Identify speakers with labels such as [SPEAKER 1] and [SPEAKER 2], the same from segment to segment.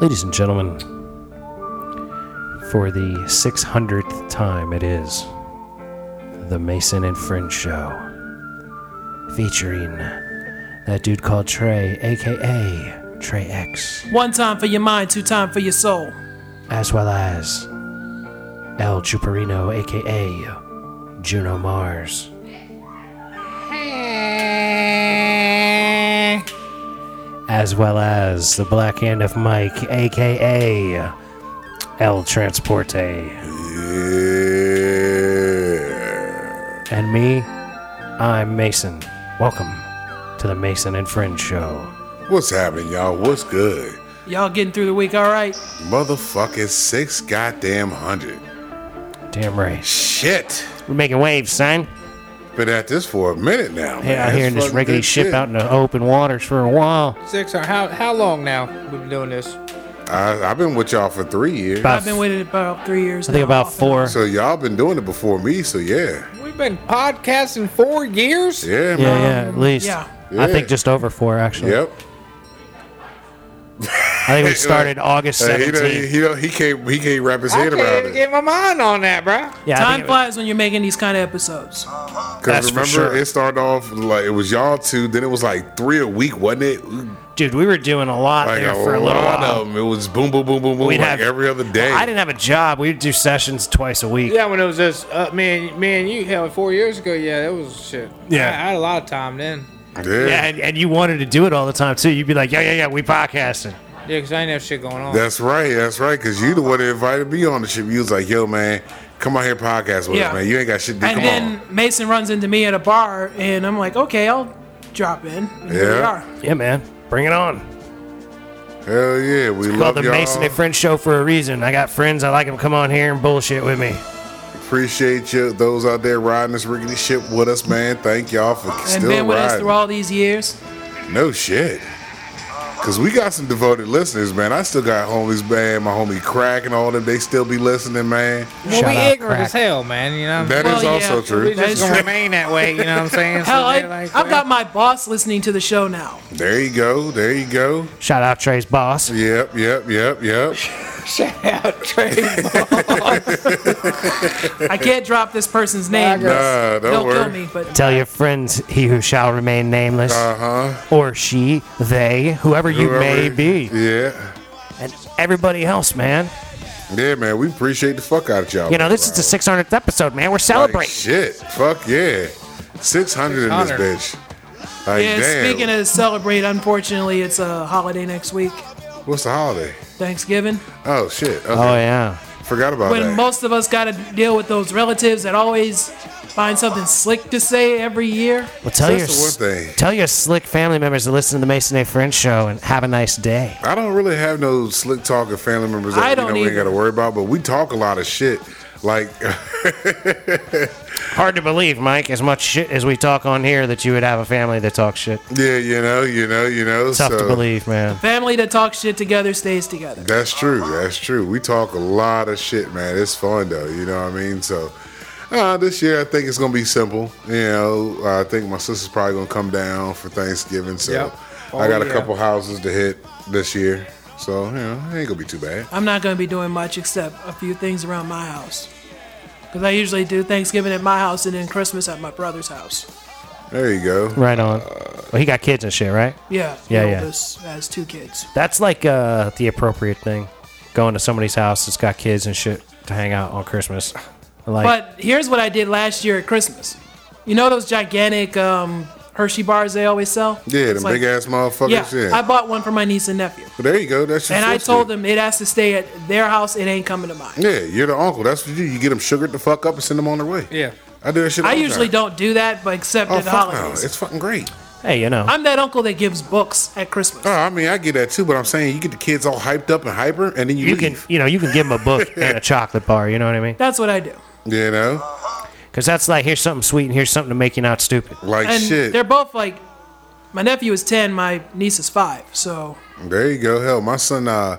[SPEAKER 1] Ladies and gentlemen, for the 600th time, it is the Mason and Fringe Show, featuring that dude called Trey, aka Trey X,
[SPEAKER 2] One time for your mind, two time for your soul.
[SPEAKER 1] as well as El Chuparino, aka Juno Mars. As well as the Black Hand of Mike, aka El Transporte. and me, I'm Mason. Welcome to the Mason and Friends Show.
[SPEAKER 3] What's happening, y'all? What's good?
[SPEAKER 2] Y'all getting through the week all right?
[SPEAKER 3] Motherfucking six goddamn hundred.
[SPEAKER 1] Damn right.
[SPEAKER 3] Shit.
[SPEAKER 1] We're making waves, son.
[SPEAKER 3] Been at this for a minute now.
[SPEAKER 1] Hey,
[SPEAKER 3] man.
[SPEAKER 1] out here in this
[SPEAKER 3] Fucking
[SPEAKER 1] rickety
[SPEAKER 3] good
[SPEAKER 1] ship
[SPEAKER 3] shit.
[SPEAKER 1] out in the open waters for a while.
[SPEAKER 4] Six or how how long now we've been doing this?
[SPEAKER 3] I, I've been with y'all for three years.
[SPEAKER 1] About-
[SPEAKER 2] I've been with it about three years.
[SPEAKER 1] I think
[SPEAKER 2] now.
[SPEAKER 1] about four.
[SPEAKER 3] So y'all been doing it before me, so yeah.
[SPEAKER 4] We've been podcasting four years.
[SPEAKER 3] Yeah,
[SPEAKER 1] Yeah,
[SPEAKER 3] man.
[SPEAKER 1] yeah, at least.
[SPEAKER 2] yeah.
[SPEAKER 1] I think just over four, actually.
[SPEAKER 3] Yep. Uh,
[SPEAKER 1] I think we started August
[SPEAKER 3] Hey, he, don't-
[SPEAKER 1] 17th.
[SPEAKER 3] he, don't- he can't he can't wrap his
[SPEAKER 4] I
[SPEAKER 3] head
[SPEAKER 4] can't
[SPEAKER 3] around
[SPEAKER 4] even
[SPEAKER 3] it.
[SPEAKER 4] get my mind on that, bro.
[SPEAKER 1] Yeah, I think
[SPEAKER 2] Time
[SPEAKER 1] it-
[SPEAKER 2] flies when you're making these kind of episodes.
[SPEAKER 1] That's
[SPEAKER 3] Because
[SPEAKER 1] for
[SPEAKER 3] remember,
[SPEAKER 1] sure.
[SPEAKER 3] it started off like it was y'all two, then it was like three a week, wasn't it?
[SPEAKER 1] Dude, we were doing a lot
[SPEAKER 3] Like
[SPEAKER 1] there
[SPEAKER 3] a,
[SPEAKER 1] for a little
[SPEAKER 3] lot
[SPEAKER 1] while.
[SPEAKER 3] of them. It was boom, boom, boom, boom, boom,
[SPEAKER 1] We'd
[SPEAKER 3] like
[SPEAKER 1] have-
[SPEAKER 3] every other day.
[SPEAKER 1] I didn't have a job. We'd do sessions twice a week.
[SPEAKER 4] Yeah, when it was just uh, man, man, you hell four years ago. Yeah, that was shit.
[SPEAKER 1] Yeah.
[SPEAKER 4] I, I had a lot of time then.
[SPEAKER 3] Yeah.
[SPEAKER 1] Yeah, and, and you wanted to do it all the time too. You'd be like, yeah, yeah, yeah, we podcasting.
[SPEAKER 4] Yeah, because I ain't have shit going on.
[SPEAKER 3] That's right. That's right. Because you the one that invited me on the ship. You was like, yo, man, come out here podcast with
[SPEAKER 2] Yeah.
[SPEAKER 3] us, man. You ain't got shit to do.
[SPEAKER 2] and
[SPEAKER 3] come
[SPEAKER 2] then Mason runs into me at a bar, and I'm like, okay, I'll drop in. And Here we
[SPEAKER 3] Yeah.
[SPEAKER 2] are.
[SPEAKER 1] Yeah, man, bring it on.
[SPEAKER 3] on. Hell yeah. We
[SPEAKER 1] called
[SPEAKER 3] love
[SPEAKER 1] the
[SPEAKER 3] y'all.
[SPEAKER 1] Mason and Friends show for a reason. I got friends. I like them. Come on here and bullshit with me.
[SPEAKER 3] Appreciate you, those out there riding this rickety ship with us, man. Thank y'all for
[SPEAKER 2] And
[SPEAKER 3] still
[SPEAKER 2] been with us
[SPEAKER 3] riding.
[SPEAKER 2] through all these years.
[SPEAKER 3] no shit. Because we got some devoted listeners, man. I still got homies, man. My homie Crack and all them, they still be listening, man.
[SPEAKER 4] well,
[SPEAKER 1] Shout
[SPEAKER 4] we
[SPEAKER 1] out,
[SPEAKER 4] ignorant
[SPEAKER 1] crack.
[SPEAKER 4] as hell, man. You know,
[SPEAKER 3] That is
[SPEAKER 2] Well, yeah.
[SPEAKER 3] also
[SPEAKER 4] we
[SPEAKER 3] true.
[SPEAKER 2] That
[SPEAKER 4] just
[SPEAKER 2] is
[SPEAKER 4] gonna
[SPEAKER 2] true.
[SPEAKER 4] remain that way. You know what I'm saying? So,
[SPEAKER 2] Hell, I,
[SPEAKER 4] yeah, like,
[SPEAKER 2] I've got my boss listening to the show now.
[SPEAKER 3] There you go. There you go.
[SPEAKER 1] Shout out Trey's boss.
[SPEAKER 3] Yep, yep, yep, yep.
[SPEAKER 4] shout out Trey.
[SPEAKER 2] I can't drop this person's name.
[SPEAKER 3] Nah, don't
[SPEAKER 2] They'll kill
[SPEAKER 3] worry.
[SPEAKER 2] me, but
[SPEAKER 1] Tell your friends he who shall remain nameless,
[SPEAKER 3] Uh huh.
[SPEAKER 1] or she, they, whoever you may be,
[SPEAKER 3] Yeah.
[SPEAKER 1] and everybody else, man.
[SPEAKER 3] Yeah, man, we appreciate the fuck out of y'all.
[SPEAKER 1] You know, this is the 600th episode, man. We're celebrating.
[SPEAKER 3] Like, shit, fuck yeah, six hundred in this
[SPEAKER 4] 600.
[SPEAKER 3] bitch. Like,
[SPEAKER 2] yeah,
[SPEAKER 3] damn.
[SPEAKER 2] speaking of celebrate, unfortunately, it's a holiday next week,
[SPEAKER 3] what's the holiday?
[SPEAKER 2] Thanksgiving.
[SPEAKER 3] Oh shit, okay.
[SPEAKER 1] oh yeah,
[SPEAKER 3] forgot about
[SPEAKER 2] when
[SPEAKER 3] that.
[SPEAKER 2] most of us got to deal with those relatives that always find something slick to say every year.
[SPEAKER 1] well tell
[SPEAKER 3] That's
[SPEAKER 1] your
[SPEAKER 3] the
[SPEAKER 1] s-
[SPEAKER 3] one thing.
[SPEAKER 1] tell your slick family members to listen to the Mason A. Friends show and have a nice day.
[SPEAKER 3] I don't really have no slick talk of family members that
[SPEAKER 2] I don't
[SPEAKER 3] you know, we ain't
[SPEAKER 2] either.
[SPEAKER 3] got to worry about, but we talk a lot of shit. Like,
[SPEAKER 1] Hard to believe, Mike, as much shit as we talk on here, that you would have a family that talks shit.
[SPEAKER 3] yeah, you know, you know, you know.
[SPEAKER 1] Tough
[SPEAKER 3] so
[SPEAKER 1] to believe, man.
[SPEAKER 2] Family that talks shit together stays together.
[SPEAKER 3] That's true. That's true. We talk a lot of shit, man. It's fun though. You know what I mean? So uh, this year, I think it's gonna be simple. You know, I think my sister's probably gonna come down for Thanksgiving. So
[SPEAKER 4] Yep.
[SPEAKER 3] I
[SPEAKER 4] Oh,
[SPEAKER 3] got a
[SPEAKER 4] yeah.
[SPEAKER 3] couple houses to hit this year. So you know, it ain't gonna be too bad.
[SPEAKER 2] I'm not going to be doing much except a few things around my house. Because I usually do Thanksgiving at my house and then Christmas at my brother's house.
[SPEAKER 3] There you go.
[SPEAKER 1] Right on. Well, he got kids and shit, right?
[SPEAKER 2] Yeah,
[SPEAKER 1] Yeah,
[SPEAKER 2] the
[SPEAKER 1] yeah.
[SPEAKER 2] oldest has two kids.
[SPEAKER 1] That's like uh, the appropriate thing. Going to somebody's house that's got kids and shit to hang out on Christmas. Like,
[SPEAKER 2] But here's what I did last year at Christmas. You know those gigantic um, Hershey bars they always sell?
[SPEAKER 3] Yeah,
[SPEAKER 2] It's
[SPEAKER 3] them
[SPEAKER 2] like-
[SPEAKER 3] big ass
[SPEAKER 2] Yeah,
[SPEAKER 3] motherfuckers. Yeah.
[SPEAKER 2] I bought one for my niece and nephew.
[SPEAKER 3] But there you go. That's your
[SPEAKER 2] And I
[SPEAKER 3] sister.
[SPEAKER 2] told them it has to stay at their house. It ain't coming to mine.
[SPEAKER 3] Yeah, you're the uncle. That's what you do. You get them sugared the fuck up and send them on their way.
[SPEAKER 4] Yeah.
[SPEAKER 3] I do that shit.
[SPEAKER 2] I
[SPEAKER 3] all the
[SPEAKER 2] usually
[SPEAKER 3] time.
[SPEAKER 2] don't do that, but except
[SPEAKER 3] Oh
[SPEAKER 2] at
[SPEAKER 3] fuck no!
[SPEAKER 2] holidays.
[SPEAKER 3] It's fucking great.
[SPEAKER 1] hey, you know,
[SPEAKER 2] I'm that uncle that gives books at Christmas.
[SPEAKER 3] Oh, I mean, I get that too, but I'm saying you get the kids all hyped up and hyper, and then you,
[SPEAKER 1] you can
[SPEAKER 3] leave.
[SPEAKER 1] you know you can give them a book and a chocolate bar. You know what I mean?
[SPEAKER 2] That's what I do.
[SPEAKER 3] You know,
[SPEAKER 1] Because that's like here's something sweet and here's something to make you not stupid.
[SPEAKER 3] like
[SPEAKER 2] And
[SPEAKER 3] shit.
[SPEAKER 2] they're both like, my nephew is ten, my niece is five. So
[SPEAKER 3] There you go. Hell, my son, uh,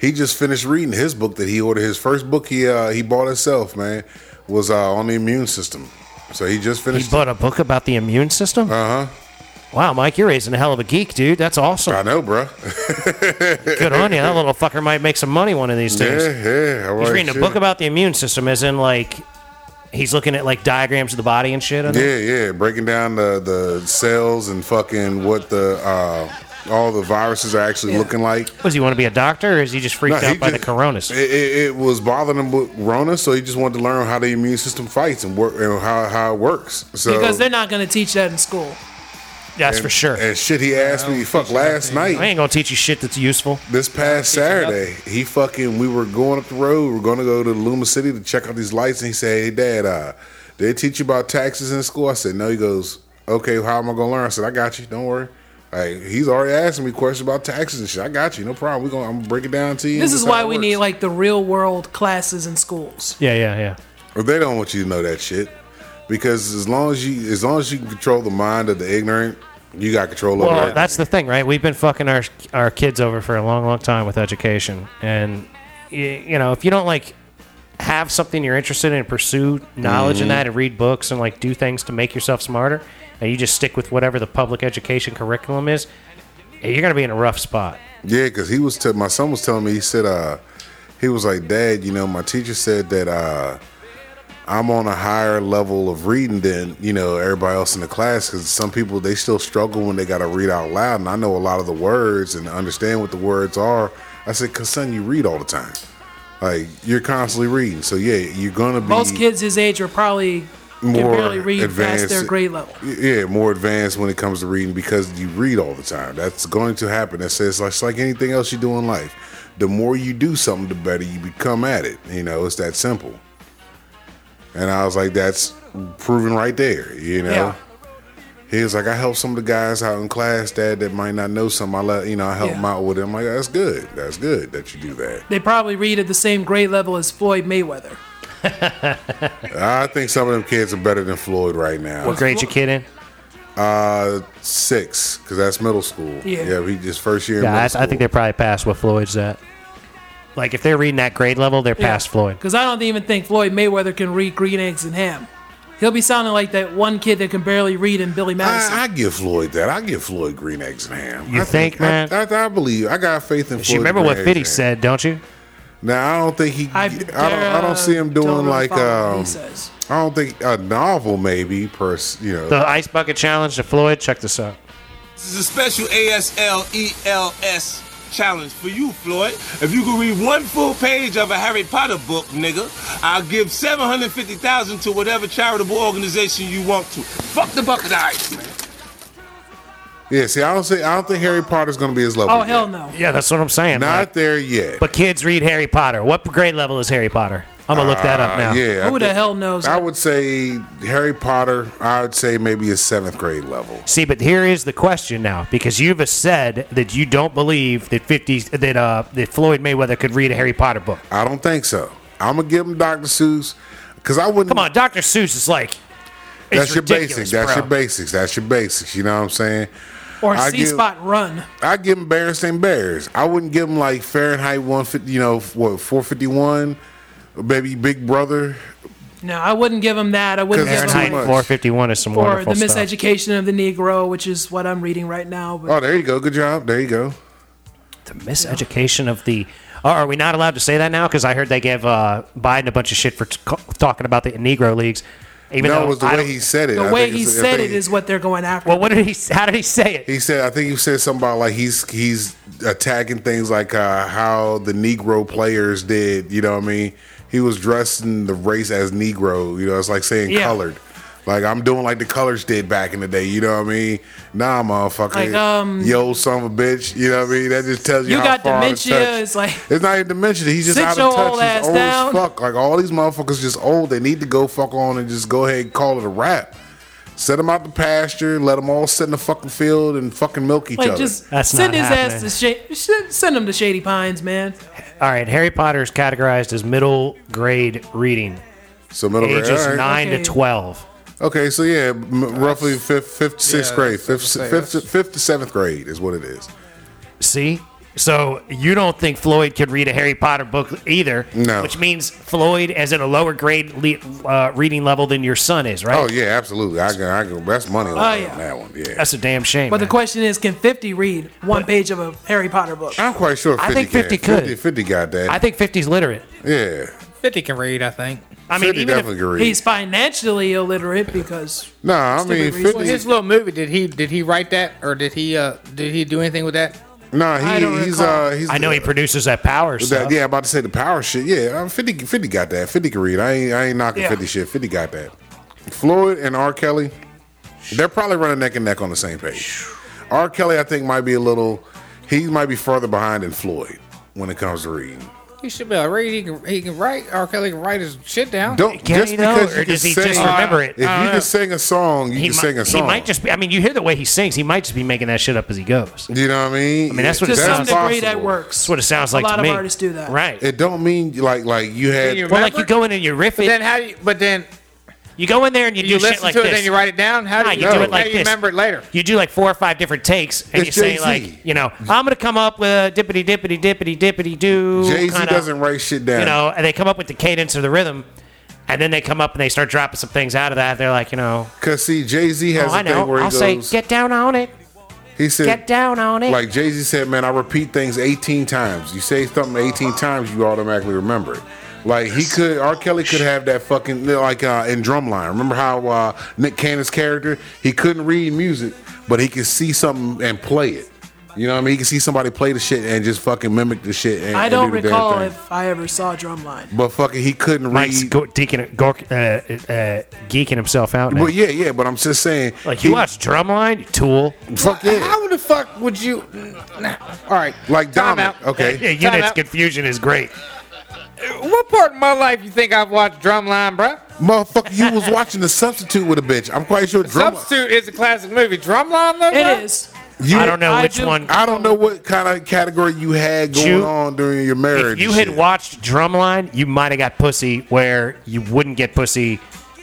[SPEAKER 3] he just finished reading his book that he ordered. His first book he uh, he bought himself, man, was uh, on the immune system. So he just
[SPEAKER 1] He
[SPEAKER 3] finished.
[SPEAKER 1] bought a book about the immune system.
[SPEAKER 3] Uh huh.
[SPEAKER 1] Wow, Mike, you're raising a hell of a geek, dude. That's
[SPEAKER 3] I
[SPEAKER 1] awesome.
[SPEAKER 3] know, bro.
[SPEAKER 1] Good on you. That little fucker might make some money one of these
[SPEAKER 3] yeah,
[SPEAKER 1] days.
[SPEAKER 3] yeah. all
[SPEAKER 1] He's
[SPEAKER 3] right,
[SPEAKER 1] reading a
[SPEAKER 3] shit.
[SPEAKER 1] book about the immune system, as in like he's looking at like diagrams of the body and shit. I think.
[SPEAKER 3] Yeah, yeah, breaking down the the cells and fucking what the uh, all the viruses are actually looking like.
[SPEAKER 1] Does he want to be a doctor, or is he just freaked
[SPEAKER 3] No,
[SPEAKER 1] out
[SPEAKER 3] he
[SPEAKER 1] by
[SPEAKER 3] just-
[SPEAKER 1] the coronas?
[SPEAKER 3] It, it, it was bothering him with Rona, so he just wanted to learn how the immune system fights and work and how, how it works. So
[SPEAKER 2] Because they're not going to teach that in school.
[SPEAKER 1] That's for sure.
[SPEAKER 3] And shit, he asked me, fuck, last night,
[SPEAKER 1] I ain't gonna teach you shit that's useful.
[SPEAKER 3] this past Saturday, he fucking, we were going up the road, we are going to go to Luma City to check out these lights, and he said, hey, Dad, uh, they teach you about taxes in school? I said, no. He goes, okay, how am I going to learn? I said, I got you, don't worry. Like, he's already asking me questions about taxes and shit. I got you, no problem. We're gonna, I'm gonna break it down to you.
[SPEAKER 2] This is
[SPEAKER 3] how
[SPEAKER 2] why
[SPEAKER 3] it
[SPEAKER 2] we
[SPEAKER 3] works." Hmm.
[SPEAKER 2] need like the real world classes in schools.
[SPEAKER 1] Yeah, yeah, yeah.
[SPEAKER 3] Well, they don't want you to know that shit because as long as you as long as you can control the mind of the ignorant, you got control over
[SPEAKER 1] Well,
[SPEAKER 3] that.
[SPEAKER 1] that's the thing, right? We've been fucking our our kids over for a long, long time with education, and y- you know, if you don't like have something you're interested in and pursue knowledge
[SPEAKER 3] Mm-hmm.
[SPEAKER 1] in that and read books and like do things to make yourself smarter, and you just stick with whatever the public education curriculum is, you're gonna be in a rough spot.
[SPEAKER 3] Yeah, because he was. T- my son was telling me. He said, uh, he was like, Dad, you know, my teacher said that uh, I'm on a higher level of reading than you know everybody else in the class. Because some people they still struggle when they got to read out loud, and I know a lot of the words and understand what the words are. I said, "Cause son, you read all the time. Like you're constantly reading. So yeah, you're gonna be
[SPEAKER 2] Most kids his age are probably can
[SPEAKER 3] More
[SPEAKER 2] barely read past their
[SPEAKER 3] advanced-
[SPEAKER 2] grade level.
[SPEAKER 3] yeah, more advanced when it comes to reading because you read all the time. That's going to happen. That's it's like, it's like anything else you do in life. The more you do something, the better you become at it. You know, it's that simple. And I was like, that's proven right there. You know,
[SPEAKER 2] Yeah.
[SPEAKER 3] he was like, I helped some of the guys out in class, Dad, that might not know something. I let you know, I help
[SPEAKER 2] Yeah.
[SPEAKER 3] them out with it. I'm like, that's good. That's good that you do that.
[SPEAKER 2] They probably read at the same grade level as Floyd Mayweather.
[SPEAKER 3] I think some of them kids are better than Floyd right now.
[SPEAKER 1] What grade your kid in?
[SPEAKER 3] Uh, six, because that's middle school.
[SPEAKER 2] Yeah.
[SPEAKER 3] yeah, he just first year. in middle
[SPEAKER 1] Yeah, I, I
[SPEAKER 3] school.
[SPEAKER 1] think they probably passed what Floyd's at. Like if they're reading that grade level, they're past Floyd.
[SPEAKER 2] Because I don't even think Floyd Mayweather can read green eggs and ham. He'll be sounding like that one kid that can barely read in Billy Madison.
[SPEAKER 3] I, I give Floyd that. I give Floyd green eggs and ham.
[SPEAKER 1] You
[SPEAKER 3] I
[SPEAKER 1] think, man?
[SPEAKER 3] I, I, I believe. I got faith in. Floyd.
[SPEAKER 1] She remember
[SPEAKER 3] green
[SPEAKER 1] what
[SPEAKER 3] eggs
[SPEAKER 1] Fitty
[SPEAKER 3] and ham.
[SPEAKER 1] said, don't you?
[SPEAKER 3] Now I don't think he. I,
[SPEAKER 2] I-
[SPEAKER 3] don't. I don't see him doing
[SPEAKER 2] don't really
[SPEAKER 3] like.
[SPEAKER 2] follow what he
[SPEAKER 3] Um,
[SPEAKER 2] says.
[SPEAKER 3] I don't think a novel maybe per s- you know.
[SPEAKER 1] The ice bucket challenge to Floyd. Check this out.
[SPEAKER 5] This is a special ASLELS challenge for you, Floyd. If you can read one full page of a Harry Potter book, nigga, I'll give 750000 to whatever charitable organization you want to. Fuck the bucket of ice, man.
[SPEAKER 3] yeah. See, I don't see. I don't think Harry Potter's going to be his level.
[SPEAKER 2] oh,
[SPEAKER 3] yet.
[SPEAKER 2] hell no.
[SPEAKER 1] Yeah, that's what I'm saying.
[SPEAKER 3] Not
[SPEAKER 1] like-
[SPEAKER 3] there yet.
[SPEAKER 1] but kids read Harry Potter. What grade level is Harry Potter? I'm gonna look that up now.
[SPEAKER 3] Uh, yeah.
[SPEAKER 2] Who
[SPEAKER 3] I
[SPEAKER 2] the
[SPEAKER 3] thi-
[SPEAKER 2] hell knows?
[SPEAKER 3] I would say Harry Potter. I would say maybe a seventh grade level.
[SPEAKER 1] See, but here is the question now, because you've said that you don't believe that 50 that uh that Floyd Mayweather could read a Harry Potter book.
[SPEAKER 3] I don't think so. I'm gonna give him Dr. Seuss because I wouldn't.
[SPEAKER 1] Come on, Dr. Seuss is like it's
[SPEAKER 3] that's your
[SPEAKER 1] ridiculous,
[SPEAKER 3] basics. That's
[SPEAKER 1] bro.
[SPEAKER 3] your basics. That's your basics. You know what I'm saying?
[SPEAKER 2] or
[SPEAKER 3] I
[SPEAKER 2] C
[SPEAKER 3] give-
[SPEAKER 2] Spot Run.
[SPEAKER 3] I give him Bears and Bears. I wouldn't give him like Fahrenheit 150. You know what? 451. Maybe Big Brother.
[SPEAKER 2] No, I wouldn't give him that. I wouldn't give
[SPEAKER 3] Because
[SPEAKER 1] Fahrenheit
[SPEAKER 2] him
[SPEAKER 3] too much.
[SPEAKER 2] like,
[SPEAKER 1] 451 is some
[SPEAKER 2] or the
[SPEAKER 1] wonderful stuff.
[SPEAKER 2] miseducation of the Negro, which is what I'm reading right now. But
[SPEAKER 3] Oh, there you go. Good job. There you go.
[SPEAKER 1] The miseducation of the. Oh, are we not allowed to say that now? Because I heard they gave uh, Biden a bunch of shit for t- co- talking about the Negro leagues. Even
[SPEAKER 3] No,
[SPEAKER 1] though
[SPEAKER 3] it was the
[SPEAKER 1] I
[SPEAKER 3] way
[SPEAKER 1] don't-
[SPEAKER 3] he said it.
[SPEAKER 2] the
[SPEAKER 3] I
[SPEAKER 2] way
[SPEAKER 3] think
[SPEAKER 2] he
[SPEAKER 3] it's- I
[SPEAKER 2] said
[SPEAKER 3] think
[SPEAKER 2] it is what they're going after.
[SPEAKER 1] Well, what did he? How did he say it?
[SPEAKER 3] He said, I think you said something about like he's he's attacking things like uh, how the Negro players did. You know what I mean? He was dressed in the race as Negro. You know, it's like saying
[SPEAKER 2] Yeah.
[SPEAKER 3] colored. Like I'm doing like the colors did back in the day. You know what I mean? Nah, motherfucker.
[SPEAKER 2] Like, um,
[SPEAKER 3] yo, son of a bitch. You know what I mean? That just tells you,
[SPEAKER 2] You
[SPEAKER 3] how
[SPEAKER 2] got
[SPEAKER 3] far out of
[SPEAKER 2] dementia,
[SPEAKER 3] touch-
[SPEAKER 2] it's like-
[SPEAKER 3] it's not even dementia. He's just
[SPEAKER 2] Sit
[SPEAKER 3] out
[SPEAKER 2] your
[SPEAKER 3] of touch.
[SPEAKER 2] old
[SPEAKER 3] He's
[SPEAKER 2] ass
[SPEAKER 3] old
[SPEAKER 2] down.
[SPEAKER 3] as fuck. Like all these motherfuckers just old. They need to go fuck on and just go ahead and call it a wrap. Set them out the pasture, let them all sit in the fucking field and fucking milk each
[SPEAKER 2] like
[SPEAKER 3] other.
[SPEAKER 2] just
[SPEAKER 1] That's
[SPEAKER 2] send
[SPEAKER 1] not
[SPEAKER 2] his
[SPEAKER 1] happening.
[SPEAKER 2] ass to Sha- sh- send him to Shady Pines, man.
[SPEAKER 1] All right, Harry Potter is categorized as middle grade reading,
[SPEAKER 3] so middle grade.
[SPEAKER 1] ages
[SPEAKER 3] Oh, all right.
[SPEAKER 1] nine
[SPEAKER 2] Okay.
[SPEAKER 1] to twelve.
[SPEAKER 3] Okay, so yeah, m- roughly fifth, fifth, sixth
[SPEAKER 4] yeah,
[SPEAKER 3] grade,
[SPEAKER 4] that's what
[SPEAKER 3] fifth,
[SPEAKER 4] I'm saying.
[SPEAKER 3] fifth, fifth to seventh grade is what it is.
[SPEAKER 1] See, So you don't think Floyd could read a Harry Potter book either?
[SPEAKER 3] No.
[SPEAKER 1] Which means Floyd is in a lower grade le- uh, reading level than your son is, right?
[SPEAKER 3] Oh yeah, absolutely. I go, I go. That's money line
[SPEAKER 2] Oh, yeah.
[SPEAKER 3] on that one. Yeah,
[SPEAKER 1] That's a damn shame.
[SPEAKER 2] But the
[SPEAKER 1] man.
[SPEAKER 2] question is, can 50 read one page of a Harry Potter book?
[SPEAKER 3] I'm quite sure. 50
[SPEAKER 1] I think 50
[SPEAKER 3] can.
[SPEAKER 1] could.
[SPEAKER 3] 50, 50 got that.
[SPEAKER 1] I think 50's literate.
[SPEAKER 3] yeah,
[SPEAKER 4] 50 can read, I think.
[SPEAKER 1] I mean, even
[SPEAKER 3] 50
[SPEAKER 1] if,
[SPEAKER 3] definitely can read.
[SPEAKER 2] He's financially illiterate because
[SPEAKER 3] nah, I mean
[SPEAKER 2] Stupid
[SPEAKER 4] Well,
[SPEAKER 3] 50.
[SPEAKER 4] his little movie did he did he write that or did he uh did he do anything with that?
[SPEAKER 3] Nah, he,
[SPEAKER 2] I don't
[SPEAKER 3] he's
[SPEAKER 2] recall.
[SPEAKER 3] uh, he's.
[SPEAKER 1] I know he produces that power
[SPEAKER 3] That,
[SPEAKER 1] stuff.
[SPEAKER 3] yeah, I'm about to say the power shit. Yeah, uh, 50, 50 got that. 50 can read. I ain't, I ain't knocking
[SPEAKER 2] Yeah.
[SPEAKER 3] 50 shit. 50 got that. Floyd and R. Kelly, they're probably running neck and neck on the same page. R. Kelly, I think, might be a little, he might be further behind than Floyd when it comes to reading.
[SPEAKER 4] He should be able to read. He can he can write. R. Kelly can write his shit down.
[SPEAKER 3] Don't,
[SPEAKER 1] Can
[SPEAKER 3] just
[SPEAKER 1] he though,
[SPEAKER 3] because
[SPEAKER 1] or
[SPEAKER 3] you can
[SPEAKER 1] does he
[SPEAKER 3] sing,
[SPEAKER 1] just remember it?
[SPEAKER 3] If you
[SPEAKER 1] I don't know.
[SPEAKER 3] can sing a song, you
[SPEAKER 1] He
[SPEAKER 3] can
[SPEAKER 1] might,
[SPEAKER 3] sing a song.
[SPEAKER 1] he might just be. I mean, you hear the way he sings. He might just be making that shit up as he goes.
[SPEAKER 3] You know what I mean? I
[SPEAKER 1] mean, that's what
[SPEAKER 2] to
[SPEAKER 1] it
[SPEAKER 2] some
[SPEAKER 1] sounds-
[SPEAKER 2] degree that works.
[SPEAKER 1] That's what it sounds like
[SPEAKER 2] lot
[SPEAKER 1] to
[SPEAKER 2] of
[SPEAKER 1] me.
[SPEAKER 2] artists do that.
[SPEAKER 1] right?
[SPEAKER 3] It don't mean like like you had.
[SPEAKER 4] you
[SPEAKER 1] well, like
[SPEAKER 4] remember?
[SPEAKER 1] you go in and you riff
[SPEAKER 4] But
[SPEAKER 1] it.
[SPEAKER 4] then how do you? But then
[SPEAKER 1] you go in there and you,
[SPEAKER 4] you
[SPEAKER 1] do shit
[SPEAKER 4] listen
[SPEAKER 1] like
[SPEAKER 4] to it,
[SPEAKER 1] this.
[SPEAKER 4] then you write it down. How do
[SPEAKER 1] Nah,
[SPEAKER 4] you,
[SPEAKER 1] you do
[SPEAKER 4] know?
[SPEAKER 1] it like
[SPEAKER 4] how do you
[SPEAKER 1] this.
[SPEAKER 4] remember it later?
[SPEAKER 1] You do like four or five different takes, and
[SPEAKER 3] It's
[SPEAKER 1] you say
[SPEAKER 3] Jay-Z.
[SPEAKER 1] like, you know, I'm gonna come up with a dippity dippity dippity dippity do.
[SPEAKER 3] Jay Z
[SPEAKER 1] kinda,
[SPEAKER 3] doesn't write shit down.
[SPEAKER 1] You know, and they come up with the cadence or the rhythm, and then they come up and they start dropping some things out of that. They're like, you know,
[SPEAKER 3] Cause see, Jay Z has
[SPEAKER 1] oh, I
[SPEAKER 3] a thing
[SPEAKER 1] know.
[SPEAKER 3] where he
[SPEAKER 1] I'll say,
[SPEAKER 3] goes.
[SPEAKER 1] get down on it,
[SPEAKER 3] he said,
[SPEAKER 1] get down on it.
[SPEAKER 3] like Jay Z said, man, I repeat things 18 times. You say something 18 times, you automatically remember it. Like he could, R. Kelly could have that fucking like uh, in Drumline. Remember how uh, Nick Cannon's character he couldn't read music, but he could see something and play it. You know what I mean? He could see somebody play the shit and just fucking mimic the shit. And,
[SPEAKER 2] I
[SPEAKER 3] and
[SPEAKER 2] don't
[SPEAKER 3] do the damn
[SPEAKER 2] recall
[SPEAKER 3] thing.
[SPEAKER 2] if I ever saw Drumline.
[SPEAKER 3] But fucking, he couldn't
[SPEAKER 1] Mike's
[SPEAKER 3] read.
[SPEAKER 1] go- deaking, gork, uh, uh, geeking himself out. Now.
[SPEAKER 3] But yeah, yeah. But I'm just saying,
[SPEAKER 1] like you
[SPEAKER 3] he-
[SPEAKER 1] watch Drumline, Tool.
[SPEAKER 3] Fuck yeah.
[SPEAKER 4] How the fuck would you? Nah. All right,
[SPEAKER 3] Like
[SPEAKER 4] time
[SPEAKER 3] Dominic.
[SPEAKER 4] out.
[SPEAKER 3] Okay.
[SPEAKER 1] Yeah, units
[SPEAKER 4] out.
[SPEAKER 1] confusion is great.
[SPEAKER 4] What part of my life you think I've watched Drumline, bruh?
[SPEAKER 3] Motherfucker, you was watching The Substitute with a bitch. I'm quite sure drama.
[SPEAKER 4] Substitute is a classic movie. Drumline, though. bruh?
[SPEAKER 2] It is.
[SPEAKER 3] You,
[SPEAKER 1] I don't know
[SPEAKER 2] I
[SPEAKER 1] which
[SPEAKER 2] do-
[SPEAKER 1] one.
[SPEAKER 3] I don't know what kind of category you had going
[SPEAKER 1] You-
[SPEAKER 3] on during your marriage.
[SPEAKER 1] If you
[SPEAKER 3] and
[SPEAKER 1] had
[SPEAKER 3] shit.
[SPEAKER 1] watched Drumline, you might have got pussy where you wouldn't get pussy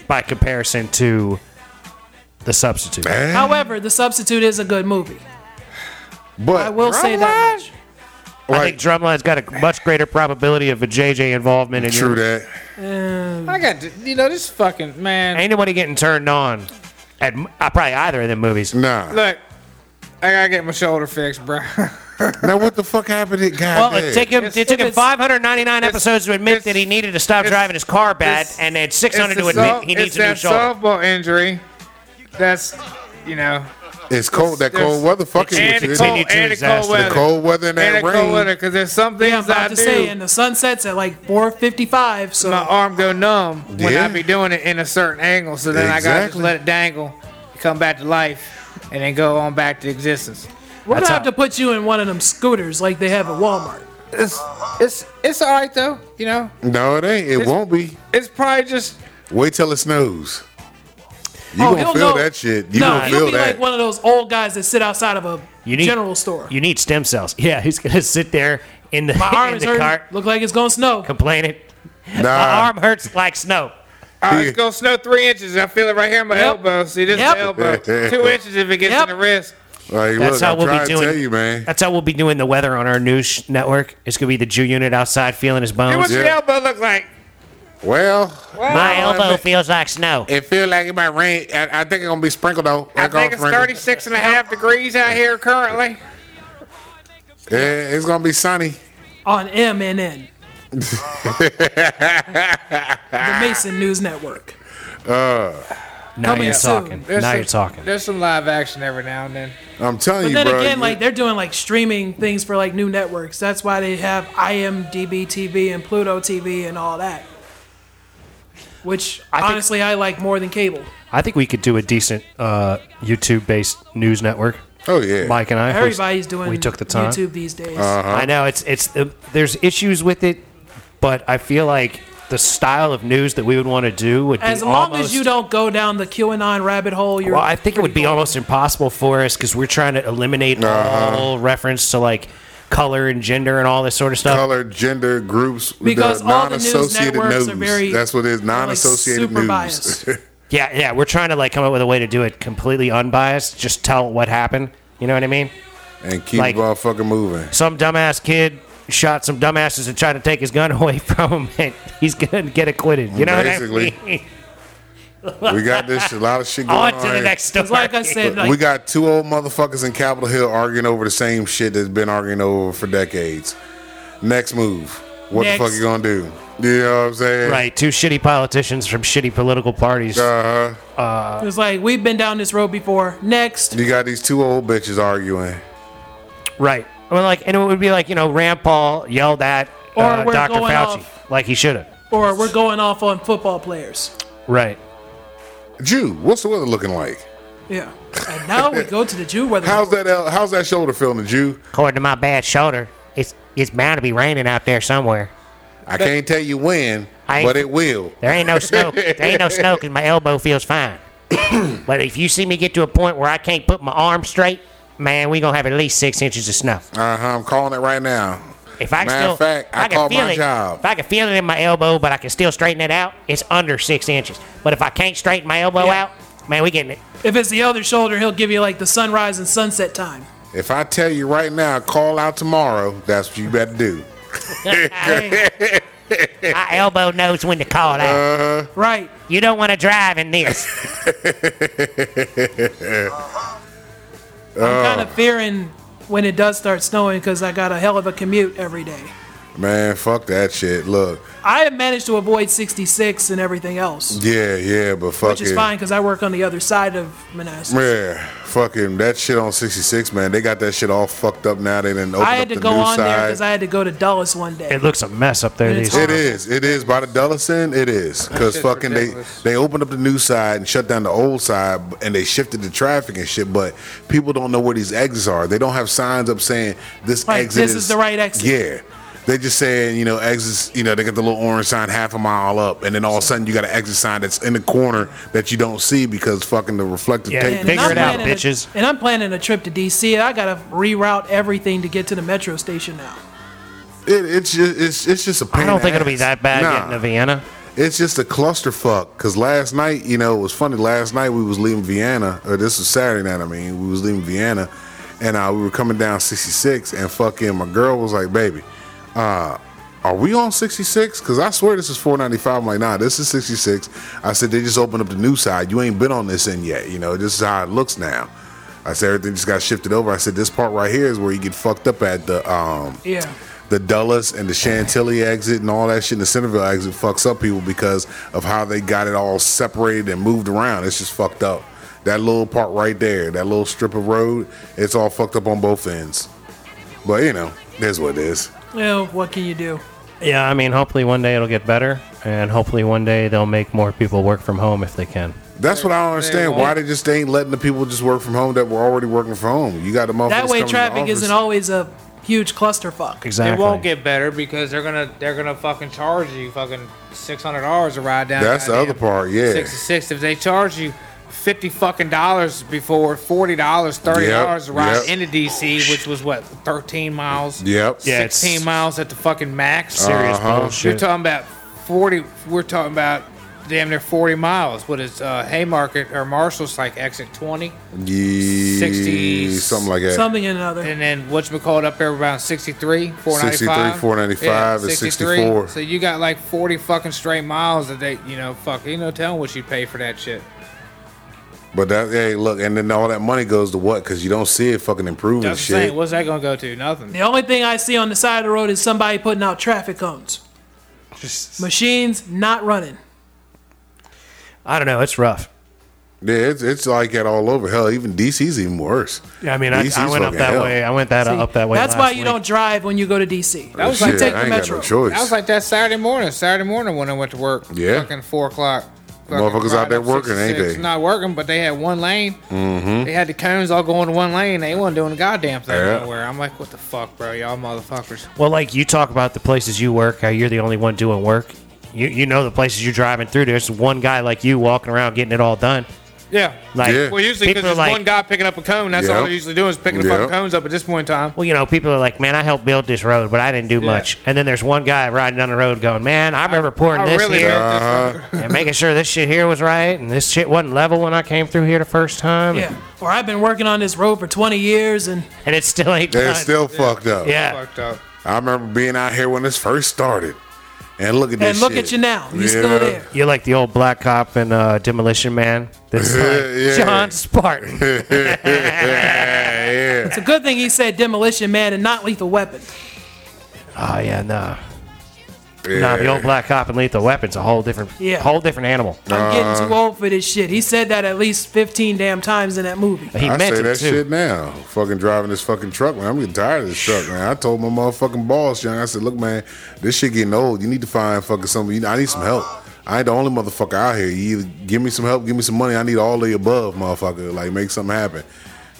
[SPEAKER 1] by comparison to the substitute.
[SPEAKER 3] Eh?
[SPEAKER 2] However, The Substitute is a good movie.
[SPEAKER 3] but
[SPEAKER 2] I will say that much.
[SPEAKER 1] I think Drumline's got a much greater probability of a JJ involvement in
[SPEAKER 3] true
[SPEAKER 1] your.
[SPEAKER 3] that.
[SPEAKER 4] I got to- you know this fucking man.
[SPEAKER 1] Ain't nobody getting turned on at m- uh, probably either of them movies.
[SPEAKER 3] Nah.
[SPEAKER 4] Look, I gotta get my shoulder fixed, bro.
[SPEAKER 3] now what the fuck happened? It God
[SPEAKER 1] Well, it took him. It
[SPEAKER 4] It's-
[SPEAKER 1] took him
[SPEAKER 2] it's-
[SPEAKER 1] 599 episodes to admit
[SPEAKER 4] it's-
[SPEAKER 1] that he needed to stop
[SPEAKER 4] it's-
[SPEAKER 1] driving his car bad,
[SPEAKER 4] it's-
[SPEAKER 1] and had 600 to
[SPEAKER 4] the
[SPEAKER 1] admit
[SPEAKER 4] soft-
[SPEAKER 1] he needs
[SPEAKER 4] it's
[SPEAKER 1] a new
[SPEAKER 4] that
[SPEAKER 1] shoulder.
[SPEAKER 4] softball injury. That's you know,
[SPEAKER 3] It's cold. That
[SPEAKER 4] there's-
[SPEAKER 3] cold weather fucking
[SPEAKER 1] it's-
[SPEAKER 3] with
[SPEAKER 4] and
[SPEAKER 3] you.
[SPEAKER 4] the
[SPEAKER 1] it's-
[SPEAKER 3] isn't
[SPEAKER 4] cold,
[SPEAKER 3] it?
[SPEAKER 1] it's-
[SPEAKER 4] and the cold
[SPEAKER 1] disaster.
[SPEAKER 3] The
[SPEAKER 4] weather,
[SPEAKER 3] cold weather and
[SPEAKER 4] and
[SPEAKER 3] that
[SPEAKER 4] the cold
[SPEAKER 3] rain.
[SPEAKER 4] weather. Because there's some
[SPEAKER 2] Yeah,
[SPEAKER 4] things
[SPEAKER 2] I'm about
[SPEAKER 4] I
[SPEAKER 2] to say,
[SPEAKER 4] do,
[SPEAKER 2] and the sun sets at like 4:55. So
[SPEAKER 4] my arm go numb when
[SPEAKER 3] Yeah.
[SPEAKER 4] I be doing it in a certain angle. So then I gotta just
[SPEAKER 3] Exactly.
[SPEAKER 4] let it dangle, come back to life, and then go on back to existence.
[SPEAKER 2] we're gonna
[SPEAKER 1] That's
[SPEAKER 2] have
[SPEAKER 1] how-
[SPEAKER 2] to put you in one of them scooters like they have at Walmart. Oh,
[SPEAKER 4] It's it's it's all right though. You know,
[SPEAKER 3] No, it ain't. It won't be.
[SPEAKER 4] it's probably just
[SPEAKER 3] Wait till it snows. You
[SPEAKER 2] oh,
[SPEAKER 3] gonna
[SPEAKER 2] he'll
[SPEAKER 3] feel
[SPEAKER 2] know-
[SPEAKER 3] that shit. You
[SPEAKER 2] no,
[SPEAKER 3] gonna
[SPEAKER 2] you'll
[SPEAKER 3] feel
[SPEAKER 2] be
[SPEAKER 3] that.
[SPEAKER 2] like one of those old guys that sit outside of a
[SPEAKER 1] You need-
[SPEAKER 2] general store.
[SPEAKER 1] You need stem cells. Yeah, he's gonna sit there in the
[SPEAKER 2] My arm
[SPEAKER 1] in
[SPEAKER 2] is
[SPEAKER 1] the
[SPEAKER 2] hurting.
[SPEAKER 1] cart
[SPEAKER 2] Look like it's gonna snow.
[SPEAKER 1] complaining. My
[SPEAKER 3] nah.
[SPEAKER 1] arm hurts like snow.
[SPEAKER 4] Oh, it's gonna snow three inches. I feel it right here in my
[SPEAKER 2] Yep.
[SPEAKER 4] elbow. See,
[SPEAKER 2] Yep.
[SPEAKER 4] this is elbow. Two inches if it gets
[SPEAKER 2] Yep.
[SPEAKER 4] in the wrist.
[SPEAKER 3] Like,
[SPEAKER 1] That's
[SPEAKER 3] look,
[SPEAKER 1] how
[SPEAKER 3] I'm
[SPEAKER 1] we'll
[SPEAKER 3] trying
[SPEAKER 1] be
[SPEAKER 3] to
[SPEAKER 1] doing.
[SPEAKER 3] tell you, man.
[SPEAKER 1] That's how we'll be doing the weather on our news sh- network. It's gonna be the Jew unit outside feeling his
[SPEAKER 4] Hey,
[SPEAKER 1] bones.
[SPEAKER 4] what's your
[SPEAKER 3] Oh, Yeah.
[SPEAKER 4] elbow look like?
[SPEAKER 3] Well,
[SPEAKER 1] My
[SPEAKER 3] Well,
[SPEAKER 1] elbow
[SPEAKER 3] it-
[SPEAKER 1] feels like snow.
[SPEAKER 3] It feel like it might rain. I, I think it's gonna be sprinkled though.
[SPEAKER 4] I think it's 36 and a half degrees out here currently.
[SPEAKER 3] Yeah, it's gonna be sunny.
[SPEAKER 2] on MNN. the Mason News Network.
[SPEAKER 1] Now
[SPEAKER 2] coming
[SPEAKER 1] you're
[SPEAKER 2] soon.
[SPEAKER 1] talking.
[SPEAKER 4] There's
[SPEAKER 1] Now
[SPEAKER 4] some-
[SPEAKER 1] you're talking.
[SPEAKER 4] There's some live action every now and then.
[SPEAKER 3] I'm telling
[SPEAKER 2] But
[SPEAKER 3] you,
[SPEAKER 2] then
[SPEAKER 3] bro.
[SPEAKER 2] again,
[SPEAKER 3] you-
[SPEAKER 2] like they're doing like streaming things for like new networks. That's why they have IMDb TV and Pluto TV and all that. Which
[SPEAKER 1] think-
[SPEAKER 2] honestly, I like more than cable.
[SPEAKER 1] I think we could do a decent uh, YouTube-based news network.
[SPEAKER 3] oh yeah, Uh-huh.
[SPEAKER 1] Mike and I. if we-
[SPEAKER 2] Everybody's doing
[SPEAKER 1] We took the time.
[SPEAKER 2] YouTube these days.
[SPEAKER 1] I know it's it's uh, there's issues with it, but I feel like the style of news that we would want to do would
[SPEAKER 2] As
[SPEAKER 1] be
[SPEAKER 2] long
[SPEAKER 1] almost,
[SPEAKER 2] as you don't go down the QAnon rabbit hole, you're.
[SPEAKER 1] Well, I think it would be almost impossible for us because we're trying to eliminate
[SPEAKER 3] Uh-huh.
[SPEAKER 1] all reference to like color and gender and all this sort of stuff.
[SPEAKER 3] color, gender, groups,
[SPEAKER 2] Uh, Because
[SPEAKER 3] the
[SPEAKER 2] all the news
[SPEAKER 3] non-associated
[SPEAKER 2] networks
[SPEAKER 3] news.
[SPEAKER 2] are very,
[SPEAKER 3] That's what it is.
[SPEAKER 2] they're, like,
[SPEAKER 3] Non-associated
[SPEAKER 2] super
[SPEAKER 3] news.
[SPEAKER 2] biased.
[SPEAKER 1] Yeah, yeah, we're trying to like come up with a way to do it completely unbiased. Just tell what happened. You know what I mean?
[SPEAKER 3] and keep
[SPEAKER 1] Like-
[SPEAKER 3] the motherfucker moving.
[SPEAKER 1] some dumbass kid shot some dumbasses and tried to take his gun away from him, and he's gonna get acquitted. You know
[SPEAKER 3] Basically.
[SPEAKER 1] what I mean?
[SPEAKER 3] We got this a lot of shit going
[SPEAKER 1] On
[SPEAKER 3] on.
[SPEAKER 1] to the
[SPEAKER 3] here.
[SPEAKER 1] next story.
[SPEAKER 2] Because, like I said, like,
[SPEAKER 3] we got two old motherfuckers in Capitol Hill arguing over the same shit that's been arguing over for decades. Next move. What the fuck
[SPEAKER 2] Next.
[SPEAKER 3] you gonna do? You know what I'm saying?
[SPEAKER 1] right, two shitty politicians from shitty political parties.
[SPEAKER 3] Uh,
[SPEAKER 2] it's like we've been down this road before. Next,
[SPEAKER 3] you got these two old bitches arguing.
[SPEAKER 1] right. Well, like, and it would be like you know, Rand Paul yelled at
[SPEAKER 2] Or
[SPEAKER 1] uh,
[SPEAKER 2] we're
[SPEAKER 1] Dr.
[SPEAKER 2] going
[SPEAKER 1] Fauci like he should have.
[SPEAKER 2] or we're going off on football players.
[SPEAKER 1] Right.
[SPEAKER 3] Jew, what's the weather looking like?
[SPEAKER 2] Yeah. And now we go to the Jew weather.
[SPEAKER 3] How's that? el- How's that shoulder feeling, Jew?
[SPEAKER 1] According to my bad shoulder, it's it's bound to be raining out there somewhere.
[SPEAKER 3] I can't tell you when,
[SPEAKER 1] I ain't-
[SPEAKER 3] but it will.
[SPEAKER 1] There ain't no snow. there ain't no snow because my elbow feels fine. but if you see me get to a point where I can't put my arm straight, man, we gonna have at least six inches of snow.
[SPEAKER 3] Uh huh. I'm calling it right now.
[SPEAKER 1] If I
[SPEAKER 3] Matter
[SPEAKER 1] still,
[SPEAKER 3] of fact,
[SPEAKER 1] if
[SPEAKER 3] I,
[SPEAKER 1] can
[SPEAKER 3] called
[SPEAKER 1] feel
[SPEAKER 3] my
[SPEAKER 1] it, If
[SPEAKER 3] job.
[SPEAKER 1] I can feel it in my elbow, but I can still straighten it out, it's under six inches. But if I can't straighten my elbow
[SPEAKER 2] Yeah.
[SPEAKER 1] out, man, we getting it.
[SPEAKER 2] If it's the other shoulder, he'll give you like the sunrise and sunset time.
[SPEAKER 3] If I tell you right now, call out tomorrow. That's what you better do.
[SPEAKER 1] My elbow knows when to call it
[SPEAKER 3] Uh.
[SPEAKER 1] out.
[SPEAKER 2] Right.
[SPEAKER 1] You don't want to drive in this.
[SPEAKER 3] Oh.
[SPEAKER 2] I'm kind of fearing when it does start snowing because I got a hell of a commute every day.
[SPEAKER 3] Man, fuck that shit. Look,
[SPEAKER 2] I have managed to avoid 66 and everything else,
[SPEAKER 3] yeah, yeah, but fuck
[SPEAKER 2] which is
[SPEAKER 3] it.
[SPEAKER 2] fine because I work on the other side of Manassas.
[SPEAKER 3] Yeah, fucking that shit on 66, man. They got that shit all fucked up now. They didn't open
[SPEAKER 2] I
[SPEAKER 3] up
[SPEAKER 2] had
[SPEAKER 3] the
[SPEAKER 2] to go
[SPEAKER 3] new
[SPEAKER 2] on there
[SPEAKER 3] side.
[SPEAKER 2] because I had to go to Dulles one day.
[SPEAKER 1] looks a mess up there.
[SPEAKER 2] It's these- hard.
[SPEAKER 3] it is, it is by the Dullison. It is because
[SPEAKER 4] shit's
[SPEAKER 3] fucking
[SPEAKER 4] ridiculous.
[SPEAKER 3] they they opened up the new side and shut down the old side and they shifted the traffic and shit. But people don't know where these exits are. They don't have signs up saying this
[SPEAKER 2] Right,
[SPEAKER 3] exit.
[SPEAKER 2] this is the right exit.
[SPEAKER 3] Yeah. They just saying, you know, exits, you know, they got the little orange sign half a mile up, and then all of a sudden you got an exit sign that's in the corner that you don't see because fucking the reflective
[SPEAKER 1] Yeah,
[SPEAKER 3] tape.
[SPEAKER 1] and Figure
[SPEAKER 2] I'm
[SPEAKER 1] it out,
[SPEAKER 2] planning a-
[SPEAKER 1] bitches.
[SPEAKER 2] and I'm planning a trip to DC. I gotta reroute everything to get to the metro station now.
[SPEAKER 3] It, it's just it's it's just a pain.
[SPEAKER 1] I don't
[SPEAKER 3] in
[SPEAKER 1] think
[SPEAKER 3] the
[SPEAKER 1] it'll be
[SPEAKER 3] ass.
[SPEAKER 1] that bad
[SPEAKER 3] Nah,
[SPEAKER 1] getting to Vienna.
[SPEAKER 3] it's just a clusterfuck. Cause last night, you know, it was funny. Last night we was leaving Vienna, or this was Saturday night. I mean, we was leaving Vienna, and uh, we were coming down 66, and fucking my girl was like, "Baby, uh, are we on 66? Cause I swear this is 495." I'm like, "Nah, this is 66." I said, "They just opened up the new side. You ain't been on this end yet. You know, this is how it looks now." I said everything just got shifted over. I said this part right here is where you get fucked up at the um,
[SPEAKER 2] Yeah.
[SPEAKER 3] the Dulles and the Chantilly exit and all that shit, and the Centerville exit fucks up people because of how they got it all separated and moved around. It's just fucked up. That little part right there, that little strip of road, it's all fucked up on both ends. But you know, that's what it is.
[SPEAKER 2] Well, what can you do?
[SPEAKER 1] Yeah, I mean, hopefully one day it'll get better, and hopefully one day they'll make more people work from home if they can.
[SPEAKER 3] That's what I don't understand.
[SPEAKER 4] won't.
[SPEAKER 3] Why they just ain't letting the people just work from home that were already working from home? You got the motherfuckers
[SPEAKER 2] That way,
[SPEAKER 3] coming to the
[SPEAKER 2] traffic
[SPEAKER 3] office.
[SPEAKER 2] isn't always a huge clusterfuck.
[SPEAKER 1] Exactly.
[SPEAKER 4] It won't get better because they're gonna they're gonna fucking charge you fucking six hundred dollars to ride down.
[SPEAKER 3] That's the
[SPEAKER 4] goddamn
[SPEAKER 3] other part, yeah.
[SPEAKER 4] Sixty six. If they charge you fifty fucking dollars before forty dollars, thirty dollars to ride
[SPEAKER 3] yep.
[SPEAKER 4] into DC, which was what thirteen miles.
[SPEAKER 3] Yep.
[SPEAKER 1] Yeah, it's-
[SPEAKER 4] Sixteen miles at the fucking max.
[SPEAKER 1] Serious
[SPEAKER 3] Uh-huh.
[SPEAKER 4] You're
[SPEAKER 1] bullshit.
[SPEAKER 4] talking about forty. We're talking about damn near forty miles. What is uh, Haymarket or Marshall's like exit twenty,
[SPEAKER 3] Yeah,
[SPEAKER 4] 60
[SPEAKER 3] something like that.
[SPEAKER 2] Something and another.
[SPEAKER 4] and then what's called up there around 63, 495.
[SPEAKER 3] 63, 495, and 64.
[SPEAKER 4] So you got like forty fucking straight miles that they, you know, fuck, you know, telling what you pay for that shit.
[SPEAKER 3] But that hey, look, and then all that money goes to what? Because you don't see it fucking improving
[SPEAKER 4] That's the
[SPEAKER 3] shit.
[SPEAKER 4] thing. What's that gonna go to? Nothing.
[SPEAKER 2] The only thing I see on the side of the road is somebody putting out traffic cones. Machines not running.
[SPEAKER 1] I don't know. It's rough.
[SPEAKER 3] Yeah, it's, it's like that all over. Hell, even DC's even worse.
[SPEAKER 1] Yeah, I mean, I,
[SPEAKER 3] DC's
[SPEAKER 1] I went up
[SPEAKER 3] fucking
[SPEAKER 1] that
[SPEAKER 3] hell.
[SPEAKER 1] way. I went that up that way.
[SPEAKER 2] That's
[SPEAKER 1] last
[SPEAKER 2] why you
[SPEAKER 1] week.
[SPEAKER 2] don't drive when you go to DC.
[SPEAKER 4] That was
[SPEAKER 3] Oh, Shit,
[SPEAKER 4] like take
[SPEAKER 3] I
[SPEAKER 4] the
[SPEAKER 3] ain't
[SPEAKER 4] metro.
[SPEAKER 3] got no choice.
[SPEAKER 4] That was like that Saturday morning. Saturday morning when I went to work.
[SPEAKER 3] Yeah.
[SPEAKER 4] Fucking four o'clock. Fucking
[SPEAKER 3] Motherfuckers
[SPEAKER 4] ride
[SPEAKER 3] out there
[SPEAKER 4] up
[SPEAKER 3] working, ain't
[SPEAKER 4] 66.
[SPEAKER 3] they?
[SPEAKER 4] Not working, but they had one lane. Mm-hmm. They had the cones all going to one lane. They wasn't doing a goddamn thing
[SPEAKER 3] Yeah.
[SPEAKER 4] nowhere. I'm like, what the fuck, bro? Y'all motherfuckers.
[SPEAKER 1] Well, like you talk about the places you work, how you're the only one doing work. You you know the places you're driving through. There's one guy like you walking around getting it all done.
[SPEAKER 4] Yeah.
[SPEAKER 1] Like,
[SPEAKER 3] Yeah.
[SPEAKER 4] Well, usually
[SPEAKER 1] People
[SPEAKER 4] because
[SPEAKER 1] are
[SPEAKER 4] there's
[SPEAKER 1] like-
[SPEAKER 4] one guy picking up a cone. That's
[SPEAKER 3] Yep.
[SPEAKER 4] all they're usually doing is picking the fucking
[SPEAKER 3] Yep.
[SPEAKER 4] cones up at this point in time.
[SPEAKER 1] well, you know, people are like, man, I helped build this road, but I didn't do much. And then there's one guy riding down the road going, man, I remember pouring
[SPEAKER 4] I
[SPEAKER 1] this
[SPEAKER 4] really
[SPEAKER 1] here
[SPEAKER 4] don't.
[SPEAKER 3] Uh-huh.
[SPEAKER 1] and making sure this shit here was right and this shit wasn't level when I came through here the first time.
[SPEAKER 2] Yeah. Or I've been working on this road for 20 years and
[SPEAKER 1] And it still ain't
[SPEAKER 3] They're
[SPEAKER 1] done.
[SPEAKER 3] still fucked up.
[SPEAKER 1] yeah.
[SPEAKER 4] Fucked up.
[SPEAKER 3] I remember being out here when this first started. And look at this
[SPEAKER 2] and look
[SPEAKER 3] shit.
[SPEAKER 2] at you now. You're still
[SPEAKER 3] Yeah.
[SPEAKER 2] there.
[SPEAKER 1] You're like the old black cop and uh, demolition man. That's like
[SPEAKER 3] Yeah.
[SPEAKER 1] John Spartan.
[SPEAKER 3] Yeah, yeah.
[SPEAKER 2] It's a good thing he said Demolition Man and not Lethal Weapon.
[SPEAKER 1] oh yeah, no,
[SPEAKER 3] yeah.
[SPEAKER 1] no. The old black cop and lethal weapon's a whole different,
[SPEAKER 2] Yeah.
[SPEAKER 1] whole different animal.
[SPEAKER 2] I'm
[SPEAKER 3] Uh,
[SPEAKER 2] getting too old for this shit. He said that at least 15 damn times in that movie.
[SPEAKER 1] He
[SPEAKER 3] I
[SPEAKER 1] meant
[SPEAKER 3] say
[SPEAKER 1] it
[SPEAKER 3] that
[SPEAKER 1] too.
[SPEAKER 3] shit now. Fucking driving this fucking truck, man. I'm getting tired of this truck, man. I told my motherfucking boss, young. I said, look, man, this shit getting old. You need to find fucking somebody. You- I need some help. I ain't the only motherfucker out here. You either give me some help, give me some money. I need all the above, motherfucker. Like make something happen.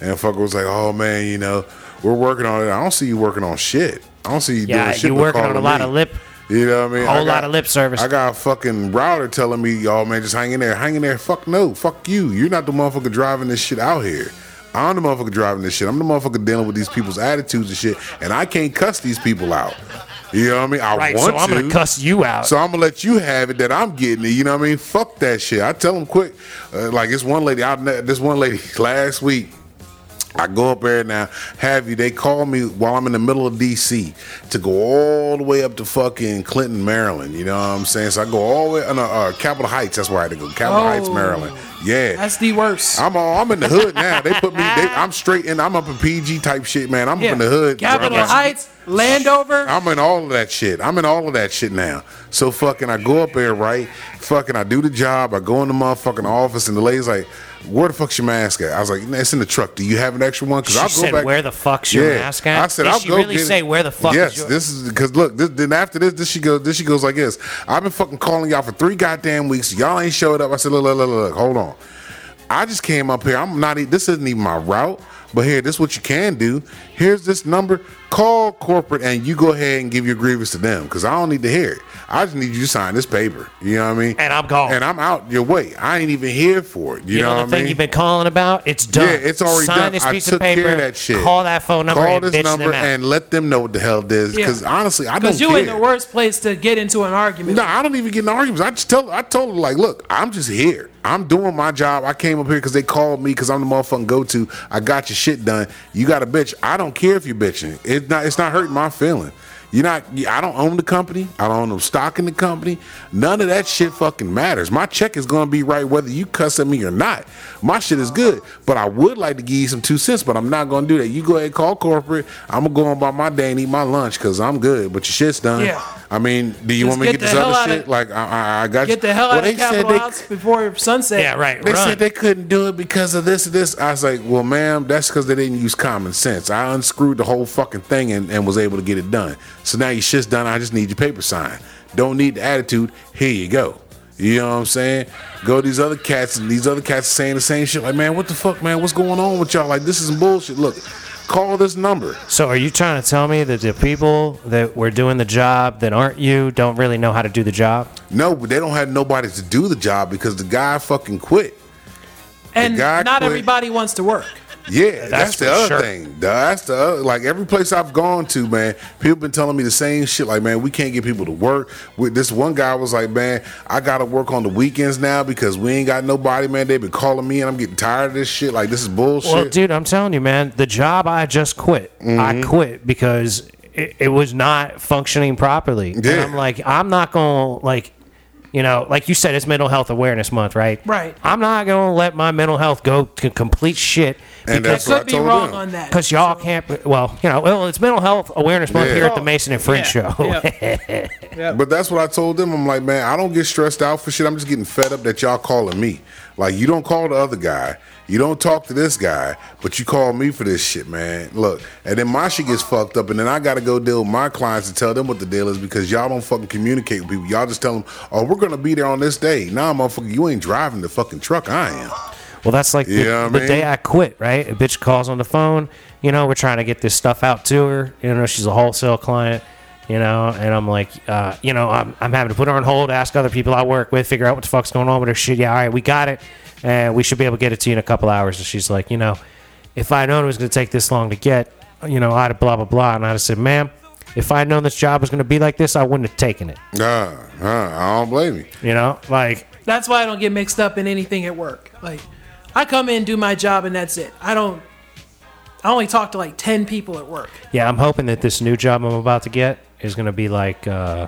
[SPEAKER 3] And fucker was like, oh man, you know, we're working on it. I don't see you working on shit. I don't see you
[SPEAKER 1] Yeah,
[SPEAKER 3] doing shit.
[SPEAKER 1] you
[SPEAKER 3] but
[SPEAKER 1] working on
[SPEAKER 3] calling
[SPEAKER 1] a lot
[SPEAKER 3] me.
[SPEAKER 1] of lip-
[SPEAKER 3] You know what I mean?
[SPEAKER 1] whole
[SPEAKER 3] I got-
[SPEAKER 1] lot of lip service.
[SPEAKER 3] I got a fucking router telling me, y'all, man, just hang in there, hang in there. Fuck no, fuck you. You're not the motherfucker driving this shit out here. I'm the motherfucker driving this shit. I'm the motherfucker dealing with these people's attitudes and shit, and I can't cuss these people out. You know what I mean? I
[SPEAKER 1] right,
[SPEAKER 3] want
[SPEAKER 1] so I'm
[SPEAKER 3] to.
[SPEAKER 1] gonna cuss you out.
[SPEAKER 3] So I'm gonna let you have it that I'm getting it. You know what I mean? Fuck that shit. I tell them quick. Uh, like this one lady, I ne- this one lady last week. I go up there now. Have you? They call me while I'm in the middle of D.C. to go all the way up to fucking Clinton, Maryland. You know what I'm saying? So I go all the way, uh, no, uh, Capitol Heights. That's where I had to go. Capitol
[SPEAKER 2] Oh.
[SPEAKER 3] Heights, Maryland. Yeah.
[SPEAKER 2] That's the worst.
[SPEAKER 3] I'm all, I'm in the hood now. They put me. They, I'm straight in. I'm up in PG type shit, man. I'm
[SPEAKER 2] Yeah.
[SPEAKER 3] up in the hood.
[SPEAKER 2] Capitol
[SPEAKER 3] I'm-
[SPEAKER 2] Heights, Landover.
[SPEAKER 3] I'm in all of that shit. I'm in all of that shit now. So fucking, I go up there, right? Fucking, I do the job. I go in the motherfucking office, and the lady's like, "Where the fuck's your mask at?" I was like, "Nah, "It's in the truck. Do you have an extra one?" Because
[SPEAKER 1] She said, "Where the fuck's your mask at?"
[SPEAKER 3] I said,
[SPEAKER 1] Did
[SPEAKER 3] "I'll
[SPEAKER 1] she
[SPEAKER 3] go
[SPEAKER 1] really
[SPEAKER 3] get it."
[SPEAKER 1] say, "Where the fuck is
[SPEAKER 3] Yes,
[SPEAKER 1] your-"
[SPEAKER 3] this is because look. This, then after this, this she goes. This she goes like this. I've been fucking calling y'all for three goddamn weeks. Y'all ain't showed up. I said, look, look, look, look, look, hold on. I just came up here. I'm not. e- This isn't even my route. But here, this is what you can do. Here's this number. Call corporate and you go ahead and give your grievance to them because I don't need to hear it. I just need you to sign this paper. You know what I mean?
[SPEAKER 1] And I'm gone.
[SPEAKER 3] And I'm out your way. I ain't even here for it. You,
[SPEAKER 1] you
[SPEAKER 3] know,
[SPEAKER 1] know, the
[SPEAKER 3] what I
[SPEAKER 1] thing
[SPEAKER 3] mean?
[SPEAKER 1] you've been calling about? It's done.
[SPEAKER 3] Yeah, it's already
[SPEAKER 1] Sign
[SPEAKER 3] done.
[SPEAKER 1] this piece
[SPEAKER 3] I
[SPEAKER 1] of
[SPEAKER 3] took
[SPEAKER 1] paper.
[SPEAKER 3] care of that shit.
[SPEAKER 1] Call that phone number.
[SPEAKER 3] Call
[SPEAKER 1] and
[SPEAKER 3] this
[SPEAKER 1] bitch
[SPEAKER 3] number
[SPEAKER 1] them out.
[SPEAKER 3] and let them know what the hell this.
[SPEAKER 2] Yeah.
[SPEAKER 3] Because honestly, I don't
[SPEAKER 2] Because you
[SPEAKER 3] care.
[SPEAKER 2] in the worst place to get into an argument.
[SPEAKER 3] No, I don't even get in arguments. I just tell, I told her like, look, I'm just here. I'm doing my job. I came up here because they called me because I'm the motherfucking go to. I got your shit done. You got a bitch. I don't care if you're bitching. It's not. It's not hurting my feeling. You're not. you- I don't own the company. I don't own the stock in the company. None of that shit fucking matters. My check is gonna be right whether you cuss at me or not. My shit is good. But I would like to give you some two cents. But I'm not gonna do that. You go ahead and call corporate. I'm gonna go on by my day and eat my lunch because I'm good. But your shit's done.
[SPEAKER 2] Yeah.
[SPEAKER 3] I mean, do you
[SPEAKER 2] Just
[SPEAKER 3] want me to
[SPEAKER 2] get
[SPEAKER 3] get this
[SPEAKER 2] the hell outta-
[SPEAKER 3] other shit? like I, I, I got
[SPEAKER 2] Get the hell
[SPEAKER 3] Well,
[SPEAKER 2] out
[SPEAKER 3] they
[SPEAKER 2] of
[SPEAKER 3] said
[SPEAKER 2] Capitol
[SPEAKER 3] they-
[SPEAKER 2] Heights before sunset.
[SPEAKER 1] yeah, right.
[SPEAKER 3] They
[SPEAKER 1] run.
[SPEAKER 3] said they couldn't do it because of this and this. I was like, well, ma'am, that's because they didn't use common sense. I unscrewed the whole fucking thing and, and was able to get it done. So now your shit's done. I just need your paper signed. Don't need the attitude. Here you go. You know what I'm saying? Go to these other cats and these other cats are saying the same shit. Like, man, what the fuck, man? What's going on with y'all? Like, this is bullshit. Look, call this number.
[SPEAKER 1] So are you trying to tell me that the people that were doing the job that aren't you don't really know how to do the job?
[SPEAKER 3] No, but they don't have nobody to do the job because the guy fucking quit.
[SPEAKER 2] And
[SPEAKER 3] The guy
[SPEAKER 2] not
[SPEAKER 3] quit.
[SPEAKER 2] everybody wants to work.
[SPEAKER 3] Yeah,
[SPEAKER 1] That's
[SPEAKER 3] that's,
[SPEAKER 1] for
[SPEAKER 3] the other
[SPEAKER 1] sure.
[SPEAKER 3] thing. That's the other, like every place I've gone to, man, people been telling me the same shit. Like, man, we can't get people to work. With this one guy was like, man, I gotta work on the weekends now because we ain't got nobody, man. They've been calling me and I'm getting tired of this shit. Mm-hmm. Like, this is bullshit.
[SPEAKER 1] Well, dude, I'm telling you, man, the job I just quit. I quit because it, it was not functioning properly. And
[SPEAKER 3] Yeah.
[SPEAKER 1] I'm like, I'm not going to, like, you know, like you said, it's Mental Health Awareness Month, right?
[SPEAKER 2] Right.
[SPEAKER 1] I'm not going to let my mental health go to complete shit
[SPEAKER 3] and
[SPEAKER 2] I
[SPEAKER 3] that's what I
[SPEAKER 2] could be
[SPEAKER 3] told
[SPEAKER 2] wrong
[SPEAKER 3] him.
[SPEAKER 2] on that.
[SPEAKER 1] because y'all can't, well, you know, well, it's Mental Health Awareness Month
[SPEAKER 3] Yeah.
[SPEAKER 1] here at the Mason and French
[SPEAKER 4] Yeah,
[SPEAKER 1] Show.
[SPEAKER 3] But that's what I told them. I'm like, man, I don't get stressed out for shit. I'm just getting fed up that y'all calling me. Like, you don't call the other guy. You don't talk to this guy, but you call me for this shit, man. Look, and then my shit gets fucked up, and then I gotta go deal with my clients and tell them what the deal is because y'all don't fucking communicate with people. Y'all just tell them, oh, we're gonna be there on this day. Nah, motherfucker, you ain't driving the fucking truck. I am.
[SPEAKER 1] Well, that's like the,
[SPEAKER 3] You know what I
[SPEAKER 1] the
[SPEAKER 3] mean?
[SPEAKER 1] day I quit, right? A bitch calls on the phone. You know, we're trying to get this stuff out to her. You know, she's a wholesale client. you know, and I'm like, uh, you know, I'm, I'm having to put her on hold, ask other people I work with, figure out what the fuck's going on with her shit. Yeah, all right, we got it. And we should be able to get it to you in a couple hours. And she's like, you know, if I'd known it was going to take this long to get, you know, I'd have blah, blah, blah. And I'd have said, ma'am, if I'd known this job was going to be like this, I wouldn't have taken it.
[SPEAKER 3] Nah, nah, I don't blame you.
[SPEAKER 1] You know, like,
[SPEAKER 2] That's why I don't get mixed up in anything at work. Like, I come in, do my job, and that's it. I don't. I only talk to like ten people at work.
[SPEAKER 1] yeah, I'm hoping that this new job I'm about to get is going to be like uh,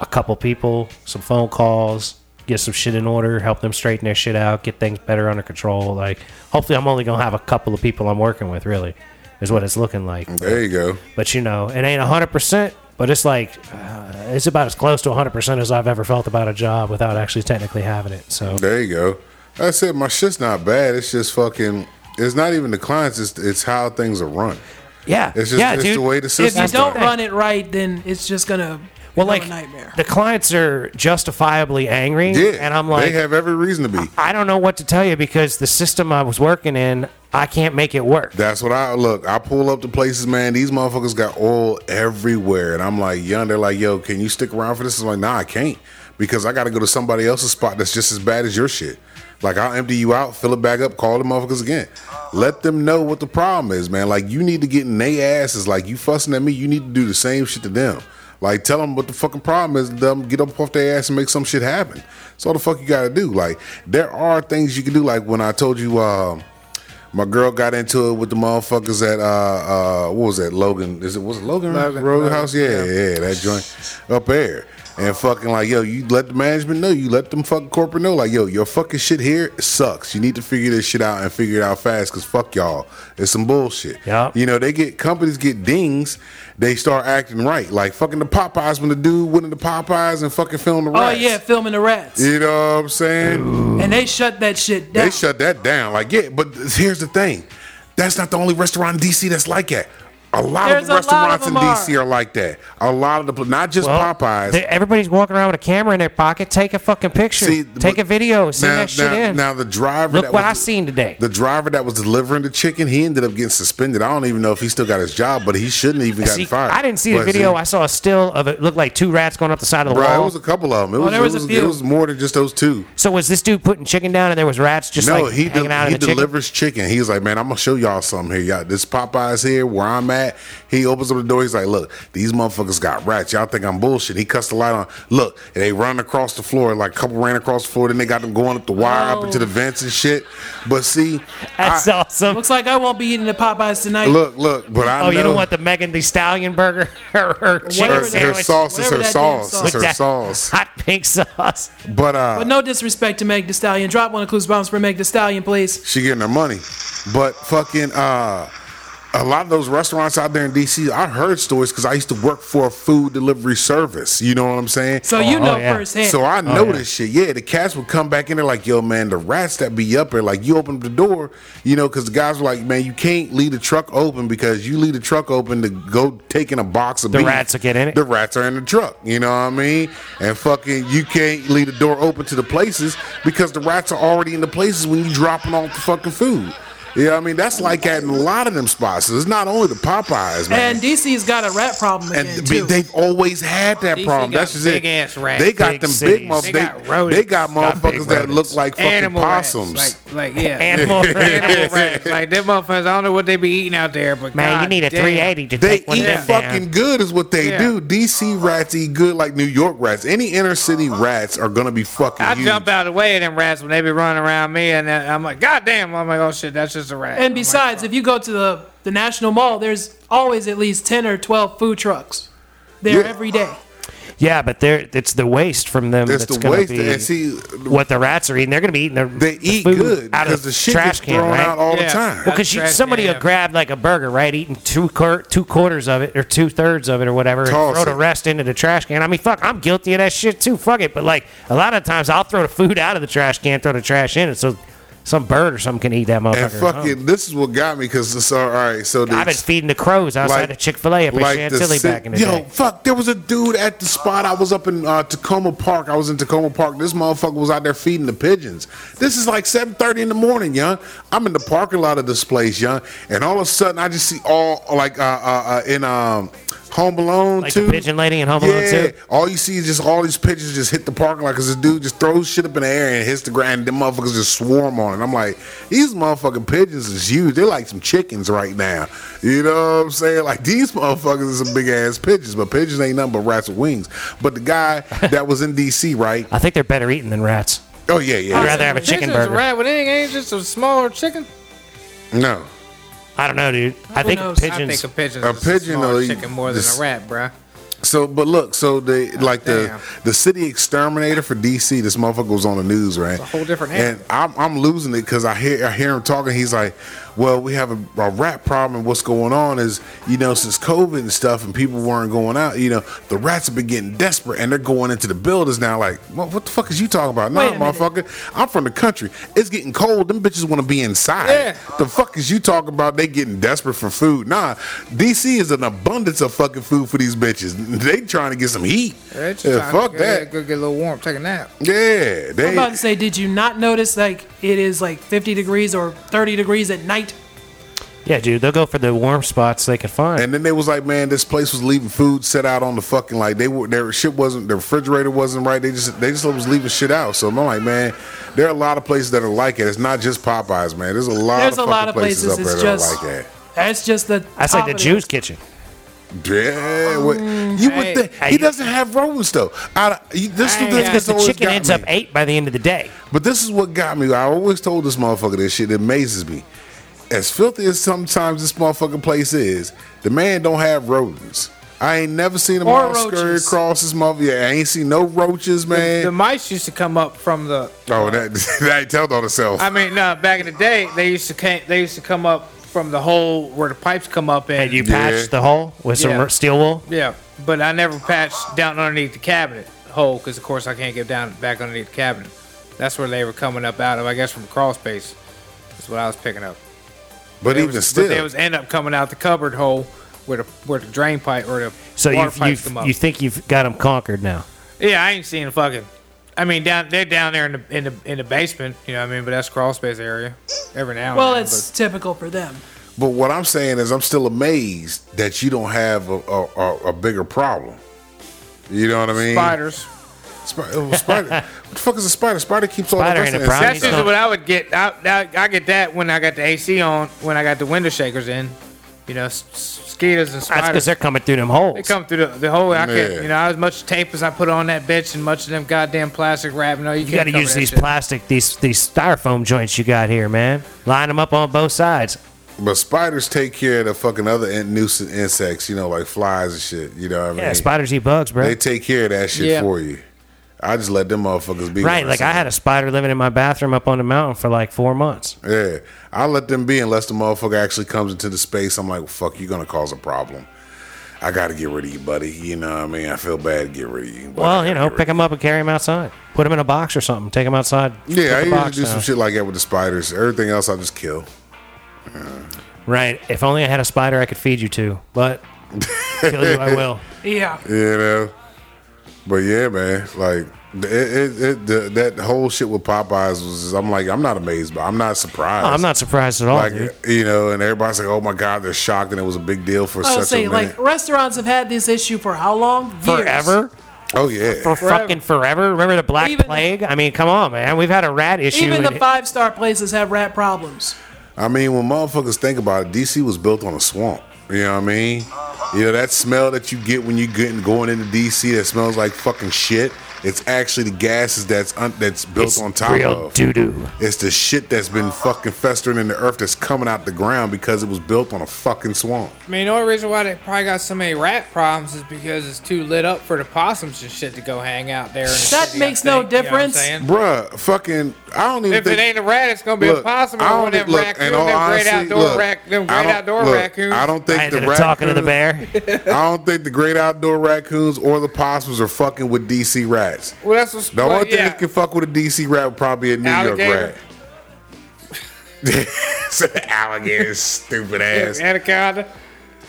[SPEAKER 1] a couple people, some phone calls, get some shit in order, help them straighten their shit out, get things better under control. Like, hopefully, I'm only going to have a couple of people I'm working with, really, is what it's looking like.
[SPEAKER 3] There you go.
[SPEAKER 1] But, you know, it ain't 100%, but it's like, uh, it's about as close to 100% as I've ever felt about a job without actually technically having it. So,
[SPEAKER 3] There you go. That's it. My shit's not bad. It's just fucking. It's not even the clients. It's it's how things are run.
[SPEAKER 1] yeah.
[SPEAKER 3] It's just
[SPEAKER 1] yeah,
[SPEAKER 3] it's
[SPEAKER 1] dude.
[SPEAKER 3] the way the
[SPEAKER 2] If
[SPEAKER 3] system.
[SPEAKER 2] you don't
[SPEAKER 1] right.
[SPEAKER 2] run it right, then it's just gonna
[SPEAKER 1] well,
[SPEAKER 2] become
[SPEAKER 1] like,
[SPEAKER 2] a nightmare.
[SPEAKER 1] the clients are justifiably angry.
[SPEAKER 3] yeah,
[SPEAKER 1] And I'm like,
[SPEAKER 3] they have every reason to be.
[SPEAKER 1] I don't know what to tell you because the system I was working in, I can't make it work.
[SPEAKER 3] That's what I look. I pull up to places, man. These motherfuckers got oil everywhere, and I'm like, young. They're like, yo, can you stick around for this? I'm like, nah, I can't because I got to go to somebody else's spot that's just as bad as your shit. Like I'll empty you out, fill it back up, call the motherfuckers again. Let them know what the problem is, man. Like you need to get in their asses. Like you fussing at me, you need to do the same shit to them. Like tell them what the fucking problem is. Let them get up off their ass and make some shit happen. That's all the fuck you got to do. Like there are things you can do. Like when I told you. um my girl got into it with the motherfuckers at uh uh what was that Logan? Is it was it Logan,
[SPEAKER 4] Logan,
[SPEAKER 3] Roadhouse?
[SPEAKER 4] Logan,
[SPEAKER 3] Yeah, yeah, that joint up there. And fucking like yo, you let the management know, you let them fucking corporate know, like yo, your fucking shit here sucks. You need to figure this shit out and figure it out fast, cause fuck y'all, it's some bullshit.
[SPEAKER 1] Yup.
[SPEAKER 3] You know they get companies get dings, they start acting right, like fucking the Popeyes when the dude went into Popeyes and fucking filmed the
[SPEAKER 2] Oh
[SPEAKER 3] rats.
[SPEAKER 2] yeah, filming the rats,
[SPEAKER 3] you know what I'm saying?
[SPEAKER 2] and they shut that shit down.
[SPEAKER 3] They shut that down. Like, yeah, but here's the thing. That's not the only restaurant in DC that's like that. A lot
[SPEAKER 2] There's a
[SPEAKER 3] of
[SPEAKER 2] lot
[SPEAKER 3] restaurants
[SPEAKER 2] of
[SPEAKER 3] in
[SPEAKER 2] them
[SPEAKER 3] DC are like that. A lot of the pla- not just
[SPEAKER 1] Well,
[SPEAKER 3] Popeyes.
[SPEAKER 1] they- Everybody's walking around with a camera in their pocket. Take a fucking picture.
[SPEAKER 3] See,
[SPEAKER 1] Take
[SPEAKER 3] but
[SPEAKER 1] a video. Send
[SPEAKER 3] now,
[SPEAKER 1] that shit
[SPEAKER 3] now-
[SPEAKER 1] in.
[SPEAKER 3] now the driver
[SPEAKER 1] Look
[SPEAKER 3] that
[SPEAKER 1] what
[SPEAKER 3] was-
[SPEAKER 1] I seen today.
[SPEAKER 3] The driver that was delivering the chicken, he ended up getting suspended. I don't even know if he still got his job, but he shouldn't have even gotten
[SPEAKER 1] See,
[SPEAKER 3] fired.
[SPEAKER 1] I didn't see the
[SPEAKER 3] But
[SPEAKER 1] video.
[SPEAKER 3] see,
[SPEAKER 1] I saw a still of it. Looked like two rats going up the side of the
[SPEAKER 3] Bro, it
[SPEAKER 1] wall.
[SPEAKER 3] was a couple of them. It was,
[SPEAKER 2] Oh, there
[SPEAKER 3] it,
[SPEAKER 2] was a
[SPEAKER 3] was, it
[SPEAKER 2] few.
[SPEAKER 3] was more than just those two.
[SPEAKER 1] so was this dude putting chicken down and there was rats just
[SPEAKER 3] no,
[SPEAKER 1] like
[SPEAKER 3] he
[SPEAKER 1] hanging
[SPEAKER 3] del-
[SPEAKER 1] out in
[SPEAKER 3] he
[SPEAKER 1] the chicken?
[SPEAKER 3] delivers chicken. He's like, man, I'm gonna show y'all something here. Y'all, this Popeye's here where I'm at. He opens up the door. He's like, look, these motherfuckers got rats. Y'all think I'm bullshit? He cussed the light on. Look, and they run across the floor. Like a couple ran across the floor. Then they got them going up the wire up into the vents and shit. But see,
[SPEAKER 1] Oh. That's
[SPEAKER 3] I-
[SPEAKER 1] awesome.
[SPEAKER 2] Looks like I won't be eating the Popeyes tonight.
[SPEAKER 3] look, look. But I
[SPEAKER 1] oh,
[SPEAKER 3] know
[SPEAKER 1] you don't want the Megan the Stallion burger or her
[SPEAKER 3] her,
[SPEAKER 1] chicken
[SPEAKER 2] Whatever that-
[SPEAKER 3] her
[SPEAKER 1] sandwich?
[SPEAKER 3] sauce is
[SPEAKER 2] whatever
[SPEAKER 3] her
[SPEAKER 2] that damn
[SPEAKER 3] sauce.
[SPEAKER 2] sauce.
[SPEAKER 3] It's
[SPEAKER 1] With
[SPEAKER 3] her
[SPEAKER 1] that
[SPEAKER 3] sauce.
[SPEAKER 1] Hot pink sauce.
[SPEAKER 3] But uh,
[SPEAKER 2] But no disrespect to Meg The Stallion. Drop one of Clues Bombs for Meg The Stallion, please.
[SPEAKER 3] she getting her money. But fucking uh a lot of those restaurants out there in DC, I heard stories because I used to work for a food delivery service. You know what I'm saying?
[SPEAKER 2] So you
[SPEAKER 1] Oh,
[SPEAKER 2] know
[SPEAKER 1] yeah.
[SPEAKER 2] firsthand.
[SPEAKER 3] So I know
[SPEAKER 1] yeah.
[SPEAKER 3] this shit. Yeah, the cats would come back in there like, yo, man, the rats that be up there, like you open up the door, you know, because the guys were like, man, you can't leave the truck open because you leave the truck open to go taking a box of
[SPEAKER 1] The
[SPEAKER 3] beef,
[SPEAKER 1] rats will get in it.
[SPEAKER 3] The rats are in the truck. You know what I mean? And fucking, you can't leave the door open to the places because the rats are already in the places when you dropping off the fucking food. You know what I mean? That's like at a lot of them spots. It's not only the Popeyes, man.
[SPEAKER 2] and DC's got a rat problem again,
[SPEAKER 3] And
[SPEAKER 2] too.
[SPEAKER 3] th- they've always had that
[SPEAKER 4] DC
[SPEAKER 3] problem.
[SPEAKER 4] got
[SPEAKER 3] That's just it.
[SPEAKER 4] big-ass rats.
[SPEAKER 3] They got
[SPEAKER 1] Big
[SPEAKER 3] them
[SPEAKER 1] cities.
[SPEAKER 3] big motherfuckers. They,
[SPEAKER 4] They
[SPEAKER 3] they,
[SPEAKER 4] got rodents.
[SPEAKER 3] got
[SPEAKER 1] Got big
[SPEAKER 3] motherfuckers that look
[SPEAKER 1] rodents.
[SPEAKER 3] like fucking
[SPEAKER 4] Animal
[SPEAKER 3] possums.
[SPEAKER 4] rats. Like, like yeah.
[SPEAKER 1] Animal
[SPEAKER 4] Animal
[SPEAKER 1] rats.
[SPEAKER 4] rats. Like them motherfuckers. I don't know what they be eating out there, but
[SPEAKER 1] Man, you
[SPEAKER 4] God
[SPEAKER 1] need a
[SPEAKER 4] damn.
[SPEAKER 1] 380 to
[SPEAKER 3] they
[SPEAKER 1] take one of
[SPEAKER 3] eat
[SPEAKER 1] them
[SPEAKER 3] fucking
[SPEAKER 1] down.
[SPEAKER 3] good, is what they
[SPEAKER 4] Yeah.
[SPEAKER 3] do. DC rats eat good like New York rats. Any inner city rats are gonna be fucking.
[SPEAKER 4] I
[SPEAKER 3] huge.
[SPEAKER 4] jump out of the way of them rats when they be running around me, and then I'm like, God damn! I'm like, oh shit, that's just a rat.
[SPEAKER 2] and besides, if you go to the, the National Mall, there's always at least 10 or 12 food trucks there
[SPEAKER 3] Yeah.
[SPEAKER 2] every day.
[SPEAKER 1] Yeah, but they're it's the waste from them
[SPEAKER 3] It's
[SPEAKER 1] that's
[SPEAKER 3] the
[SPEAKER 1] going to
[SPEAKER 3] waste.
[SPEAKER 1] be
[SPEAKER 3] And see,
[SPEAKER 1] what the rats are eating. They're going to be eating their
[SPEAKER 3] they
[SPEAKER 1] the
[SPEAKER 3] eat
[SPEAKER 1] food
[SPEAKER 3] good
[SPEAKER 1] out of
[SPEAKER 3] because the shit
[SPEAKER 1] trash
[SPEAKER 3] gets
[SPEAKER 1] can,
[SPEAKER 3] thrown
[SPEAKER 1] right?
[SPEAKER 3] out all
[SPEAKER 4] Yeah.
[SPEAKER 3] the time.
[SPEAKER 4] Well,
[SPEAKER 1] because you,
[SPEAKER 4] Trash
[SPEAKER 1] somebody
[SPEAKER 4] can,
[SPEAKER 1] will
[SPEAKER 4] yeah.
[SPEAKER 1] grab like a burger, right? Eating two quar- two quarters of it or two thirds of it or whatever, and
[SPEAKER 3] Toss
[SPEAKER 1] throw the
[SPEAKER 3] it.
[SPEAKER 1] rest into the trash can. I mean, fuck, I'm guilty of that shit too. Fuck it, but like a lot of times I'll throw the food out of the trash can, throw the trash in, it so some bird or something can eat that motherfucker.
[SPEAKER 3] And fucking, this is what got me because so, all right. So the
[SPEAKER 1] I've been feeding the crows outside
[SPEAKER 3] like-
[SPEAKER 1] of Chick Fil A up in
[SPEAKER 3] like the
[SPEAKER 1] Chantilly
[SPEAKER 3] si-
[SPEAKER 1] back in the
[SPEAKER 3] yo,
[SPEAKER 1] day.
[SPEAKER 3] fuck, there was a dude at the spot. I was up in uh, Tacoma Park. I was in Tacoma Park. This motherfucker was out there feeding the pigeons. This is like 7.30 in the morning, young. I'm in the parking lot of this place, young. And all of a sudden, I just see all, like, uh, uh, uh, in um, Home Alone
[SPEAKER 1] Like
[SPEAKER 3] too.
[SPEAKER 1] the pigeon lady in Home Alone
[SPEAKER 3] yeah,
[SPEAKER 1] too.
[SPEAKER 3] all you see is just all these pictures just hit the parking lot because this dude just throws shit up in the air and hits the ground. And them motherfuckers just swarm on it. I'm like, these motherfucking pigeons is huge. They're like some chickens right now. You know what I'm saying? Like these motherfuckers is some big ass pigeons, but pigeons ain't nothing but rats with wings. But the guy that was in D.C. right?
[SPEAKER 1] I think they're better eating than rats.
[SPEAKER 3] Oh yeah, yeah.
[SPEAKER 1] I'd rather have a chicken
[SPEAKER 4] Pigeon's
[SPEAKER 1] burger.
[SPEAKER 4] Right, but it ain't just a smaller chicken.
[SPEAKER 3] No,
[SPEAKER 1] I don't know, dude. I think
[SPEAKER 2] knows? I
[SPEAKER 4] I think
[SPEAKER 1] pigeons.
[SPEAKER 4] a pigeon.
[SPEAKER 3] A
[SPEAKER 4] is
[SPEAKER 3] pigeon
[SPEAKER 4] smaller
[SPEAKER 3] will eat
[SPEAKER 4] chicken more than
[SPEAKER 3] this-
[SPEAKER 4] a rat, bruh.
[SPEAKER 3] So, but look, so the like the
[SPEAKER 4] damn.
[SPEAKER 3] the city exterminator for DC, this motherfucker was on the news, right? It's a
[SPEAKER 4] whole different
[SPEAKER 3] And I'm I'm losing it because I hear I hear him talking. He's like, "Well, we have a, a rat problem. and What's going on is you know since COVID and stuff, and people weren't going out. You know, the rats have been getting desperate, and they're going into the buildings now. Like, what, what the fuck is you talking about? No,
[SPEAKER 2] Wait a minute.
[SPEAKER 3] motherfucker, I'm from the country. It's getting cold. Them bitches want to be inside.
[SPEAKER 4] Yeah.
[SPEAKER 3] The fuck is you talking about? They getting desperate for food. Nah, DC is an abundance of fucking food for these bitches. They trying to get some heat.
[SPEAKER 4] They're just
[SPEAKER 3] Yeah,
[SPEAKER 4] trying to
[SPEAKER 3] fuck
[SPEAKER 4] go-
[SPEAKER 3] that.
[SPEAKER 4] Go get a little warm, take a nap.
[SPEAKER 3] Yeah,
[SPEAKER 2] I'm about to
[SPEAKER 3] they.
[SPEAKER 2] say, did you not notice like it is like 50 degrees or 30 degrees at night?
[SPEAKER 1] Yeah, dude. They'll go for the warm spots they can find.
[SPEAKER 3] And then they was like, man, this place was leaving food set out on the fucking like they were their shit wasn't the refrigerator wasn't right. They just they just was leaving shit out. So I'm like, man, there are a lot of places that are like it. It's not just Popeyes, man. There's a lot.
[SPEAKER 2] There's
[SPEAKER 3] of
[SPEAKER 2] a
[SPEAKER 3] fucking
[SPEAKER 2] lot of
[SPEAKER 3] places,
[SPEAKER 2] places.
[SPEAKER 3] up there
[SPEAKER 2] It's
[SPEAKER 3] that
[SPEAKER 2] just
[SPEAKER 3] are like that.
[SPEAKER 2] that's just the.
[SPEAKER 1] That's
[SPEAKER 2] top
[SPEAKER 1] like the
[SPEAKER 2] of
[SPEAKER 1] Jew's kitchen.
[SPEAKER 3] Yeah, what- you would
[SPEAKER 4] hey.
[SPEAKER 3] think
[SPEAKER 1] Hey,
[SPEAKER 3] he
[SPEAKER 1] you-
[SPEAKER 3] doesn't have rodents though. I, you- this
[SPEAKER 4] Hey,
[SPEAKER 3] is this,
[SPEAKER 1] Because
[SPEAKER 3] this
[SPEAKER 1] the
[SPEAKER 3] always
[SPEAKER 1] chicken
[SPEAKER 3] got
[SPEAKER 1] ends
[SPEAKER 3] me.
[SPEAKER 1] up eight by the end of the day.
[SPEAKER 3] But this is what got me. I always told this motherfucker this shit. It amazes me. As filthy as sometimes this motherfucking place is, the man don't have rodents. I ain't never seen a
[SPEAKER 2] Or
[SPEAKER 3] mouse scurry
[SPEAKER 2] roaches.
[SPEAKER 3] across this mother. Yeah, I ain't seen no roaches,
[SPEAKER 4] The,
[SPEAKER 3] man.
[SPEAKER 4] the mice used to come up from the.
[SPEAKER 3] oh, that that ain't told on itself.
[SPEAKER 4] I mean, no, back in the day, they used to came, they used to come up from the hole where the pipes come up in.
[SPEAKER 1] And you
[SPEAKER 3] Yeah.
[SPEAKER 1] patch the hole with some
[SPEAKER 4] Yeah.
[SPEAKER 1] r- steel wool.
[SPEAKER 4] Yeah, but I never patched down underneath the cabinet hole because, of course, I can't get down back underneath the cabinet. That's where they were coming up out of, I guess, from crawl space. That's what I was picking up.
[SPEAKER 3] but
[SPEAKER 4] They
[SPEAKER 3] even
[SPEAKER 4] was,
[SPEAKER 3] still,
[SPEAKER 4] but they was end up coming out the cupboard hole where the where the drain pipe or the
[SPEAKER 1] So
[SPEAKER 4] water
[SPEAKER 1] you
[SPEAKER 4] pipes
[SPEAKER 1] you
[SPEAKER 4] come up.
[SPEAKER 1] you think you've got them conquered now?
[SPEAKER 4] yeah, I ain't seen a fucking. I mean, down they're down there in the in the in the basement. You know what I mean? But that's crawl space area. Every now and
[SPEAKER 2] Well,
[SPEAKER 4] then,
[SPEAKER 2] it's typical for them.
[SPEAKER 3] but what I'm saying is, I'm still amazed that you don't have a, a, a, a bigger problem. You know what I
[SPEAKER 4] but
[SPEAKER 3] mean?
[SPEAKER 4] spiders.
[SPEAKER 3] Spi- oh, spider. what the fuck is a spider? Spider keeps all
[SPEAKER 1] Spider
[SPEAKER 3] the
[SPEAKER 1] ain't
[SPEAKER 3] rest
[SPEAKER 1] a
[SPEAKER 3] of the
[SPEAKER 1] problem.
[SPEAKER 4] That's
[SPEAKER 1] It's
[SPEAKER 3] insects
[SPEAKER 4] usually
[SPEAKER 1] not-
[SPEAKER 4] what I would get. I, I, I get that when I got the AC on, when I got the window shakers in. You know, s- s- mosquitoes and
[SPEAKER 1] That's because
[SPEAKER 4] spiders.
[SPEAKER 1] they're coming through them holes.
[SPEAKER 4] They come through the, the whole. I
[SPEAKER 3] Yeah.
[SPEAKER 4] could, you know, as much tape as I put on that bitch and much of them goddamn plastic wrap. No, you,
[SPEAKER 1] you got to use these plastic, these these styrofoam joints you got here, man. Line them up on both sides.
[SPEAKER 3] But spiders take care of the fucking other in- nuisance insects, you know, like flies and shit. You know what I mean?
[SPEAKER 1] Yeah, spiders eat bugs, bro.
[SPEAKER 3] They take care of that shit
[SPEAKER 4] Yeah.
[SPEAKER 3] for you. I just let them motherfuckers be.
[SPEAKER 1] Right, like I had a spider living in my bathroom up on the mountain for like four months.
[SPEAKER 3] Yeah, I let them be unless the motherfucker actually comes into the space. I'm like, fuck, you're gonna cause a problem. I gotta get rid of you, buddy. You know what I mean? I feel bad getting rid of you. but I
[SPEAKER 1] Well,
[SPEAKER 3] gotta
[SPEAKER 1] you know,
[SPEAKER 3] get
[SPEAKER 1] pick
[SPEAKER 3] rid of
[SPEAKER 1] them up and carry them outside. Put them in a box or something. Take them outside. put
[SPEAKER 3] Yeah, I
[SPEAKER 1] the
[SPEAKER 3] usually
[SPEAKER 1] box
[SPEAKER 3] do some
[SPEAKER 1] down.
[SPEAKER 3] shit like that with the spiders. Everything else, I just kill.
[SPEAKER 1] Right. If only I had a spider I could feed you to, but kill you I will.
[SPEAKER 2] Yeah.
[SPEAKER 3] You know, but yeah, man, like it, it, it, the, that whole shit with Popeyes was. I'm like, I'm not amazed, but I'm not surprised.
[SPEAKER 1] Oh, I'm not surprised at all,
[SPEAKER 3] like
[SPEAKER 1] dude.
[SPEAKER 3] you know, and everybody's like, "Oh my god," they're shocked, and it was a big deal for
[SPEAKER 2] I would
[SPEAKER 3] such
[SPEAKER 2] Oh, say,
[SPEAKER 3] a
[SPEAKER 2] like,
[SPEAKER 3] minute.
[SPEAKER 2] restaurants have had this issue for how long?
[SPEAKER 3] uh,
[SPEAKER 2] Years.
[SPEAKER 1] Forever?
[SPEAKER 3] oh yeah,
[SPEAKER 1] For fucking forever? Remember the Black
[SPEAKER 2] Even-
[SPEAKER 1] Plague? I mean, come on, man. We've had a rat issue.
[SPEAKER 2] Even the
[SPEAKER 1] and-
[SPEAKER 2] five star places have rat problems.
[SPEAKER 3] I mean, when motherfuckers think about it, DC was built on a swamp. You know what I mean? You know that smell that you get when you getting going into DC that smells like fucking shit. It's actually the gases that's un- that's built
[SPEAKER 1] it's
[SPEAKER 3] on top
[SPEAKER 1] real
[SPEAKER 3] of.
[SPEAKER 1] doo doo.
[SPEAKER 3] It's the shit that's been fucking festering in the earth that's coming out the ground because it was built on a fucking swamp.
[SPEAKER 4] I mean, the only reason why they probably got so many rat problems is because it's too lit up for the possums and shit to go hang out there. In the
[SPEAKER 2] That
[SPEAKER 4] city, I
[SPEAKER 2] makes no
[SPEAKER 4] think, you know what I'm
[SPEAKER 2] difference.
[SPEAKER 4] saying?
[SPEAKER 3] Bruh, fucking, I don't even
[SPEAKER 4] If
[SPEAKER 3] think.
[SPEAKER 4] it ain't a rat, it's gonna be a
[SPEAKER 3] Look,
[SPEAKER 4] possum.
[SPEAKER 3] I
[SPEAKER 4] Or one
[SPEAKER 3] don't
[SPEAKER 4] of them,
[SPEAKER 3] look,
[SPEAKER 4] raccoon,
[SPEAKER 3] in all
[SPEAKER 4] them
[SPEAKER 3] honesty,
[SPEAKER 4] great outdoor
[SPEAKER 3] look,
[SPEAKER 4] rac- them
[SPEAKER 3] I
[SPEAKER 4] great
[SPEAKER 3] don't-
[SPEAKER 4] outdoor
[SPEAKER 3] look,
[SPEAKER 4] raccoons.
[SPEAKER 3] I don't think
[SPEAKER 1] I
[SPEAKER 3] the
[SPEAKER 1] ended up
[SPEAKER 3] raccoons,
[SPEAKER 1] talking to the bear.
[SPEAKER 3] I don't think the great outdoor raccoons or the possums are fucking with DC rats.
[SPEAKER 4] Well, that's what's.
[SPEAKER 3] The
[SPEAKER 4] well,
[SPEAKER 3] only thing
[SPEAKER 4] yeah.
[SPEAKER 3] that can fuck with a DC rat would probably be a New
[SPEAKER 4] Alligator.
[SPEAKER 3] York rat. It's an alligator, stupid ass.
[SPEAKER 4] Anaconda.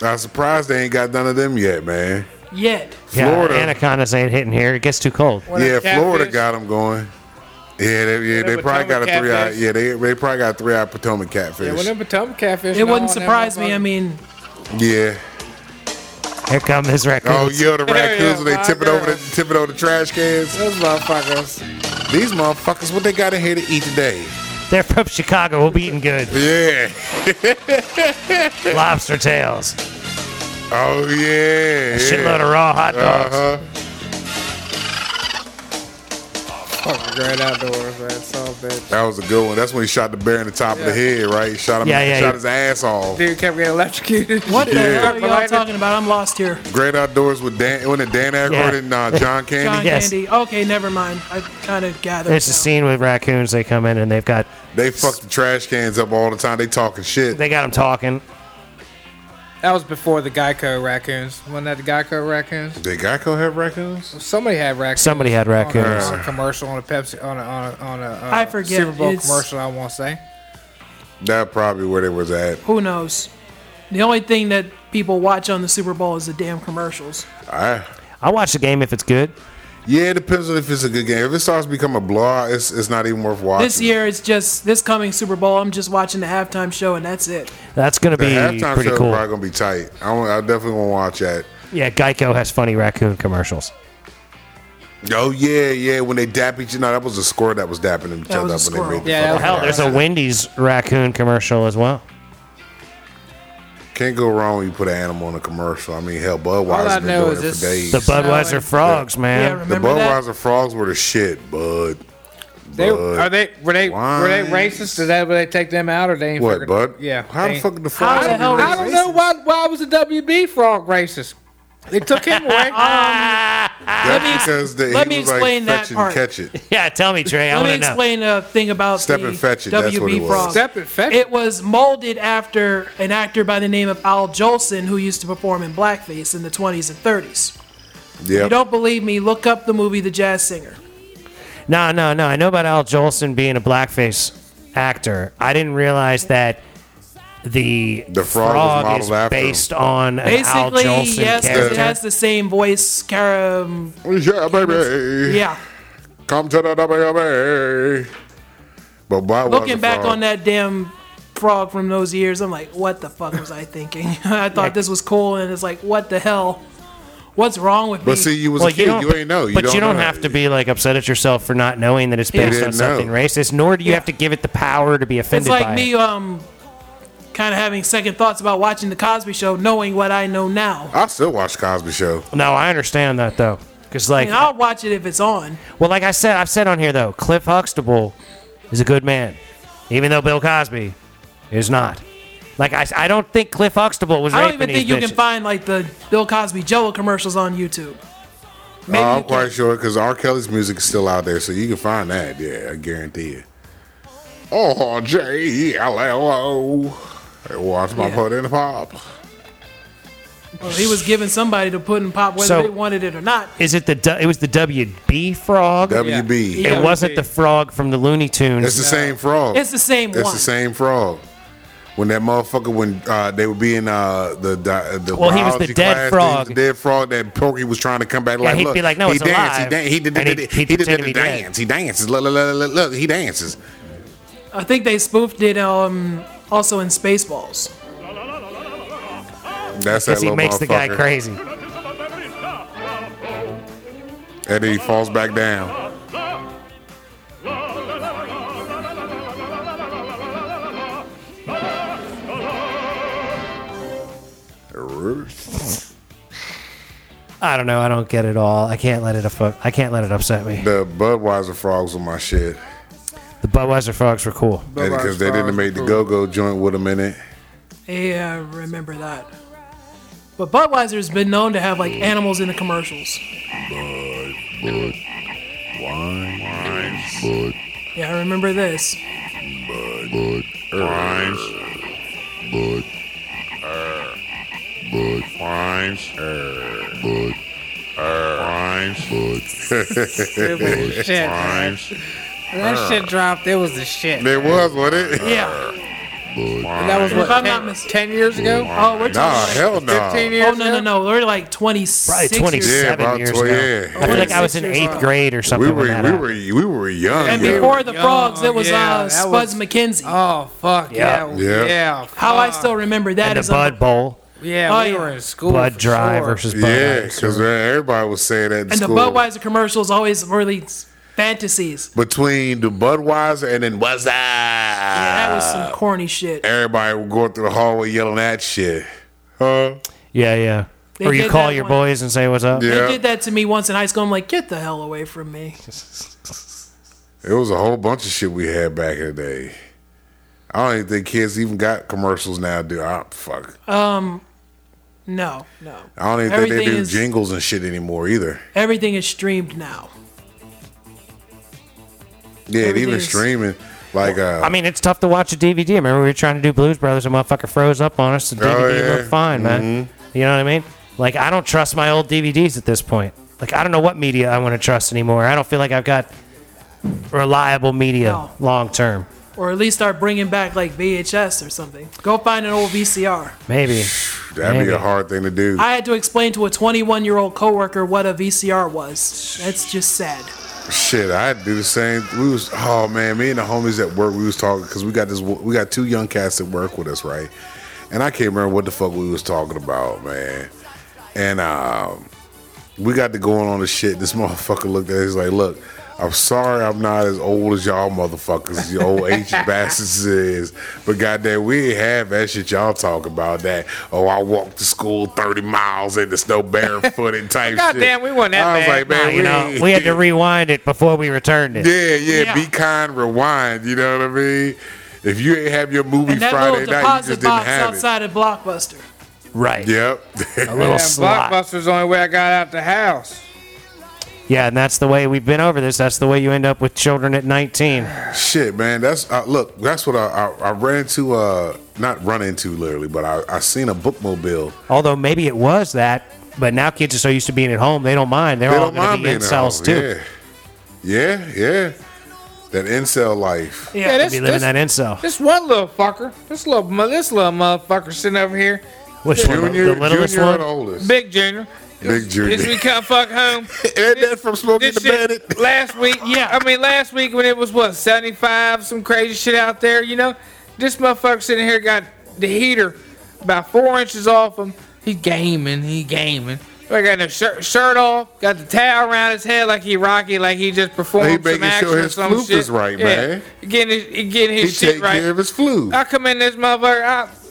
[SPEAKER 3] I'm surprised they ain't got none of them yet, man.
[SPEAKER 2] Yet.
[SPEAKER 1] Yeah,
[SPEAKER 3] Florida.
[SPEAKER 1] anacondas ain't hitting here. It gets too cold.
[SPEAKER 4] What
[SPEAKER 3] yeah,
[SPEAKER 4] a catfish.
[SPEAKER 3] Florida got them going. Yeah, they, yeah, they
[SPEAKER 4] Potomac
[SPEAKER 3] probably got a
[SPEAKER 4] catfish.
[SPEAKER 3] three eye. Yeah, they, they probably got three eye Potomac
[SPEAKER 4] Yeah, when
[SPEAKER 3] catfish.
[SPEAKER 4] them Potomac catfish.
[SPEAKER 2] It
[SPEAKER 4] and all
[SPEAKER 2] wouldn't
[SPEAKER 4] them
[SPEAKER 2] surprise me.
[SPEAKER 4] motherfuckers-
[SPEAKER 2] I mean,
[SPEAKER 3] Yeah,
[SPEAKER 1] Here come his
[SPEAKER 3] Oh,
[SPEAKER 1] raccoons.
[SPEAKER 3] yo, the raccoons when they
[SPEAKER 4] my
[SPEAKER 3] tip it over
[SPEAKER 4] girl.
[SPEAKER 3] the tip it over the trash cans.
[SPEAKER 4] Those motherfuckers.
[SPEAKER 3] These motherfuckers, what they got in here to eat today?
[SPEAKER 1] They're from Chicago. We'll be eating good.
[SPEAKER 3] Yeah.
[SPEAKER 1] Lobster tails.
[SPEAKER 3] Oh yeah.
[SPEAKER 1] A shitload of raw hot dogs.
[SPEAKER 3] Uh-huh.
[SPEAKER 4] Fucking great outdoors, man. So bad.
[SPEAKER 3] That was a good one. That's when he shot the bear in the top of the head, right? Shot him.
[SPEAKER 1] Yeah, yeah,
[SPEAKER 3] shot
[SPEAKER 1] yeah.
[SPEAKER 3] his ass off.
[SPEAKER 4] Dude kept getting electrocuted.
[SPEAKER 2] What the
[SPEAKER 3] Yeah.
[SPEAKER 2] hell are y'all talking about? I'm lost here.
[SPEAKER 3] Great outdoors with Dan. When it Dan Aykroyd
[SPEAKER 1] Yeah.
[SPEAKER 3] and uh, John Candy.
[SPEAKER 2] John
[SPEAKER 1] Yes.
[SPEAKER 2] Candy. Okay, never mind. I kind of gathered.
[SPEAKER 1] There's a
[SPEAKER 2] now.
[SPEAKER 1] scene with raccoons. They come in and they've got
[SPEAKER 3] They fuck the trash cans up all the time. They talking shit.
[SPEAKER 1] they got them talking.
[SPEAKER 4] That was before the Geico raccoons. Wasn't that the Geico raccoons?
[SPEAKER 3] Did Geico have raccoons?
[SPEAKER 4] Somebody had raccoons.
[SPEAKER 1] Somebody had
[SPEAKER 4] on a-
[SPEAKER 1] raccoons.
[SPEAKER 4] On a, commercial on a Pepsi on a on a, on a uh,
[SPEAKER 2] I forget.
[SPEAKER 4] Super Bowl
[SPEAKER 2] It's-
[SPEAKER 4] commercial. I want to say.
[SPEAKER 3] That probably where they was at.
[SPEAKER 2] Who knows? The only thing that people watch on the Super Bowl is the damn commercials.
[SPEAKER 3] I,
[SPEAKER 1] I watch the game if it's good.
[SPEAKER 3] yeah, it depends on if it's a good game. If it starts to become a blowout, it's, it's not even worth watching.
[SPEAKER 2] This year, it's just this coming Super Bowl. I'm just watching the halftime show, and that's it.
[SPEAKER 1] That's gonna
[SPEAKER 3] the
[SPEAKER 1] be
[SPEAKER 3] halftime
[SPEAKER 1] pretty
[SPEAKER 3] show
[SPEAKER 1] cool.
[SPEAKER 3] probably gonna be tight. I, wa- I definitely wanna watch that.
[SPEAKER 1] Yeah, Geico has funny raccoon commercials.
[SPEAKER 3] Oh yeah, yeah. When they dap each, no, that was a score that was dapping each
[SPEAKER 2] That
[SPEAKER 3] other
[SPEAKER 2] was
[SPEAKER 3] up
[SPEAKER 2] a
[SPEAKER 3] when they made
[SPEAKER 2] squirrel.
[SPEAKER 3] the
[SPEAKER 4] Yeah,
[SPEAKER 3] fucking
[SPEAKER 4] that was-
[SPEAKER 1] Hell,
[SPEAKER 3] drive.
[SPEAKER 1] there's a Wendy's raccoon commercial as well.
[SPEAKER 3] Can't go wrong when you put an animal in a commercial. I mean, hell,
[SPEAKER 4] All I
[SPEAKER 3] Budweiser's been
[SPEAKER 4] know
[SPEAKER 3] doing
[SPEAKER 4] is
[SPEAKER 3] it
[SPEAKER 4] this-
[SPEAKER 3] for days.
[SPEAKER 1] The
[SPEAKER 3] The,
[SPEAKER 1] Budweiser
[SPEAKER 4] Snowing.
[SPEAKER 1] frogs, man.
[SPEAKER 2] Yeah, remember that?
[SPEAKER 3] Budweiser frogs were the shit, bud.
[SPEAKER 4] They
[SPEAKER 3] Bud.
[SPEAKER 4] are they were they were they
[SPEAKER 3] Why?
[SPEAKER 4] racist? Did that were they take them out or they ain't
[SPEAKER 3] What,
[SPEAKER 4] figured-
[SPEAKER 3] bud?
[SPEAKER 4] Yeah.
[SPEAKER 3] How
[SPEAKER 4] they
[SPEAKER 3] the
[SPEAKER 4] ain't-
[SPEAKER 3] fuck did the
[SPEAKER 2] How
[SPEAKER 3] frogs?
[SPEAKER 2] the hell?
[SPEAKER 4] Oh, I don't
[SPEAKER 2] is-
[SPEAKER 4] know why why was the WB frog racist? They took him away.
[SPEAKER 3] That's
[SPEAKER 2] me ex-
[SPEAKER 3] because the,
[SPEAKER 2] let
[SPEAKER 3] he
[SPEAKER 2] me
[SPEAKER 3] was like,
[SPEAKER 2] explain that
[SPEAKER 3] fetch and
[SPEAKER 2] part.
[SPEAKER 3] catch it.
[SPEAKER 1] Yeah, tell me, Trey. I
[SPEAKER 2] Let me
[SPEAKER 1] want to know.
[SPEAKER 2] explain a thing about
[SPEAKER 3] Step
[SPEAKER 2] the
[SPEAKER 3] and fetch it, that's what
[SPEAKER 2] WB
[SPEAKER 3] it was.
[SPEAKER 2] frog.
[SPEAKER 4] Step and fetch
[SPEAKER 2] It was molded after an actor by the name of Al Jolson, who used to perform in blackface in the 20s and 30s. If you
[SPEAKER 3] Yep.
[SPEAKER 2] don't believe me, look up the movie The Jazz Singer.
[SPEAKER 1] No, no, no. I know about Al Jolson being a blackface actor. I didn't realize that the,
[SPEAKER 3] The frog was modeled
[SPEAKER 1] is
[SPEAKER 3] after him.
[SPEAKER 1] based on an Al
[SPEAKER 2] Basically,
[SPEAKER 1] Jolson
[SPEAKER 2] yes, 'cause
[SPEAKER 1] character.
[SPEAKER 2] it has the same voice. Cara, um,
[SPEAKER 3] Yeah, baby.
[SPEAKER 2] yeah.
[SPEAKER 3] Come to the WB. But why
[SPEAKER 2] Looking back on that damn frog from those years, I'm like, what the fuck was I thinking? I thought this was cool, and it's like, what the hell? What's wrong with me?
[SPEAKER 3] But see, you was
[SPEAKER 1] Well,
[SPEAKER 3] a kid. You, ain't know. You
[SPEAKER 1] but
[SPEAKER 3] don't
[SPEAKER 1] you don't
[SPEAKER 3] know.
[SPEAKER 1] have to be like upset at yourself for not knowing that it's
[SPEAKER 2] Yeah.
[SPEAKER 1] based
[SPEAKER 3] You
[SPEAKER 1] on
[SPEAKER 3] didn't know.
[SPEAKER 1] something racist. Nor do you
[SPEAKER 2] Yeah.
[SPEAKER 1] have to give it the power to be offended
[SPEAKER 2] it's like
[SPEAKER 1] by
[SPEAKER 2] me
[SPEAKER 1] it.
[SPEAKER 2] um kind of having second thoughts about watching the Cosby show knowing what I know now.
[SPEAKER 3] I still watch Cosby Show.
[SPEAKER 1] No, I understand that though, because
[SPEAKER 2] I
[SPEAKER 1] like,
[SPEAKER 2] mean, I'll watch it if it's on.
[SPEAKER 1] well, like I said, I've said on here though, Cliff Huxtable is a good man, even though Bill Cosby is not. Like I, I don't think Cliff Huxtable was
[SPEAKER 2] I don't
[SPEAKER 1] raping
[SPEAKER 2] even
[SPEAKER 1] these
[SPEAKER 2] think you can
[SPEAKER 1] bitches.
[SPEAKER 2] find like the Bill Cosby Jello commercials on YouTube. Maybe
[SPEAKER 3] Oh, I'm
[SPEAKER 2] you
[SPEAKER 3] quite
[SPEAKER 2] can.
[SPEAKER 3] sure because R. Kelly's music is still out there, so you can find that. Yeah, I guarantee it. Oh, J L L O. Hey, Watch my
[SPEAKER 2] Yeah.
[SPEAKER 3] put in the pop.
[SPEAKER 2] Well, he was giving somebody to put in pop whether
[SPEAKER 1] So-
[SPEAKER 2] they wanted it or not.
[SPEAKER 1] Is it the du- it was the WB frog?
[SPEAKER 3] WB.
[SPEAKER 2] Yeah.
[SPEAKER 1] It wasn't the frog from the Looney Tunes.
[SPEAKER 3] It's the same frog.
[SPEAKER 2] It's the same
[SPEAKER 3] It's
[SPEAKER 2] one.
[SPEAKER 3] the same frog. When that motherfucker, when uh, they would be in uh, the di- the
[SPEAKER 1] Well, he was the
[SPEAKER 3] biology
[SPEAKER 1] dead
[SPEAKER 3] class,
[SPEAKER 1] frog.
[SPEAKER 3] He was the dead frog that Porky was trying to come back. like,
[SPEAKER 1] he'd
[SPEAKER 3] look,
[SPEAKER 1] be like, no,
[SPEAKER 3] he
[SPEAKER 1] it's
[SPEAKER 3] danced,
[SPEAKER 1] alive.
[SPEAKER 3] He, dan- he did,
[SPEAKER 1] And
[SPEAKER 3] did,
[SPEAKER 1] he'd-
[SPEAKER 3] did,
[SPEAKER 1] he'd
[SPEAKER 3] he did,
[SPEAKER 1] pretend to
[SPEAKER 3] did
[SPEAKER 1] be
[SPEAKER 3] the
[SPEAKER 1] dead.
[SPEAKER 3] dance. He dances. Look, look, look, look, look, he dances.
[SPEAKER 2] I think they spoofed it um also in Spaceballs.
[SPEAKER 3] That's that
[SPEAKER 1] because he
[SPEAKER 3] little
[SPEAKER 1] makes
[SPEAKER 3] motherfucker.
[SPEAKER 1] the guy crazy.
[SPEAKER 3] And then he falls back down.
[SPEAKER 1] I don't know. I don't get it all. I can't let it affu- I can't let it upset me.
[SPEAKER 3] The Budweiser frogs were my shit.
[SPEAKER 1] The Budweiser frogs were cool.
[SPEAKER 3] Because they didn't make the go go joint with them in it.
[SPEAKER 2] Yeah, I remember that. But Budweiser's been known to have like animals in the commercials. Yeah, I remember this.
[SPEAKER 3] Rhymes.
[SPEAKER 4] It was the shit. man. That shit dropped. It was the shit.
[SPEAKER 3] It was, wasn't it?
[SPEAKER 2] Yeah.
[SPEAKER 4] That was what
[SPEAKER 2] If I'm
[SPEAKER 4] 10,
[SPEAKER 2] not mis-
[SPEAKER 4] ten years ago.
[SPEAKER 2] Oh, we're talking.
[SPEAKER 3] Nah, hell no.
[SPEAKER 4] Fifteen
[SPEAKER 2] Oh
[SPEAKER 4] years.
[SPEAKER 2] no no
[SPEAKER 4] ago?
[SPEAKER 2] no! We're like twenty
[SPEAKER 1] Probably
[SPEAKER 2] six.
[SPEAKER 1] twenty
[SPEAKER 3] Yeah,
[SPEAKER 1] seven
[SPEAKER 3] about
[SPEAKER 1] years ago.
[SPEAKER 3] 20, yeah.
[SPEAKER 1] I feel like I was in
[SPEAKER 2] 26
[SPEAKER 1] eighth
[SPEAKER 2] years
[SPEAKER 1] grade or something.
[SPEAKER 3] We
[SPEAKER 1] when
[SPEAKER 3] were,
[SPEAKER 1] that
[SPEAKER 3] we
[SPEAKER 1] happened.
[SPEAKER 3] were we were young.
[SPEAKER 2] And
[SPEAKER 3] yo.
[SPEAKER 2] before the frogs, it was
[SPEAKER 4] yeah,
[SPEAKER 2] uh,
[SPEAKER 4] that
[SPEAKER 2] Spuds
[SPEAKER 4] was-
[SPEAKER 2] McKenzie.
[SPEAKER 4] Oh fuck yeah.
[SPEAKER 3] Yeah.
[SPEAKER 4] Yeah.
[SPEAKER 2] How I
[SPEAKER 4] fuck.
[SPEAKER 2] still remember that
[SPEAKER 1] And
[SPEAKER 2] is
[SPEAKER 1] the Bud Bowl.
[SPEAKER 4] Yeah,
[SPEAKER 2] Oh,
[SPEAKER 4] we
[SPEAKER 2] yeah.
[SPEAKER 4] were in school.
[SPEAKER 1] Bud
[SPEAKER 4] for
[SPEAKER 1] Dry
[SPEAKER 4] sure.
[SPEAKER 1] versus Bud
[SPEAKER 3] Yeah,
[SPEAKER 1] Ice.
[SPEAKER 3] because everybody was saying that. In
[SPEAKER 2] And
[SPEAKER 3] school.
[SPEAKER 2] the Budweiser commercials always really s- fantasies.
[SPEAKER 3] between the Budweiser and then what's up?
[SPEAKER 2] That was
[SPEAKER 1] Ah.
[SPEAKER 2] some corny shit.
[SPEAKER 3] Everybody would go through the hallway yelling that shit. Huh?
[SPEAKER 1] Yeah, yeah.
[SPEAKER 2] They
[SPEAKER 1] or you
[SPEAKER 2] did
[SPEAKER 1] call
[SPEAKER 2] that
[SPEAKER 1] your
[SPEAKER 2] one.
[SPEAKER 1] boys and say what's up.
[SPEAKER 3] Yeah.
[SPEAKER 2] They did that to me once in high school. I'm like, get the hell away from me.
[SPEAKER 3] It was a whole bunch of shit we had back in the day. I don't even think kids even got commercials now, dude. I fuck.
[SPEAKER 2] No, no.
[SPEAKER 3] I don't even think they
[SPEAKER 2] everything
[SPEAKER 3] do
[SPEAKER 2] is-
[SPEAKER 3] jingles and shit anymore either.
[SPEAKER 2] Everything is streamed now.
[SPEAKER 3] Yeah, and even
[SPEAKER 2] Everything's-
[SPEAKER 3] streaming. Like uh
[SPEAKER 1] I mean, it's tough to watch a DVD. Remember, we were trying to do Blues Brothers, and motherfucker froze up on us. The DVD
[SPEAKER 3] Oh, yeah. Mm-hmm.
[SPEAKER 1] looked fine, man. You know what I mean? Like, I don't trust my old DVDs at this point. Like, I don't know what media I want to trust anymore. I don't feel like I've got reliable media
[SPEAKER 2] No.
[SPEAKER 1] long term.
[SPEAKER 2] Or at least start bringing back like VHS or something. Go find an old VCR.
[SPEAKER 1] Maybe.
[SPEAKER 3] that'd be
[SPEAKER 1] maybe.
[SPEAKER 3] a hard thing to do.
[SPEAKER 2] I had to explain to a 21 year old coworker what a VCR was. That's just sad.
[SPEAKER 3] Shit, I do the same. We was oh man, me and the homies at work, we was talking because we got this, we got two young cats that work with us, right? And I can't remember what the fuck we was talking about, man. And um, we got to going on the shit. This motherfucker looked at us like, "Look, I'm sorry, I'm not as old as y'all motherfuckers, you old H bastards is, but goddamn, we ain't have that shit y'all talk about. That oh, I walked to school 30 miles in the snow barefooted type.
[SPEAKER 4] Goddamn,
[SPEAKER 3] shit.
[SPEAKER 4] we wasn't that
[SPEAKER 3] I was
[SPEAKER 4] bad.
[SPEAKER 3] like, man,
[SPEAKER 1] You know, we had to rewind it before we returned it.
[SPEAKER 3] yeah, yeah,
[SPEAKER 2] Yeah.
[SPEAKER 3] Be kind, rewind. You know what I mean? If you ain't have your movie
[SPEAKER 2] And that
[SPEAKER 3] Friday
[SPEAKER 2] little
[SPEAKER 3] night, you
[SPEAKER 2] deposit
[SPEAKER 3] just didn't
[SPEAKER 2] box
[SPEAKER 3] have
[SPEAKER 2] outside of Blockbuster.
[SPEAKER 1] Right.
[SPEAKER 3] it. Yep.
[SPEAKER 1] A little
[SPEAKER 4] Yeah,
[SPEAKER 1] slot.
[SPEAKER 4] Blockbuster's the only way I got out the house.
[SPEAKER 1] Yeah, and that's the way we've been over this. That's the way you end up with children at 19.
[SPEAKER 3] Shit, man. That's uh, look. That's what I, I, I ran into. Uh, not run into literally, but I, I seen a bookmobile.
[SPEAKER 1] Although maybe it was that, but now kids are so used to being at home, they don't mind. They're
[SPEAKER 3] They
[SPEAKER 1] all
[SPEAKER 3] don't
[SPEAKER 1] going
[SPEAKER 3] mind
[SPEAKER 1] to Oh, be
[SPEAKER 3] being
[SPEAKER 1] incels
[SPEAKER 3] cells
[SPEAKER 1] too.
[SPEAKER 3] Yeah, yeah, yeah. That incel life.
[SPEAKER 2] Yeah,
[SPEAKER 4] this,
[SPEAKER 1] Be living
[SPEAKER 4] this,
[SPEAKER 1] that incel.
[SPEAKER 4] this one little fucker, this little mo- this little motherfucker sitting over here,
[SPEAKER 1] Which one?
[SPEAKER 3] Junior,
[SPEAKER 1] the littlest
[SPEAKER 3] junior or the
[SPEAKER 1] one?
[SPEAKER 3] oldest.
[SPEAKER 4] Big Junior.
[SPEAKER 3] Big Junior.
[SPEAKER 4] This we come fuck home.
[SPEAKER 3] Ain't that from Smoking
[SPEAKER 4] This
[SPEAKER 3] the
[SPEAKER 4] shit,
[SPEAKER 3] Bandit?
[SPEAKER 4] last week, yeah. I mean, last week when it was what seventy five, some crazy shit out there, you know. This motherfucker sitting here got the heater about four inches off him. He gaming, he gaming. I got his shirt, shirt off, got the towel around his head like he Rocky, like he just performed
[SPEAKER 3] He
[SPEAKER 4] some
[SPEAKER 3] making sure
[SPEAKER 4] action or
[SPEAKER 3] his
[SPEAKER 4] some
[SPEAKER 3] floof
[SPEAKER 4] shit.
[SPEAKER 3] is right,
[SPEAKER 4] yeah.
[SPEAKER 3] man.
[SPEAKER 4] He Getting his, he getting
[SPEAKER 3] He
[SPEAKER 4] his shit
[SPEAKER 3] take
[SPEAKER 4] right.
[SPEAKER 3] care of his flu.
[SPEAKER 4] I come in this motherfucker,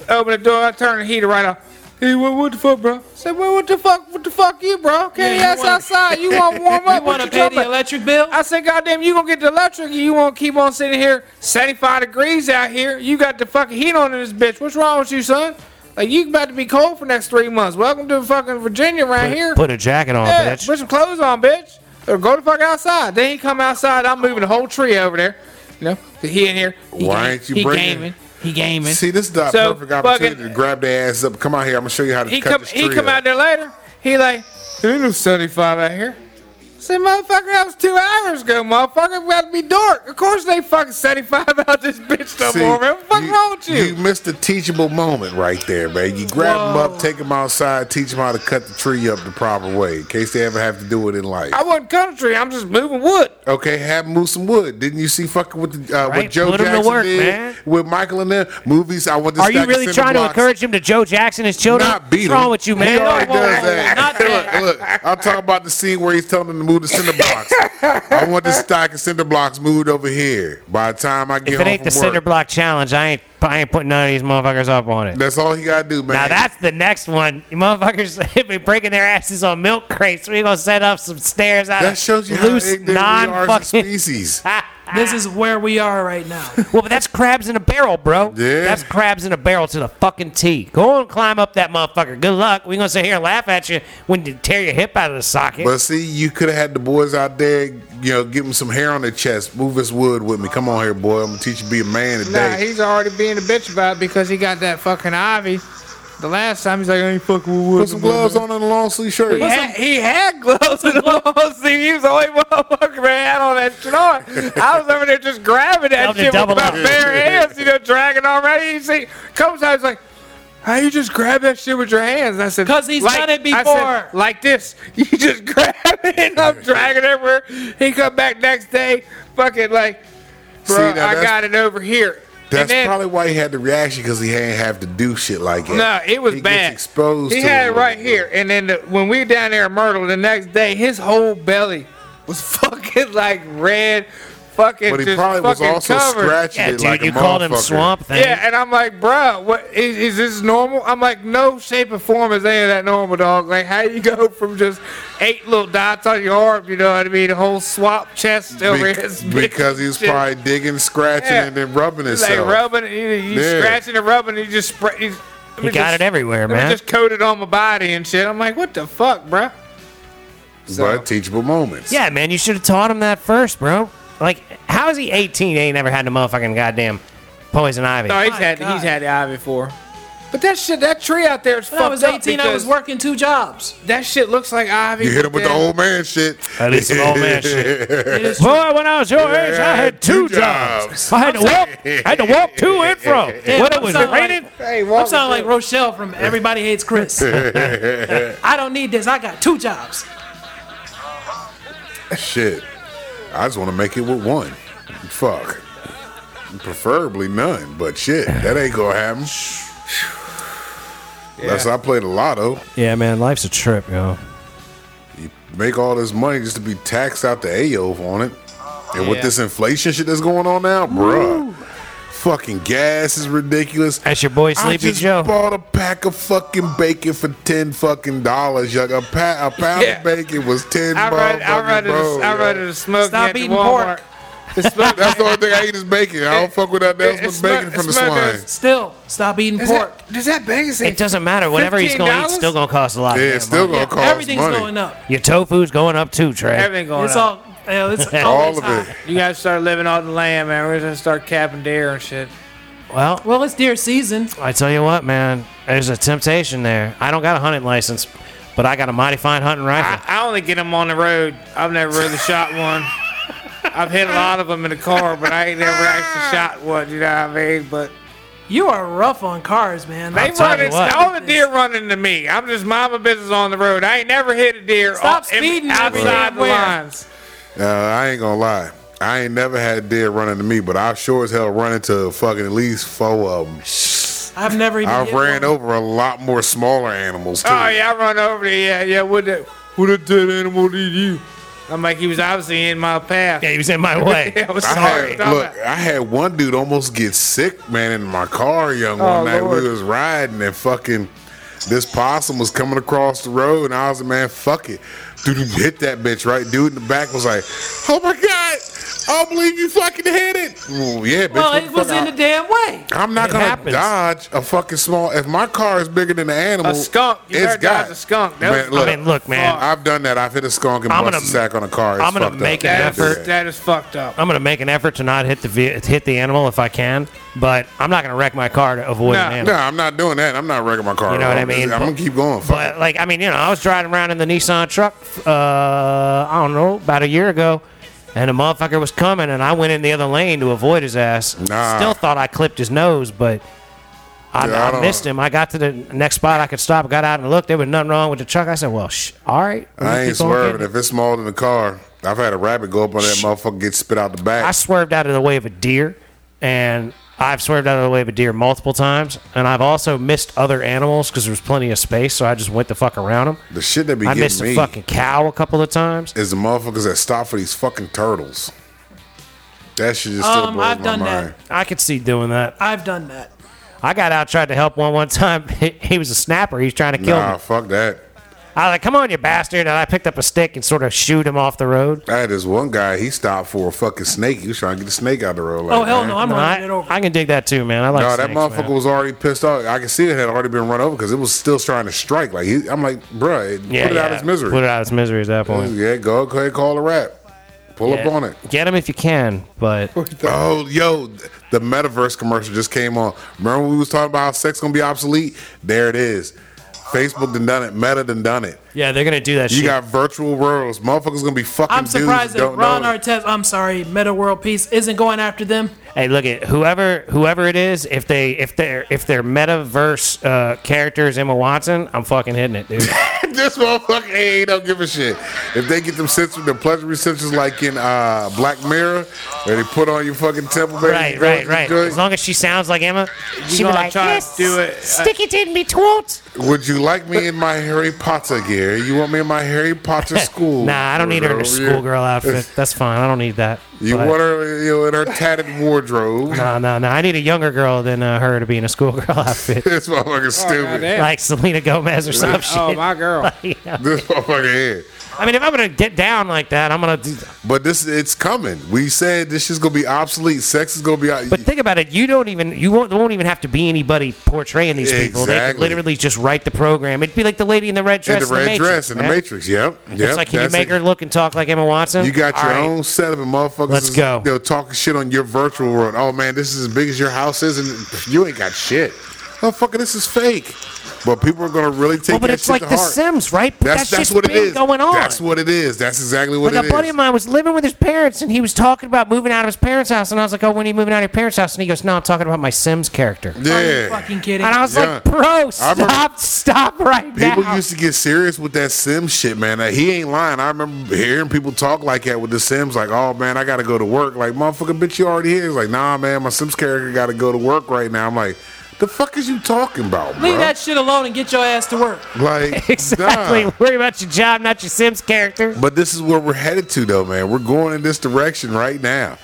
[SPEAKER 4] I open the door, I turn the heater right off. Hey, what, what the fuck, bro? I said, well, what the fuck, what the fuck you, bro? Can't
[SPEAKER 2] Yeah, you
[SPEAKER 4] ass
[SPEAKER 2] wanna-
[SPEAKER 4] outside. You want to warm up?
[SPEAKER 2] You
[SPEAKER 4] What
[SPEAKER 2] want to
[SPEAKER 4] you
[SPEAKER 2] pay
[SPEAKER 4] talking
[SPEAKER 2] the
[SPEAKER 4] about?
[SPEAKER 2] electric bill?
[SPEAKER 3] Ah.
[SPEAKER 4] I said, goddamn, you gonna get the electric? and You won't keep on sitting here 75 degrees out here. You got the fucking heat on in this bitch. What's wrong with you, son? Like you about to be cold for the next three months. Welcome to fucking Virginia right here.
[SPEAKER 1] Put a jacket on,
[SPEAKER 4] yeah,
[SPEAKER 1] bitch.
[SPEAKER 4] put some clothes on, bitch. Or go the fuck outside. Then he come outside. I'm moving the whole tree over there. You know, he in here. He
[SPEAKER 3] Why
[SPEAKER 4] ga-
[SPEAKER 3] ain't you
[SPEAKER 4] he
[SPEAKER 3] bringing-
[SPEAKER 4] gaming? He gaming.
[SPEAKER 3] See, this is the
[SPEAKER 4] So,
[SPEAKER 3] perfect opportunity
[SPEAKER 4] fucking-
[SPEAKER 3] to grab their ass up. Come out here. I'm gonna show you how to
[SPEAKER 4] he
[SPEAKER 3] cut
[SPEAKER 4] come
[SPEAKER 3] this
[SPEAKER 4] he
[SPEAKER 3] tree
[SPEAKER 4] come
[SPEAKER 3] up.
[SPEAKER 4] out there later. He like, there ain't no 75 out here. I Say, motherfucker, that was two hours ago, motherfucker. We got to be dark. Of course they fucking 75 out this bitch no
[SPEAKER 3] See,
[SPEAKER 4] more, man. What the fuck wrong with you?
[SPEAKER 3] missed a teachable moment right there, man. You grab them up, take them outside, teach them how to cut the tree up the proper way in case they ever have to do it in life.
[SPEAKER 4] I wasn't country. I'm just moving wood.
[SPEAKER 3] Okay, have them move some wood. Didn't you see fucking with the, uh,
[SPEAKER 1] Right,
[SPEAKER 3] what Joe
[SPEAKER 1] put 'em to
[SPEAKER 3] Jackson
[SPEAKER 1] work,
[SPEAKER 3] did
[SPEAKER 1] man.
[SPEAKER 3] with Michael and them movies? I want to.
[SPEAKER 1] Are you really trying to encourage him to Joe Jackson his children?
[SPEAKER 3] Not
[SPEAKER 1] What's
[SPEAKER 3] beat
[SPEAKER 1] wrong
[SPEAKER 3] him.
[SPEAKER 1] with you,
[SPEAKER 3] He
[SPEAKER 1] man?
[SPEAKER 3] already
[SPEAKER 1] Whoa, whoa,
[SPEAKER 3] does
[SPEAKER 1] whoa,
[SPEAKER 3] that.
[SPEAKER 2] not that.
[SPEAKER 3] Look, look, I'm talking about the scene where he's telling him to move the cinder blocks. I want the stock and cinder blocks moved over here. By the time I get
[SPEAKER 1] If
[SPEAKER 3] home
[SPEAKER 1] it ain't the
[SPEAKER 3] from work,
[SPEAKER 1] cinder block challenge, I ain't I ain't putting none of these motherfuckers up on it.
[SPEAKER 3] that's all you gotta do, man.
[SPEAKER 1] Now that's the next one. You motherfuckers have been breaking their asses on milk crates. We're gonna set up some stairs out
[SPEAKER 3] that
[SPEAKER 1] of
[SPEAKER 3] shows you
[SPEAKER 1] loose,
[SPEAKER 3] how ignorant
[SPEAKER 1] non
[SPEAKER 3] we are as a
[SPEAKER 1] fucking.
[SPEAKER 3] species.
[SPEAKER 2] This is where we are right now.
[SPEAKER 1] Well, but that's crabs in a barrel, bro.
[SPEAKER 3] Yeah.
[SPEAKER 1] That's crabs in a barrel to the fucking T. Go on, climb up that motherfucker. Good luck. We're gonna sit here and laugh at you when you tear your hip out of the socket.
[SPEAKER 3] But see, you could have had the boys out there, you know, give them some hair on their chest. Move this wood with me. Come on here, boy. I'm gonna teach you to be a man
[SPEAKER 4] Nah,
[SPEAKER 3] today.
[SPEAKER 4] he's already being a bitch about it because he got that fucking ivy. The last time he's like, I ain't fucking with wood.
[SPEAKER 3] Put some gloves on and a long sleeve shirt.
[SPEAKER 4] He had, he had gloves and long sleeve. He was the only motherfucker that had all that shit on. I was over there just grabbing
[SPEAKER 1] Tell him
[SPEAKER 4] that
[SPEAKER 1] to
[SPEAKER 4] shit with
[SPEAKER 1] double
[SPEAKER 4] my
[SPEAKER 1] up.
[SPEAKER 4] bare hands, you know, dragging already. You see, comes out, he's like, how you just grab that shit with your hands? And I said,
[SPEAKER 2] 'Cause he's done it
[SPEAKER 4] I said,
[SPEAKER 2] before.
[SPEAKER 4] like this, you just grab it and I'm dragging everywhere. He come back next day, fucking like, bro,
[SPEAKER 3] See, now
[SPEAKER 4] I
[SPEAKER 3] that's-
[SPEAKER 4] got it over here.
[SPEAKER 3] That's
[SPEAKER 4] then-
[SPEAKER 3] probably why he had the reaction because he ain't have to do shit like that.
[SPEAKER 4] No, it was
[SPEAKER 3] he
[SPEAKER 4] bad.
[SPEAKER 3] Gets exposed.
[SPEAKER 4] He
[SPEAKER 3] to
[SPEAKER 4] had
[SPEAKER 3] a
[SPEAKER 4] it
[SPEAKER 3] little
[SPEAKER 4] right
[SPEAKER 3] bit.
[SPEAKER 4] here, and then the, when we were down there in Myrtle the next day, his whole belly was fucking like red, fucking.
[SPEAKER 3] But he
[SPEAKER 4] just
[SPEAKER 3] probably was
[SPEAKER 4] fucking
[SPEAKER 3] also
[SPEAKER 4] covered.
[SPEAKER 3] scratching
[SPEAKER 1] Yeah,
[SPEAKER 3] it
[SPEAKER 1] dude,
[SPEAKER 3] like a
[SPEAKER 1] you called him
[SPEAKER 3] motherfucker.
[SPEAKER 1] Swamp Thing.
[SPEAKER 4] Yeah, and I'm like, bruh, what is, is this normal? I'm like, no shape or form is any of that normal, dog. Like, how you go from just eight little dots on your arm, you know what I mean? The whole swap chest over
[SPEAKER 3] Bec-
[SPEAKER 4] his
[SPEAKER 3] because he was
[SPEAKER 4] shit.
[SPEAKER 3] probably digging, scratching,
[SPEAKER 4] Yeah.
[SPEAKER 3] and then rubbing
[SPEAKER 4] like
[SPEAKER 3] himself.
[SPEAKER 4] rubbing, it, you, you
[SPEAKER 3] Yeah.
[SPEAKER 4] scratching and rubbing, and you just spray. You,
[SPEAKER 1] He got it everywhere,
[SPEAKER 4] Let me
[SPEAKER 1] man.
[SPEAKER 4] just coated on my body and shit. I'm like, what the fuck, bruh?
[SPEAKER 3] But teachable moments.
[SPEAKER 1] Yeah, man, you should have taught him that first, bro. Like, how is he 18? He ain't never had the motherfucking goddamn poison ivy.
[SPEAKER 4] No, he's
[SPEAKER 2] My
[SPEAKER 4] had
[SPEAKER 2] God.
[SPEAKER 4] he's had the eye before. But that shit, that tree out there is
[SPEAKER 2] When
[SPEAKER 4] fucked
[SPEAKER 2] I was
[SPEAKER 4] up
[SPEAKER 2] 18, I was
[SPEAKER 4] because
[SPEAKER 2] working two jobs.
[SPEAKER 4] That shit looks like ivy.
[SPEAKER 3] You hit
[SPEAKER 4] but
[SPEAKER 3] him with the
[SPEAKER 4] then-
[SPEAKER 3] old man shit.
[SPEAKER 1] That is some old man shit.
[SPEAKER 2] It is true.
[SPEAKER 1] Boy, when I was your age, I had two,
[SPEAKER 3] two
[SPEAKER 1] jobs.
[SPEAKER 3] jobs.
[SPEAKER 1] I had to walk, I had to walk to and from.
[SPEAKER 2] Damn,
[SPEAKER 1] when it
[SPEAKER 2] I'm
[SPEAKER 1] was
[SPEAKER 2] sounding like-
[SPEAKER 1] raining,
[SPEAKER 4] Hey,
[SPEAKER 2] I'm
[SPEAKER 4] walk
[SPEAKER 2] sounding like
[SPEAKER 4] the-
[SPEAKER 2] Rochelle from Everybody Hates Chris. I don't need this. I got two jobs.
[SPEAKER 3] Shit. I just want to make it with one. Fuck. Preferably none, but shit, that ain't gonna happen. Unless I play the lotto,
[SPEAKER 1] yeah, man, life's a trip, yo.
[SPEAKER 3] make all this money just to be taxed out the AO on it. And with
[SPEAKER 4] Yeah.
[SPEAKER 3] this inflation shit that's going on now, bruh, fucking gas is ridiculous.
[SPEAKER 1] That's your boy Sleepy
[SPEAKER 3] I just
[SPEAKER 1] Joe.
[SPEAKER 3] bought a pack of fucking bacon for ten fucking dollars. Like a, pa- a pound
[SPEAKER 4] Yeah.
[SPEAKER 3] of bacon was ten.
[SPEAKER 4] I run, I
[SPEAKER 3] motherfucking
[SPEAKER 4] run, to,
[SPEAKER 3] bros,
[SPEAKER 4] the, I run
[SPEAKER 3] yo.
[SPEAKER 4] to the smoke.
[SPEAKER 2] Stop
[SPEAKER 4] at the
[SPEAKER 2] eating
[SPEAKER 4] Walmart.
[SPEAKER 2] pork.
[SPEAKER 4] The smoke.
[SPEAKER 3] That's the only thing I eat is bacon. I don't fuck with that else
[SPEAKER 4] It-
[SPEAKER 3] but
[SPEAKER 4] it's
[SPEAKER 3] bacon
[SPEAKER 4] not-
[SPEAKER 3] from the
[SPEAKER 4] it's not
[SPEAKER 3] swine.
[SPEAKER 4] good.
[SPEAKER 2] Still, stop eating
[SPEAKER 4] Does
[SPEAKER 2] pork.
[SPEAKER 4] that, does that bacon say
[SPEAKER 1] It doesn't matter. Whatever he's going to eat,
[SPEAKER 4] $15?
[SPEAKER 1] still going to cost a lot.
[SPEAKER 3] Yeah,
[SPEAKER 1] of
[SPEAKER 3] it's
[SPEAKER 1] damn
[SPEAKER 3] still
[SPEAKER 1] money.
[SPEAKER 3] gonna cost
[SPEAKER 2] Everything's
[SPEAKER 3] money.
[SPEAKER 2] going up.
[SPEAKER 1] Your tofu's going up too, Trey.
[SPEAKER 4] Everything going
[SPEAKER 2] It's
[SPEAKER 4] up.
[SPEAKER 2] all. yeah, It's
[SPEAKER 3] All
[SPEAKER 2] always
[SPEAKER 3] of
[SPEAKER 2] high.
[SPEAKER 3] it.
[SPEAKER 4] you gotta start living on the land, man. We're gonna start capping deer and shit.
[SPEAKER 1] Well,
[SPEAKER 2] Well, it's deer season.
[SPEAKER 1] I tell you what, man, there's a temptation there. I don't got a hunting license, but I got a mighty fine hunting
[SPEAKER 4] I,
[SPEAKER 1] rifle.
[SPEAKER 4] I only get them on the road. I've never really shot one. I've hit a lot of them in the car, but I ain't never
[SPEAKER 1] Ah.
[SPEAKER 4] actually shot one. You know what I mean? But
[SPEAKER 2] You are rough on cars, man.
[SPEAKER 4] they
[SPEAKER 1] I'll tell you
[SPEAKER 4] running,
[SPEAKER 1] what.
[SPEAKER 4] all the deer running to me. I'm just minding my business on the road. I ain't never hit a deer
[SPEAKER 2] Stop
[SPEAKER 4] off- in-
[SPEAKER 2] speeding every
[SPEAKER 4] outside
[SPEAKER 2] damn
[SPEAKER 4] the
[SPEAKER 2] where.
[SPEAKER 4] lines.
[SPEAKER 3] Uh, I ain't gonna lie. I ain't never had deer running to me, but I sure as hell run into fucking at least four of them.
[SPEAKER 2] I've never even.
[SPEAKER 3] I
[SPEAKER 2] hit
[SPEAKER 3] ran
[SPEAKER 2] one.
[SPEAKER 3] over a lot more smaller animals too.
[SPEAKER 4] Oh yeah, I run over there. Yeah, yeah. What the what a dead animal did you? I'm like, he was obviously in my path.
[SPEAKER 1] Yeah, he was in my way.
[SPEAKER 4] Yeah, I was
[SPEAKER 3] I
[SPEAKER 4] sorry.
[SPEAKER 3] had, look, I had one dude almost get sick, man, in my car, young.
[SPEAKER 4] Oh,
[SPEAKER 3] One night
[SPEAKER 4] Lord.
[SPEAKER 3] we was riding and fucking this possum was coming across the road, and I was like, man, fuck it. Dude hit that bitch, right? Dude in the back was like, oh my God, I don't believe you fucking hit it. Well, yeah, bitch.
[SPEAKER 2] Well,
[SPEAKER 3] what
[SPEAKER 2] it
[SPEAKER 3] the
[SPEAKER 2] was
[SPEAKER 3] fuck
[SPEAKER 2] in
[SPEAKER 3] I-
[SPEAKER 2] the damn way.
[SPEAKER 3] I'm not
[SPEAKER 1] It
[SPEAKER 3] gonna
[SPEAKER 1] happens.
[SPEAKER 3] dodge a fucking small. If my car is bigger than an animal,
[SPEAKER 4] A skunk. You
[SPEAKER 3] it's
[SPEAKER 4] better
[SPEAKER 3] got
[SPEAKER 4] dodge a skunk. That
[SPEAKER 3] Man,
[SPEAKER 4] was-
[SPEAKER 3] look,
[SPEAKER 1] I mean, look, man,
[SPEAKER 4] Fuck.
[SPEAKER 3] I've done that. I've hit a skunk and
[SPEAKER 1] I'm
[SPEAKER 3] busted
[SPEAKER 1] gonna-
[SPEAKER 3] sack on a car. It's
[SPEAKER 1] I'm gonna
[SPEAKER 3] fucked up.
[SPEAKER 1] make an
[SPEAKER 3] Can't
[SPEAKER 4] That
[SPEAKER 1] effort.
[SPEAKER 3] do that.
[SPEAKER 4] is, that is fucked up.
[SPEAKER 1] I'm going to make an effort to not hit the ve- hit the animal if I can, but I'm not going to wreck my car to avoid
[SPEAKER 4] No.
[SPEAKER 1] an animal.
[SPEAKER 3] No, I'm not doing that. I'm not wrecking my car.
[SPEAKER 1] You know what
[SPEAKER 3] at all.
[SPEAKER 1] I mean?
[SPEAKER 3] I'm gonna keep going. Fuck
[SPEAKER 1] But like, I mean, you know, I was driving around in the Nissan truck. Uh, I don't know, about a year ago, and a motherfucker was coming, and I went in the other lane to avoid his ass.
[SPEAKER 3] Nah.
[SPEAKER 1] Still thought I clipped his nose, but I,
[SPEAKER 3] Yeah, I
[SPEAKER 1] I
[SPEAKER 3] don't-
[SPEAKER 1] missed him. I got to the next spot I could stop. Got out and looked. There was nothing wrong with the truck. I said, "Well, sh- all right."
[SPEAKER 3] it.
[SPEAKER 1] I'm gonna
[SPEAKER 3] I ain't
[SPEAKER 1] keep on
[SPEAKER 3] swerving.
[SPEAKER 1] getting it."
[SPEAKER 3] If it's smaller than the car, I've had a rabbit go up on that motherfucker, get spit out the back.
[SPEAKER 1] I swerved out of the way of a deer, and I've swerved out of the way of a deer multiple times, and I've also missed other animals because there was plenty of space, so I just went the fuck around them.
[SPEAKER 3] the shit that be
[SPEAKER 1] I missed
[SPEAKER 3] getting me
[SPEAKER 1] a fucking cow a couple of times.
[SPEAKER 3] is the motherfuckers that stop for these fucking turtles. That shit just still
[SPEAKER 2] Um,
[SPEAKER 3] blows
[SPEAKER 2] I've
[SPEAKER 3] my
[SPEAKER 2] done that.
[SPEAKER 3] mind.
[SPEAKER 1] I could see doing that.
[SPEAKER 2] I've done that.
[SPEAKER 1] I got out, tried to help one one time. He, he was a snapper. He was trying to kill
[SPEAKER 3] Nah,
[SPEAKER 1] me.
[SPEAKER 3] fuck that.
[SPEAKER 1] I was like, "Come on, you bastard!" And I picked up a stick and sort of shooed him off the road.
[SPEAKER 3] I had this one guy. He stopped for a fucking snake. He was trying to get the snake out of the road. Like,
[SPEAKER 2] Oh hell
[SPEAKER 3] man.
[SPEAKER 2] no! I'm
[SPEAKER 1] No,
[SPEAKER 2] running
[SPEAKER 1] I,
[SPEAKER 2] it over.
[SPEAKER 1] I can dig that too, man. I like
[SPEAKER 3] No, that
[SPEAKER 1] snakes,
[SPEAKER 3] motherfucker
[SPEAKER 1] man.
[SPEAKER 3] was already pissed off. I could see it had already been run over because it was still trying to strike. Like he, I'm like, bruh, it-
[SPEAKER 1] Yeah,
[SPEAKER 3] put it out
[SPEAKER 1] yeah.
[SPEAKER 3] of its misery.
[SPEAKER 1] Put it out of his misery at that point.
[SPEAKER 3] yeah, go go ahead, call a rap. Pull up on it.
[SPEAKER 1] Get him if you can, but
[SPEAKER 3] Oh, yo, th- the metaverse commercial just came on. Remember when we was talking about how sex gonna be obsolete? There it is. Facebook done done it. Meta done done it.
[SPEAKER 1] yeah, they're gonna do that.
[SPEAKER 3] You
[SPEAKER 1] shit.
[SPEAKER 3] got virtual worlds. Motherfuckers gonna be fucking.
[SPEAKER 2] I'm surprised
[SPEAKER 3] dudes
[SPEAKER 2] that
[SPEAKER 3] don't
[SPEAKER 2] Ron
[SPEAKER 3] know.
[SPEAKER 2] Artest. I'm sorry, Meta World Peace isn't going after them.
[SPEAKER 1] Hey, look at whoever whoever it is. If they if they're if their metaverse uh, character is Emma Watson, I'm fucking hitting it, dude.
[SPEAKER 3] this motherfucker ain't don't give a shit. If they get them sensors, the pleasure sensors like in uh, Black Mirror, where they put on your fucking temple, baby.
[SPEAKER 1] Right, right, right.
[SPEAKER 3] Joint,
[SPEAKER 1] As long as she sounds like Emma, she be
[SPEAKER 4] gonna
[SPEAKER 1] like,
[SPEAKER 4] try to
[SPEAKER 1] yes,
[SPEAKER 4] do it, uh,
[SPEAKER 1] stick it in me twat.
[SPEAKER 3] Would you like me in my Harry Potter gear? You want me in my Harry Potter school?
[SPEAKER 1] Nah, I don't need her in her
[SPEAKER 3] over here?
[SPEAKER 1] schoolgirl outfit. That's fine. I don't need that.
[SPEAKER 3] You
[SPEAKER 1] But-
[SPEAKER 3] want her you know, in her tatted wardrobe?
[SPEAKER 1] No, no, no. I need a younger girl than uh, her to be in a schoolgirl outfit,
[SPEAKER 3] This motherfucker's stupid.
[SPEAKER 4] Oh, goddamn.
[SPEAKER 1] like Selena Gomez or some shit.
[SPEAKER 4] Oh, my girl.
[SPEAKER 3] This motherfucker here.
[SPEAKER 1] I mean, if I'm gonna get down like that, I'm gonna. Do,
[SPEAKER 3] But this, it's coming. We said this shit's gonna be obsolete. Sex is gonna be out.
[SPEAKER 1] but think about it. You don't even. You won't. There won't even have to be anybody portraying these people. They could
[SPEAKER 3] Exactly.
[SPEAKER 1] literally just write the program. It'd be like the lady in the red
[SPEAKER 3] in
[SPEAKER 1] dress.
[SPEAKER 3] the red
[SPEAKER 1] Matrix,
[SPEAKER 3] dress in the
[SPEAKER 1] right?
[SPEAKER 3] Matrix. Yep. Yep.
[SPEAKER 1] It's like, can you
[SPEAKER 3] that's
[SPEAKER 1] make
[SPEAKER 3] it.
[SPEAKER 1] her look and talk like Emma Watson?
[SPEAKER 3] You got
[SPEAKER 1] All
[SPEAKER 3] your
[SPEAKER 1] right.
[SPEAKER 3] own setup and motherfuckers.
[SPEAKER 1] Let's
[SPEAKER 3] is,
[SPEAKER 1] go.
[SPEAKER 3] You know, talking shit on your virtual world. Oh man, this is as big as your house is, and you ain't got shit. Motherfucker, this is fake. But people are gonna really take
[SPEAKER 1] Well, but
[SPEAKER 3] that
[SPEAKER 1] it's
[SPEAKER 3] shit
[SPEAKER 1] like
[SPEAKER 3] to
[SPEAKER 1] The
[SPEAKER 3] heart.
[SPEAKER 1] Sims, right? But
[SPEAKER 3] That's
[SPEAKER 1] that
[SPEAKER 3] that's
[SPEAKER 1] shit's
[SPEAKER 3] what it
[SPEAKER 1] been
[SPEAKER 3] is.
[SPEAKER 1] Going on.
[SPEAKER 3] That's what it is. That's exactly what
[SPEAKER 1] like
[SPEAKER 3] it
[SPEAKER 1] a
[SPEAKER 3] is.
[SPEAKER 1] buddy of mine was living with his parents and he was talking about moving out of his parents' house and I was like, Oh, when are you moving out of your parents' house? And he goes, No, I'm talking about my Sims character.
[SPEAKER 2] Are you
[SPEAKER 3] yeah.
[SPEAKER 2] fucking kidding?
[SPEAKER 1] And I was like,
[SPEAKER 3] Yeah.
[SPEAKER 1] Bro,
[SPEAKER 3] I remember-
[SPEAKER 1] stop, stop right
[SPEAKER 3] People
[SPEAKER 1] now.
[SPEAKER 3] used to get serious with that Sims shit, man. Like, he ain't lying. I remember hearing people talk like that with the Sims, like, "Oh man, I gotta go to work." Like, motherfucker, bitch, you already here. He's like, "Nah, man, my Sims character gotta go to work right now." I'm like, "The fuck is you talking about, bro?"
[SPEAKER 2] Leave that shit alone and get your ass to work.
[SPEAKER 3] like,
[SPEAKER 1] exactly.
[SPEAKER 3] nah.
[SPEAKER 1] Worry about your job, not your Sims character.
[SPEAKER 3] But this is where we're headed to, though, man. We're going in this direction right now.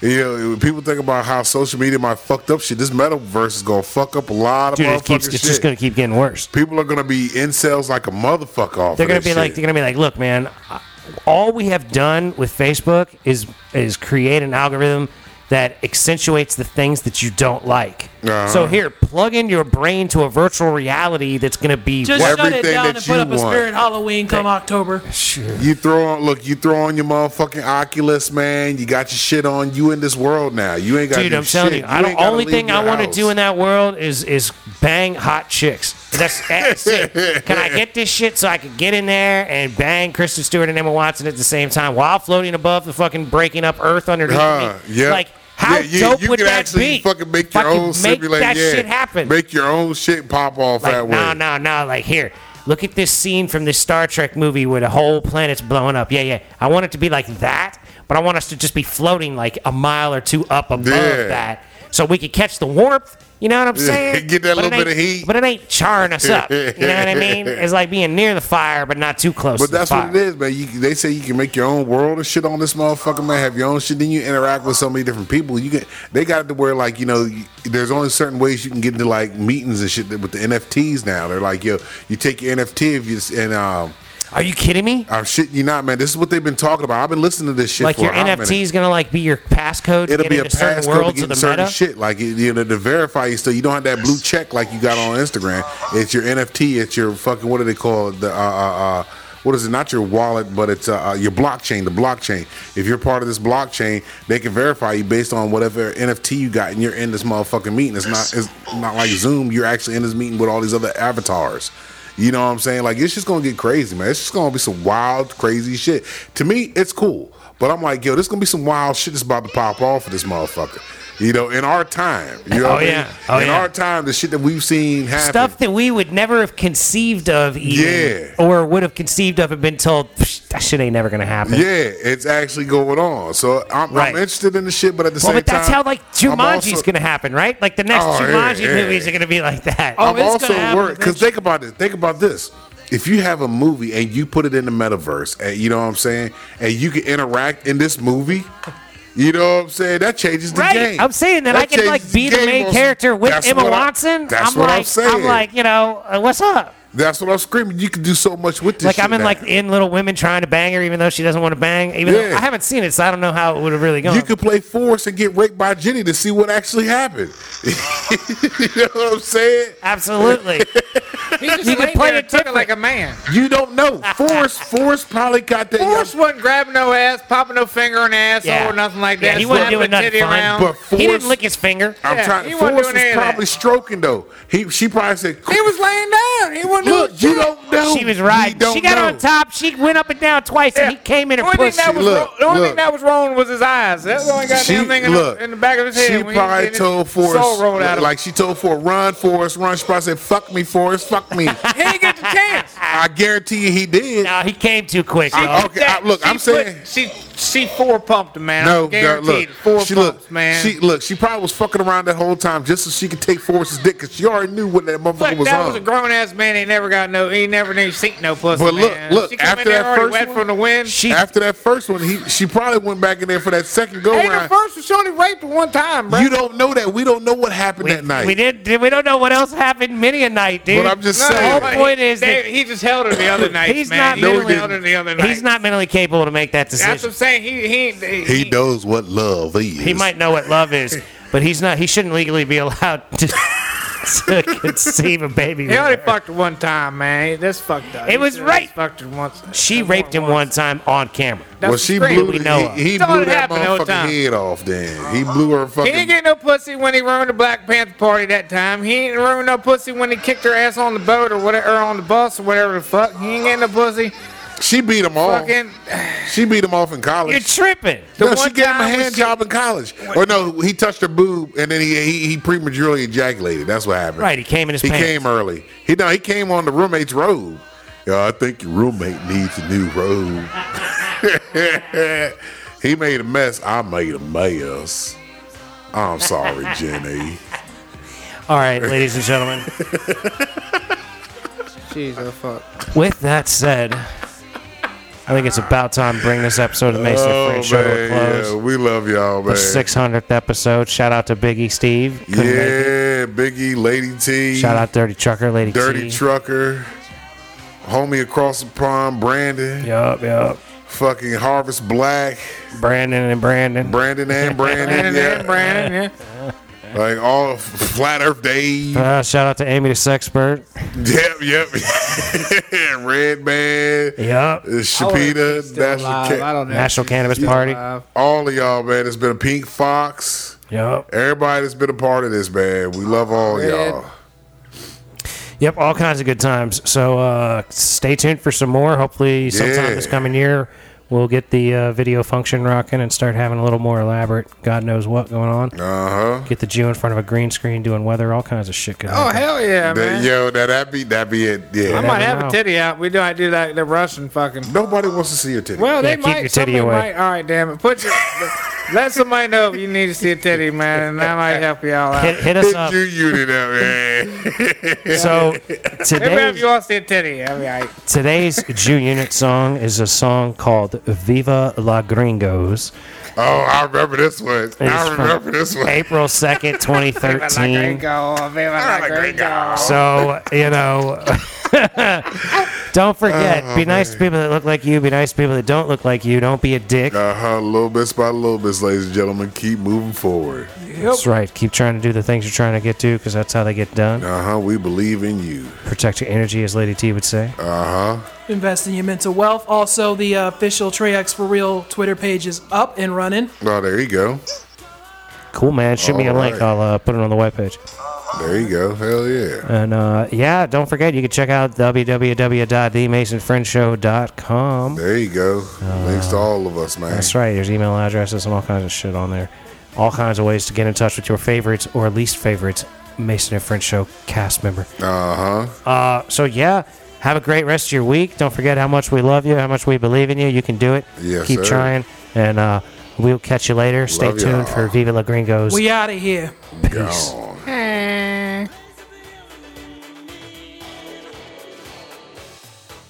[SPEAKER 3] You know, people think about how social media might fucked up shit. This metaverse is gonna fuck up a lot of
[SPEAKER 1] Dude, it
[SPEAKER 3] motherfucking
[SPEAKER 1] keeps, it's
[SPEAKER 3] shit.
[SPEAKER 1] just going to keep getting worse.
[SPEAKER 3] people are gonna be incels like a motherfucker off.
[SPEAKER 1] They're going
[SPEAKER 3] of that
[SPEAKER 1] to be
[SPEAKER 3] shit.
[SPEAKER 1] like, they're going to be like, Look, man, I- all we have done with Facebook is is create an algorithm that accentuates the things that you don't like.
[SPEAKER 3] Uh-huh.
[SPEAKER 1] So here, plug in your brain to a virtual reality that's going to be
[SPEAKER 2] Just
[SPEAKER 3] Well,
[SPEAKER 2] shut it
[SPEAKER 3] everything
[SPEAKER 2] down
[SPEAKER 3] that
[SPEAKER 2] and
[SPEAKER 3] you
[SPEAKER 2] put up a
[SPEAKER 3] want.
[SPEAKER 2] spirit Halloween come October.
[SPEAKER 3] You throw on, look, you throw on your motherfucking Oculus, man. You got your shit on. You in this world now. You ain't got.
[SPEAKER 1] Dude, I'm telling you, I don't, only thing I want to do in that world is is bang hot chicks. That's, that's it. Can I get this shit so I can get in there and bang Kristen Stewart and Emma Watson at the same time while floating above the fucking breaking up Earth underneath
[SPEAKER 3] Huh,
[SPEAKER 1] me?
[SPEAKER 3] yeah.
[SPEAKER 1] Like, how
[SPEAKER 3] yeah, you,
[SPEAKER 1] dope
[SPEAKER 3] you
[SPEAKER 1] would
[SPEAKER 3] can
[SPEAKER 1] that
[SPEAKER 3] actually
[SPEAKER 1] be?
[SPEAKER 3] Fucking make your
[SPEAKER 1] Fucking
[SPEAKER 3] own
[SPEAKER 1] make
[SPEAKER 3] simulate-
[SPEAKER 1] that
[SPEAKER 3] yeah.
[SPEAKER 1] shit happen.
[SPEAKER 3] Make your own shit pop off that
[SPEAKER 1] like,
[SPEAKER 3] way.
[SPEAKER 1] no, no, no. Like, here, look at this scene from this Star Trek movie where the whole planet's blowing up. Yeah, yeah. I want it to be like that, but I want us to just be floating like a mile or two up above
[SPEAKER 3] Yeah.
[SPEAKER 1] that so we could catch the warmth. You know what I'm
[SPEAKER 3] Yeah,
[SPEAKER 1] saying?
[SPEAKER 3] get that
[SPEAKER 1] But it
[SPEAKER 3] little bit
[SPEAKER 1] ain't-
[SPEAKER 3] of heat.
[SPEAKER 1] But it ain't charring us up. You know what I mean? It's like being near the fire, but not too close
[SPEAKER 3] But
[SPEAKER 1] to the
[SPEAKER 3] that's
[SPEAKER 1] fire.
[SPEAKER 3] what it is, man. You, they say you can make your own world and shit on this motherfucker, man. Have your own shit. Then you interact with so many different people. You can. They got it to where like you know, you- there's only certain ways you can get into like meetings and shit with the NFTs now. They're like, yo, you take your NFT if you s- and um,
[SPEAKER 1] Are you kidding me?
[SPEAKER 3] I'm shitting you not, man. This is what they've been talking about. I've been listening to this shit
[SPEAKER 1] Like
[SPEAKER 3] for
[SPEAKER 1] your
[SPEAKER 3] a hot minute.
[SPEAKER 1] NFT is gonna like be your passcode to
[SPEAKER 3] It'll
[SPEAKER 1] get
[SPEAKER 3] be a
[SPEAKER 1] into certain
[SPEAKER 3] passcode to
[SPEAKER 1] worlds of
[SPEAKER 3] get into
[SPEAKER 1] the
[SPEAKER 3] certain
[SPEAKER 1] meta.
[SPEAKER 3] shit. Like you know, to verify you still, you don't have that blue check like you got on Instagram. It's your NFT. It's your fucking what do they call it? The uh, uh, uh, what is it? Not your wallet, but it's uh, uh, your blockchain. The blockchain. If you're part of this blockchain, they can verify you based on whatever NFT you got, and you're in this motherfucking meeting. It's not. It's not like Zoom. You're actually in this meeting with all these other avatars. You know what I'm saying? Like it's just gonna get crazy, man. It's just gonna be some wild, crazy shit. To me, it's cool. But I'm like, yo, this gonna be some wild shit that's about to pop off for this motherfucker. You know, in our time. You know
[SPEAKER 1] Oh,
[SPEAKER 3] what I mean?
[SPEAKER 1] yeah. Oh,
[SPEAKER 3] in
[SPEAKER 1] yeah.
[SPEAKER 3] our time, the shit that we've seen happen.
[SPEAKER 1] stuff that we would never have conceived of even
[SPEAKER 3] Yeah.
[SPEAKER 1] or would have conceived of and been told "Psh, that shit ain't never gonna happen
[SPEAKER 3] yeah, it's actually going on. So I'm,
[SPEAKER 1] Right.
[SPEAKER 3] I'm interested in the shit, but at the
[SPEAKER 1] well
[SPEAKER 3] same
[SPEAKER 1] but that's
[SPEAKER 3] time,
[SPEAKER 1] how like
[SPEAKER 3] I'm
[SPEAKER 1] jumanji's
[SPEAKER 3] also-
[SPEAKER 1] gonna happen right like the next
[SPEAKER 3] Oh, yeah,
[SPEAKER 1] jumanji
[SPEAKER 3] yeah.
[SPEAKER 1] movies are gonna be like that
[SPEAKER 2] Oh,
[SPEAKER 3] I'm
[SPEAKER 2] it's
[SPEAKER 3] also
[SPEAKER 2] gonna happen
[SPEAKER 3] worried because think about it. Think about this. If you have a movie and you put it in the metaverse, and you know what I'm saying, and you can interact in this movie, you know what I'm saying, that changes the
[SPEAKER 1] Right,
[SPEAKER 3] game.
[SPEAKER 1] I'm saying that, I can
[SPEAKER 3] changes
[SPEAKER 1] like
[SPEAKER 3] the
[SPEAKER 1] be the
[SPEAKER 3] game
[SPEAKER 1] main
[SPEAKER 3] on-
[SPEAKER 1] character with
[SPEAKER 3] That's
[SPEAKER 1] Emma
[SPEAKER 3] what I-
[SPEAKER 1] Watson.
[SPEAKER 3] that's
[SPEAKER 1] I'm
[SPEAKER 3] what
[SPEAKER 1] like,
[SPEAKER 3] I'm saying.
[SPEAKER 1] like, you know, uh, what's up?
[SPEAKER 3] that's what I'm screaming. You can do so much with this.
[SPEAKER 1] Like
[SPEAKER 3] shit
[SPEAKER 1] I'm in
[SPEAKER 3] now.
[SPEAKER 1] like in Little Women trying to bang her, even though she doesn't want to bang. Even though
[SPEAKER 3] Yeah.
[SPEAKER 1] I haven't seen it, so I don't know how it would have really gone.
[SPEAKER 3] You could play Forrest and get raped by Jenny to see what actually happened. you know what I'm saying?
[SPEAKER 1] Absolutely,
[SPEAKER 4] He just
[SPEAKER 1] You
[SPEAKER 4] you
[SPEAKER 1] can
[SPEAKER 4] laid
[SPEAKER 1] play
[SPEAKER 4] there
[SPEAKER 1] it
[SPEAKER 4] and took it like a man.
[SPEAKER 3] You don't know. Forrest, Forrest probably got that.
[SPEAKER 4] Forrest wasn't grabbing no ass, popping no finger in the ass
[SPEAKER 1] Yeah.
[SPEAKER 4] or nothing like
[SPEAKER 1] Yeah,
[SPEAKER 4] that.
[SPEAKER 1] he wasn't
[SPEAKER 4] slapping
[SPEAKER 1] doing
[SPEAKER 4] a
[SPEAKER 1] nothing
[SPEAKER 4] titty
[SPEAKER 1] fun.
[SPEAKER 4] around.
[SPEAKER 3] But
[SPEAKER 1] he
[SPEAKER 3] Forrest-
[SPEAKER 1] didn't lick his finger.
[SPEAKER 3] I'm
[SPEAKER 4] Yeah,
[SPEAKER 3] trying.
[SPEAKER 4] he wasn't
[SPEAKER 3] Forrest
[SPEAKER 4] doing any
[SPEAKER 3] was
[SPEAKER 4] of that.
[SPEAKER 3] probably stroking though. He she probably said,
[SPEAKER 4] he was laying down. He wasn't
[SPEAKER 3] "Look,
[SPEAKER 4] doing
[SPEAKER 3] you
[SPEAKER 4] shit.
[SPEAKER 3] don't know."
[SPEAKER 4] know.
[SPEAKER 1] She was right.
[SPEAKER 3] We don't
[SPEAKER 1] She got
[SPEAKER 3] know.
[SPEAKER 1] on top. She went up and down twice, and he came in her
[SPEAKER 4] only thing
[SPEAKER 1] pussy.
[SPEAKER 4] that was
[SPEAKER 3] Look,
[SPEAKER 4] wrong, the only
[SPEAKER 3] look.
[SPEAKER 4] thing that was wrong was his eyes. That's the only goddamn
[SPEAKER 3] She
[SPEAKER 4] thing in,
[SPEAKER 3] look.
[SPEAKER 4] the, in the back of his head.
[SPEAKER 3] She
[SPEAKER 4] when he was
[SPEAKER 3] probably
[SPEAKER 4] getting
[SPEAKER 3] told
[SPEAKER 4] his
[SPEAKER 3] Forrest
[SPEAKER 4] soul rolled out of
[SPEAKER 3] like she told Forrest, run, Forrest, run. She probably said, "Fuck me, Forrest, fuck me."
[SPEAKER 4] him. he didn't get the chance.
[SPEAKER 3] I guarantee you, he did.
[SPEAKER 1] no, he came too quick.
[SPEAKER 4] She
[SPEAKER 1] dog.
[SPEAKER 3] Uh,
[SPEAKER 4] did
[SPEAKER 3] okay, I- look,
[SPEAKER 4] She
[SPEAKER 3] I'm
[SPEAKER 4] put-
[SPEAKER 3] saying-
[SPEAKER 4] she she four pumped him, man.
[SPEAKER 3] No,
[SPEAKER 4] No,
[SPEAKER 3] God,
[SPEAKER 4] guaranteed.
[SPEAKER 3] look.
[SPEAKER 4] four
[SPEAKER 3] she
[SPEAKER 4] pumps,
[SPEAKER 3] look,
[SPEAKER 4] man.
[SPEAKER 3] She look. She probably was fucking around that whole time just so she could take Forrest's dick because she already knew what that motherfucker
[SPEAKER 4] Fuck,
[SPEAKER 3] was
[SPEAKER 4] that
[SPEAKER 3] on.
[SPEAKER 4] was a grown ass man. He never got no. He never knew seen no pussy.
[SPEAKER 3] But look,
[SPEAKER 4] man.
[SPEAKER 3] look,
[SPEAKER 4] She come
[SPEAKER 3] after
[SPEAKER 4] in there
[SPEAKER 3] that
[SPEAKER 4] already
[SPEAKER 3] first
[SPEAKER 4] wet
[SPEAKER 3] one-
[SPEAKER 4] from the wind.
[SPEAKER 1] She
[SPEAKER 3] After that first one, he she probably went back in there for that second go
[SPEAKER 4] hey, the
[SPEAKER 3] round.
[SPEAKER 4] first was she only raped her one time, bro.
[SPEAKER 3] You don't know that. We don't know what happened
[SPEAKER 1] we,
[SPEAKER 3] that night.
[SPEAKER 1] we did. We don't know what else happened. Many a night, dude.
[SPEAKER 3] But I'm just
[SPEAKER 4] No,
[SPEAKER 3] saying.
[SPEAKER 1] whole
[SPEAKER 4] but
[SPEAKER 1] point
[SPEAKER 4] he,
[SPEAKER 1] is
[SPEAKER 4] they-
[SPEAKER 1] that-
[SPEAKER 4] he just held her the other night,
[SPEAKER 1] He's
[SPEAKER 4] man.
[SPEAKER 1] not
[SPEAKER 4] he
[SPEAKER 1] mentally-
[SPEAKER 4] literally held her the other night.
[SPEAKER 1] He's not mentally capable to make that
[SPEAKER 4] That's what
[SPEAKER 1] decision.
[SPEAKER 4] I'm saying. He he he,
[SPEAKER 3] he knows what love is.
[SPEAKER 1] He might know what love is, but he's not. He shouldn't legally be allowed to, to conceive a baby.
[SPEAKER 4] He
[SPEAKER 1] with
[SPEAKER 4] already
[SPEAKER 1] her.
[SPEAKER 4] fucked her one time, man. That's fucked up.
[SPEAKER 1] It
[SPEAKER 4] He
[SPEAKER 1] was
[SPEAKER 4] should've just
[SPEAKER 1] rape.
[SPEAKER 4] Fucked her once.
[SPEAKER 1] She
[SPEAKER 4] That's
[SPEAKER 1] raped him
[SPEAKER 4] once.
[SPEAKER 1] one time on camera.
[SPEAKER 4] That's
[SPEAKER 3] well,
[SPEAKER 4] the
[SPEAKER 3] she
[SPEAKER 4] screen
[SPEAKER 3] blew.
[SPEAKER 1] we
[SPEAKER 3] the-
[SPEAKER 1] know
[SPEAKER 3] he, he
[SPEAKER 4] of. That's all
[SPEAKER 3] blew
[SPEAKER 4] that
[SPEAKER 3] that
[SPEAKER 4] happened the whole
[SPEAKER 3] motherfucking
[SPEAKER 4] time.
[SPEAKER 3] head off. Then he blew her
[SPEAKER 4] He
[SPEAKER 3] fucking.
[SPEAKER 4] didn't get no pussy when he ruined the Black Panther party that time. He didn't ruin no pussy when he kicked her ass on the boat or whatever, or on the bus or whatever the fuck. He ain't getting no pussy.
[SPEAKER 3] she beat him off.
[SPEAKER 4] Fucking
[SPEAKER 3] She beat him off in college.
[SPEAKER 1] You're tripping.
[SPEAKER 3] no, she
[SPEAKER 4] one
[SPEAKER 3] gave him a
[SPEAKER 4] time when
[SPEAKER 3] hand
[SPEAKER 4] she-
[SPEAKER 3] job in college. Or no, he touched her boob and then he he, he prematurely ejaculated. That's what happened.
[SPEAKER 1] Right, he came in his
[SPEAKER 3] He
[SPEAKER 1] pants.
[SPEAKER 3] came early. He no, he came on the roommate's robe. Yeah, I think your roommate needs a new robe. he made a mess. I made a mess. I'm sorry, Jenny.
[SPEAKER 1] All right, ladies and gentlemen.
[SPEAKER 4] Jeez, oh fuck.
[SPEAKER 1] With that said, I think it's about time to bring this episode of the Mason and Friend Show to a
[SPEAKER 3] Oh, yeah,
[SPEAKER 1] close.
[SPEAKER 3] we love y'all, man.
[SPEAKER 1] The 600th episode. Shout out to Biggie Steve. Couldn't make it.
[SPEAKER 3] Yeah, Biggie, Lady T.
[SPEAKER 1] Shout out Dirty Trucker, Lady
[SPEAKER 3] Dirty
[SPEAKER 1] T.
[SPEAKER 3] Trucker. Homie across the pond, Brandon.
[SPEAKER 1] Yup, yup.
[SPEAKER 3] Fucking Harvest Black.
[SPEAKER 1] Brandon and Brandon.
[SPEAKER 3] Brandon and Brandon.
[SPEAKER 4] And
[SPEAKER 3] yeah.
[SPEAKER 4] then Brandon, yeah.
[SPEAKER 3] Like all of Flat Earth Dave.
[SPEAKER 1] Uh, shout out to Amy the Sexpert.
[SPEAKER 3] Yep, yep. Red Man. uh,
[SPEAKER 1] Yup.
[SPEAKER 3] Shapita. National Ca-
[SPEAKER 4] don't
[SPEAKER 1] National Cannabis Party.
[SPEAKER 3] all of y'all, man. It's been a Pink Fox.
[SPEAKER 1] Yup.
[SPEAKER 3] Everybody that's been a part of this, man. We love all y'all.
[SPEAKER 1] Yep, all kinds of good times. So uh, stay tuned for some more. Hopefully, sometime
[SPEAKER 3] Yeah.
[SPEAKER 1] this coming year, we'll get the uh, video function rocking and start having a little more elaborate, God knows what going on.
[SPEAKER 3] Uh huh.
[SPEAKER 1] Get the Jew in front of a green screen doing weather, all kinds of shit. Could
[SPEAKER 4] Oh
[SPEAKER 1] happen.
[SPEAKER 4] hell yeah, man.
[SPEAKER 3] Yo, that that be that be it. Yeah.
[SPEAKER 4] I might have
[SPEAKER 1] know.
[SPEAKER 4] a titty out. We do. I do like the Russian fucking.
[SPEAKER 3] Nobody wants to see your titty.
[SPEAKER 4] Well,
[SPEAKER 1] Yeah,
[SPEAKER 4] they
[SPEAKER 1] keep
[SPEAKER 4] might.
[SPEAKER 1] your titty
[SPEAKER 4] somebody
[SPEAKER 1] away.
[SPEAKER 4] might. All right, damn it. Put your. let somebody know if you need to see a titty, man, and that might help you all out.
[SPEAKER 1] Hit, hit us
[SPEAKER 3] Hit
[SPEAKER 1] up.
[SPEAKER 3] your unit up, man.
[SPEAKER 1] So
[SPEAKER 4] Maybe if
[SPEAKER 1] today's,
[SPEAKER 4] you all see a titty, I mean, I,
[SPEAKER 1] today's Jew Unit song is a song called Viva la Gringos.
[SPEAKER 3] oh, I remember this one. I
[SPEAKER 1] It's from
[SPEAKER 3] remember this one.
[SPEAKER 1] April 2nd,
[SPEAKER 4] Viva la
[SPEAKER 1] 2013.
[SPEAKER 4] gringo, viva la gringo.
[SPEAKER 1] So, you know, don't forget,
[SPEAKER 3] Oh,
[SPEAKER 1] be nice to people that look like you, be nice to people that don't look like you, don't be a dick.
[SPEAKER 3] Uh huh. Little bits by little bits, ladies and gentlemen. Keep moving forward.
[SPEAKER 1] That's right. Keep trying to do the things you're trying to get to because that's how they get done.
[SPEAKER 3] Uh huh. We believe in you. Uh-huh.
[SPEAKER 1] Protect your energy, as Lady T would say.
[SPEAKER 3] Uh,
[SPEAKER 2] Invest in your mental wealth. Also, the uh, official Trex for Real Twitter page is up and running.
[SPEAKER 3] Oh, there you go.
[SPEAKER 1] Cool, man. Shoot me a
[SPEAKER 3] all
[SPEAKER 1] link.
[SPEAKER 3] right.
[SPEAKER 1] I'll uh, put it on the webpage.
[SPEAKER 3] There you go. Hell yeah.
[SPEAKER 1] And uh, yeah, don't forget, you can check out www.themasonfriendshow.com.
[SPEAKER 3] There you go. Thanks to all of us, man.
[SPEAKER 1] Uh, That's right. There's email addresses and all kinds of shit on there. All kinds of ways to get in touch with your favorites or least favorites Mason and French Show cast member.
[SPEAKER 3] Uh huh.
[SPEAKER 1] Uh, so yeah, have a great rest of your week. Don't forget how much we love you, how much we believe in you. You can do it.
[SPEAKER 3] Yes,
[SPEAKER 1] Keep
[SPEAKER 3] sir.
[SPEAKER 1] trying, and uh, we'll catch you later. Stay
[SPEAKER 3] Love
[SPEAKER 1] tuned
[SPEAKER 3] y'all.
[SPEAKER 1] for Viva La Gringos.
[SPEAKER 2] We out of here.
[SPEAKER 1] Peace.
[SPEAKER 3] Gone.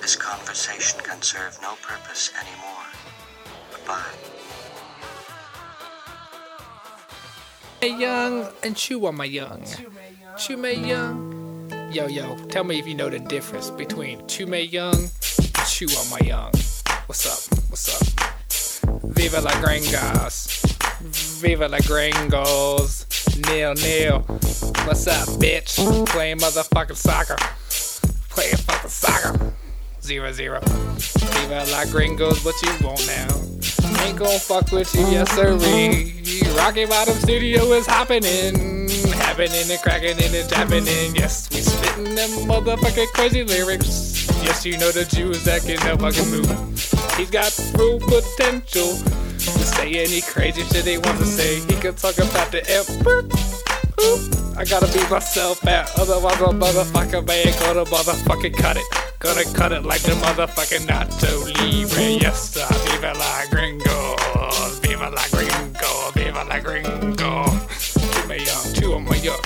[SPEAKER 6] This conversation can serve no purpose anymore. Goodbye.
[SPEAKER 7] May Young and Chew on My Young. Chew May Young. Yo, yo, tell me if you know the difference between Chew May Young, Chew on My Young. What's up? What's up? Viva la gringos. Viva la gringos. Nil nil. What's up, bitch? Playing motherfucking soccer. Playing fucking soccer. Zero zero. Viva la gringos, what you want now? Ain't gon' fuck with you, yes sirree. Rocky Bottom Studio is hopping in. Happening and cracking in and tapping in. Yes, we spitting them motherfucking crazy lyrics. Yes, you know the Jews that can no fucking move. He's got real potential to say any crazy shit he wants to say. He could talk about the emperor. Oop, I gotta be myself out, otherwise a motherfucker man gonna motherfucking cut it. Gonna cut it like the motherfucking Nacho Libre. Yes, sir. Viva la gringo. Viva la gringo. Viva la gringo. Chew my young, chew on my young.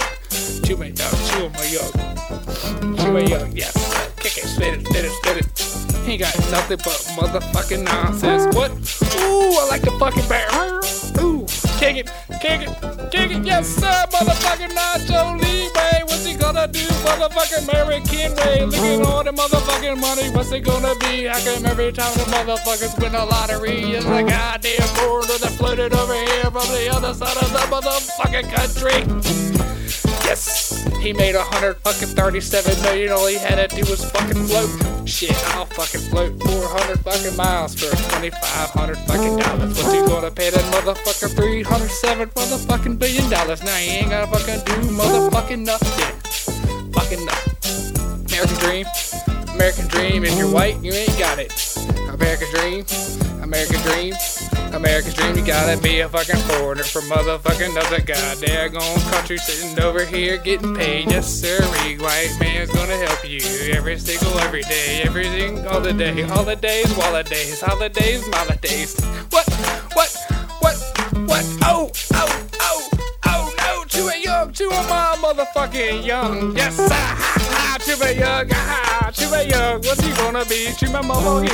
[SPEAKER 7] Chew my young, chew on my young. Chew my young, yes, sir. Kick it, spit it, spit it, spit it. He got nothing but motherfucking nonsense. What? Ooh, I like the fucking bear. Ooh, kick it, kick it, kick it. Yes, sir, motherfucking Nacho Libre. What's he gonna do, motherfucking American way? Look at all the motherfucking money. What's it gonna be? How come every time the motherfuckers win a lottery, it's a goddamn border that floated over here from the other side of the motherfucking country? Yes, he made a hundred fucking thirty-seven million. All he had to do was fucking float. Shit, I'll fucking float four hundred fucking miles for twenty-five hundred fucking dollars. What's he gonna pay that motherfucker three hundred seven motherfucking billion dollars? Now he ain't gonna fucking do motherfucking nothing. Fucking nothing. American dream, American dream. If you're white, you ain't got it. American dream, American dream, American dream. You gotta be a fucking foreigner from motherfucking another goddamn gone country sitting over here getting paid. Yes, sir. White man's gonna help you every single, every day, every single, all the day. Holidays, holidays, holidays, holidays. What? What? What? What? Oh! Oh! Oh! Oh no! Chew it young, chew it my motherfucking young. Yes, sir. Ha, ha, chew it young, ha, ha, chew it young. What's he gonna be? Chew my motherfucking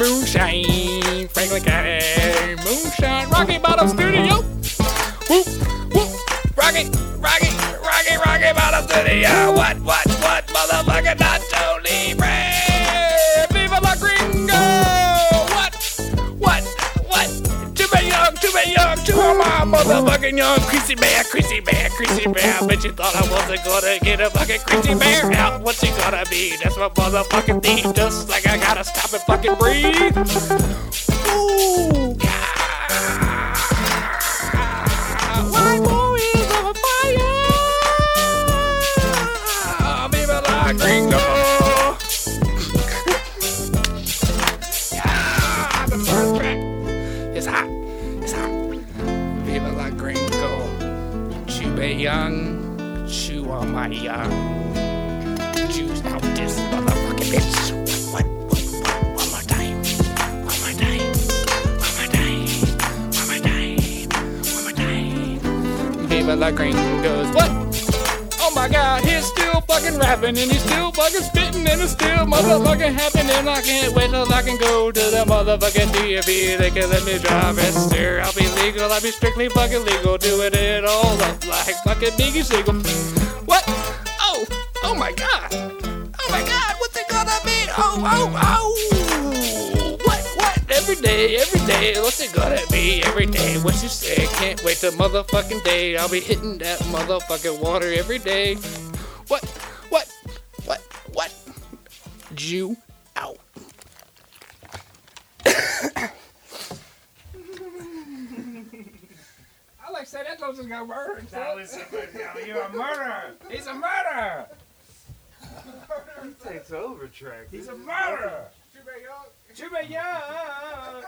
[SPEAKER 7] young. Moonshine, Franklin County, moonshine, Rocky Bottom Studio. Whoop, whoop, Rocky, Rocky, Rocky, Rocky Bottom Studio. uh, What, what, what, motherfucking Nacho Libre? Viva la gringo! What? What? What? Too bad young, too bad young, too old, my motherfucking young Chrissy Bear, Chrissy Bear, Chrissy Bear. But you thought I wasn't gonna get a fucking Chrissy Bear out. What's she gonna be? That's my motherfucking thing. Just like I gotta stop and fucking breathe. Ooh. Ah. yeah. White boys on fire. Viva la Gringo. Yeah, the first track. It's hot. It's hot. Viva la gringo. Chube young. Chew on my young. Juice out this motherfucking bitch. What, what, what, one more time. One more time. One more time. One more time. One more time. Viva la gringos. What? Oh my god, he's still fucking rapping and he's still fucking spitting and it's still motherfucking happening. I can't wait till I can go to the motherfucking DMV. They can let me drive and steer. I'll be legal, I'll be strictly fucking legal, doing it all up like fucking Biggie Siegel. What? Oh, oh my god. Oh my god, what's it gonna be? Oh, oh, oh. What, what? Every day, every day, what's it gonna be? Every day, what you say? Can't wait till motherfucking day. I'll be hitting that motherfucking water every day. What, what, what, what? Jew out. Alex said that just got murdered.
[SPEAKER 4] You're a murderer. He's a murderer.
[SPEAKER 8] Takes over track.
[SPEAKER 4] He's a murderer.
[SPEAKER 7] Chuba Young.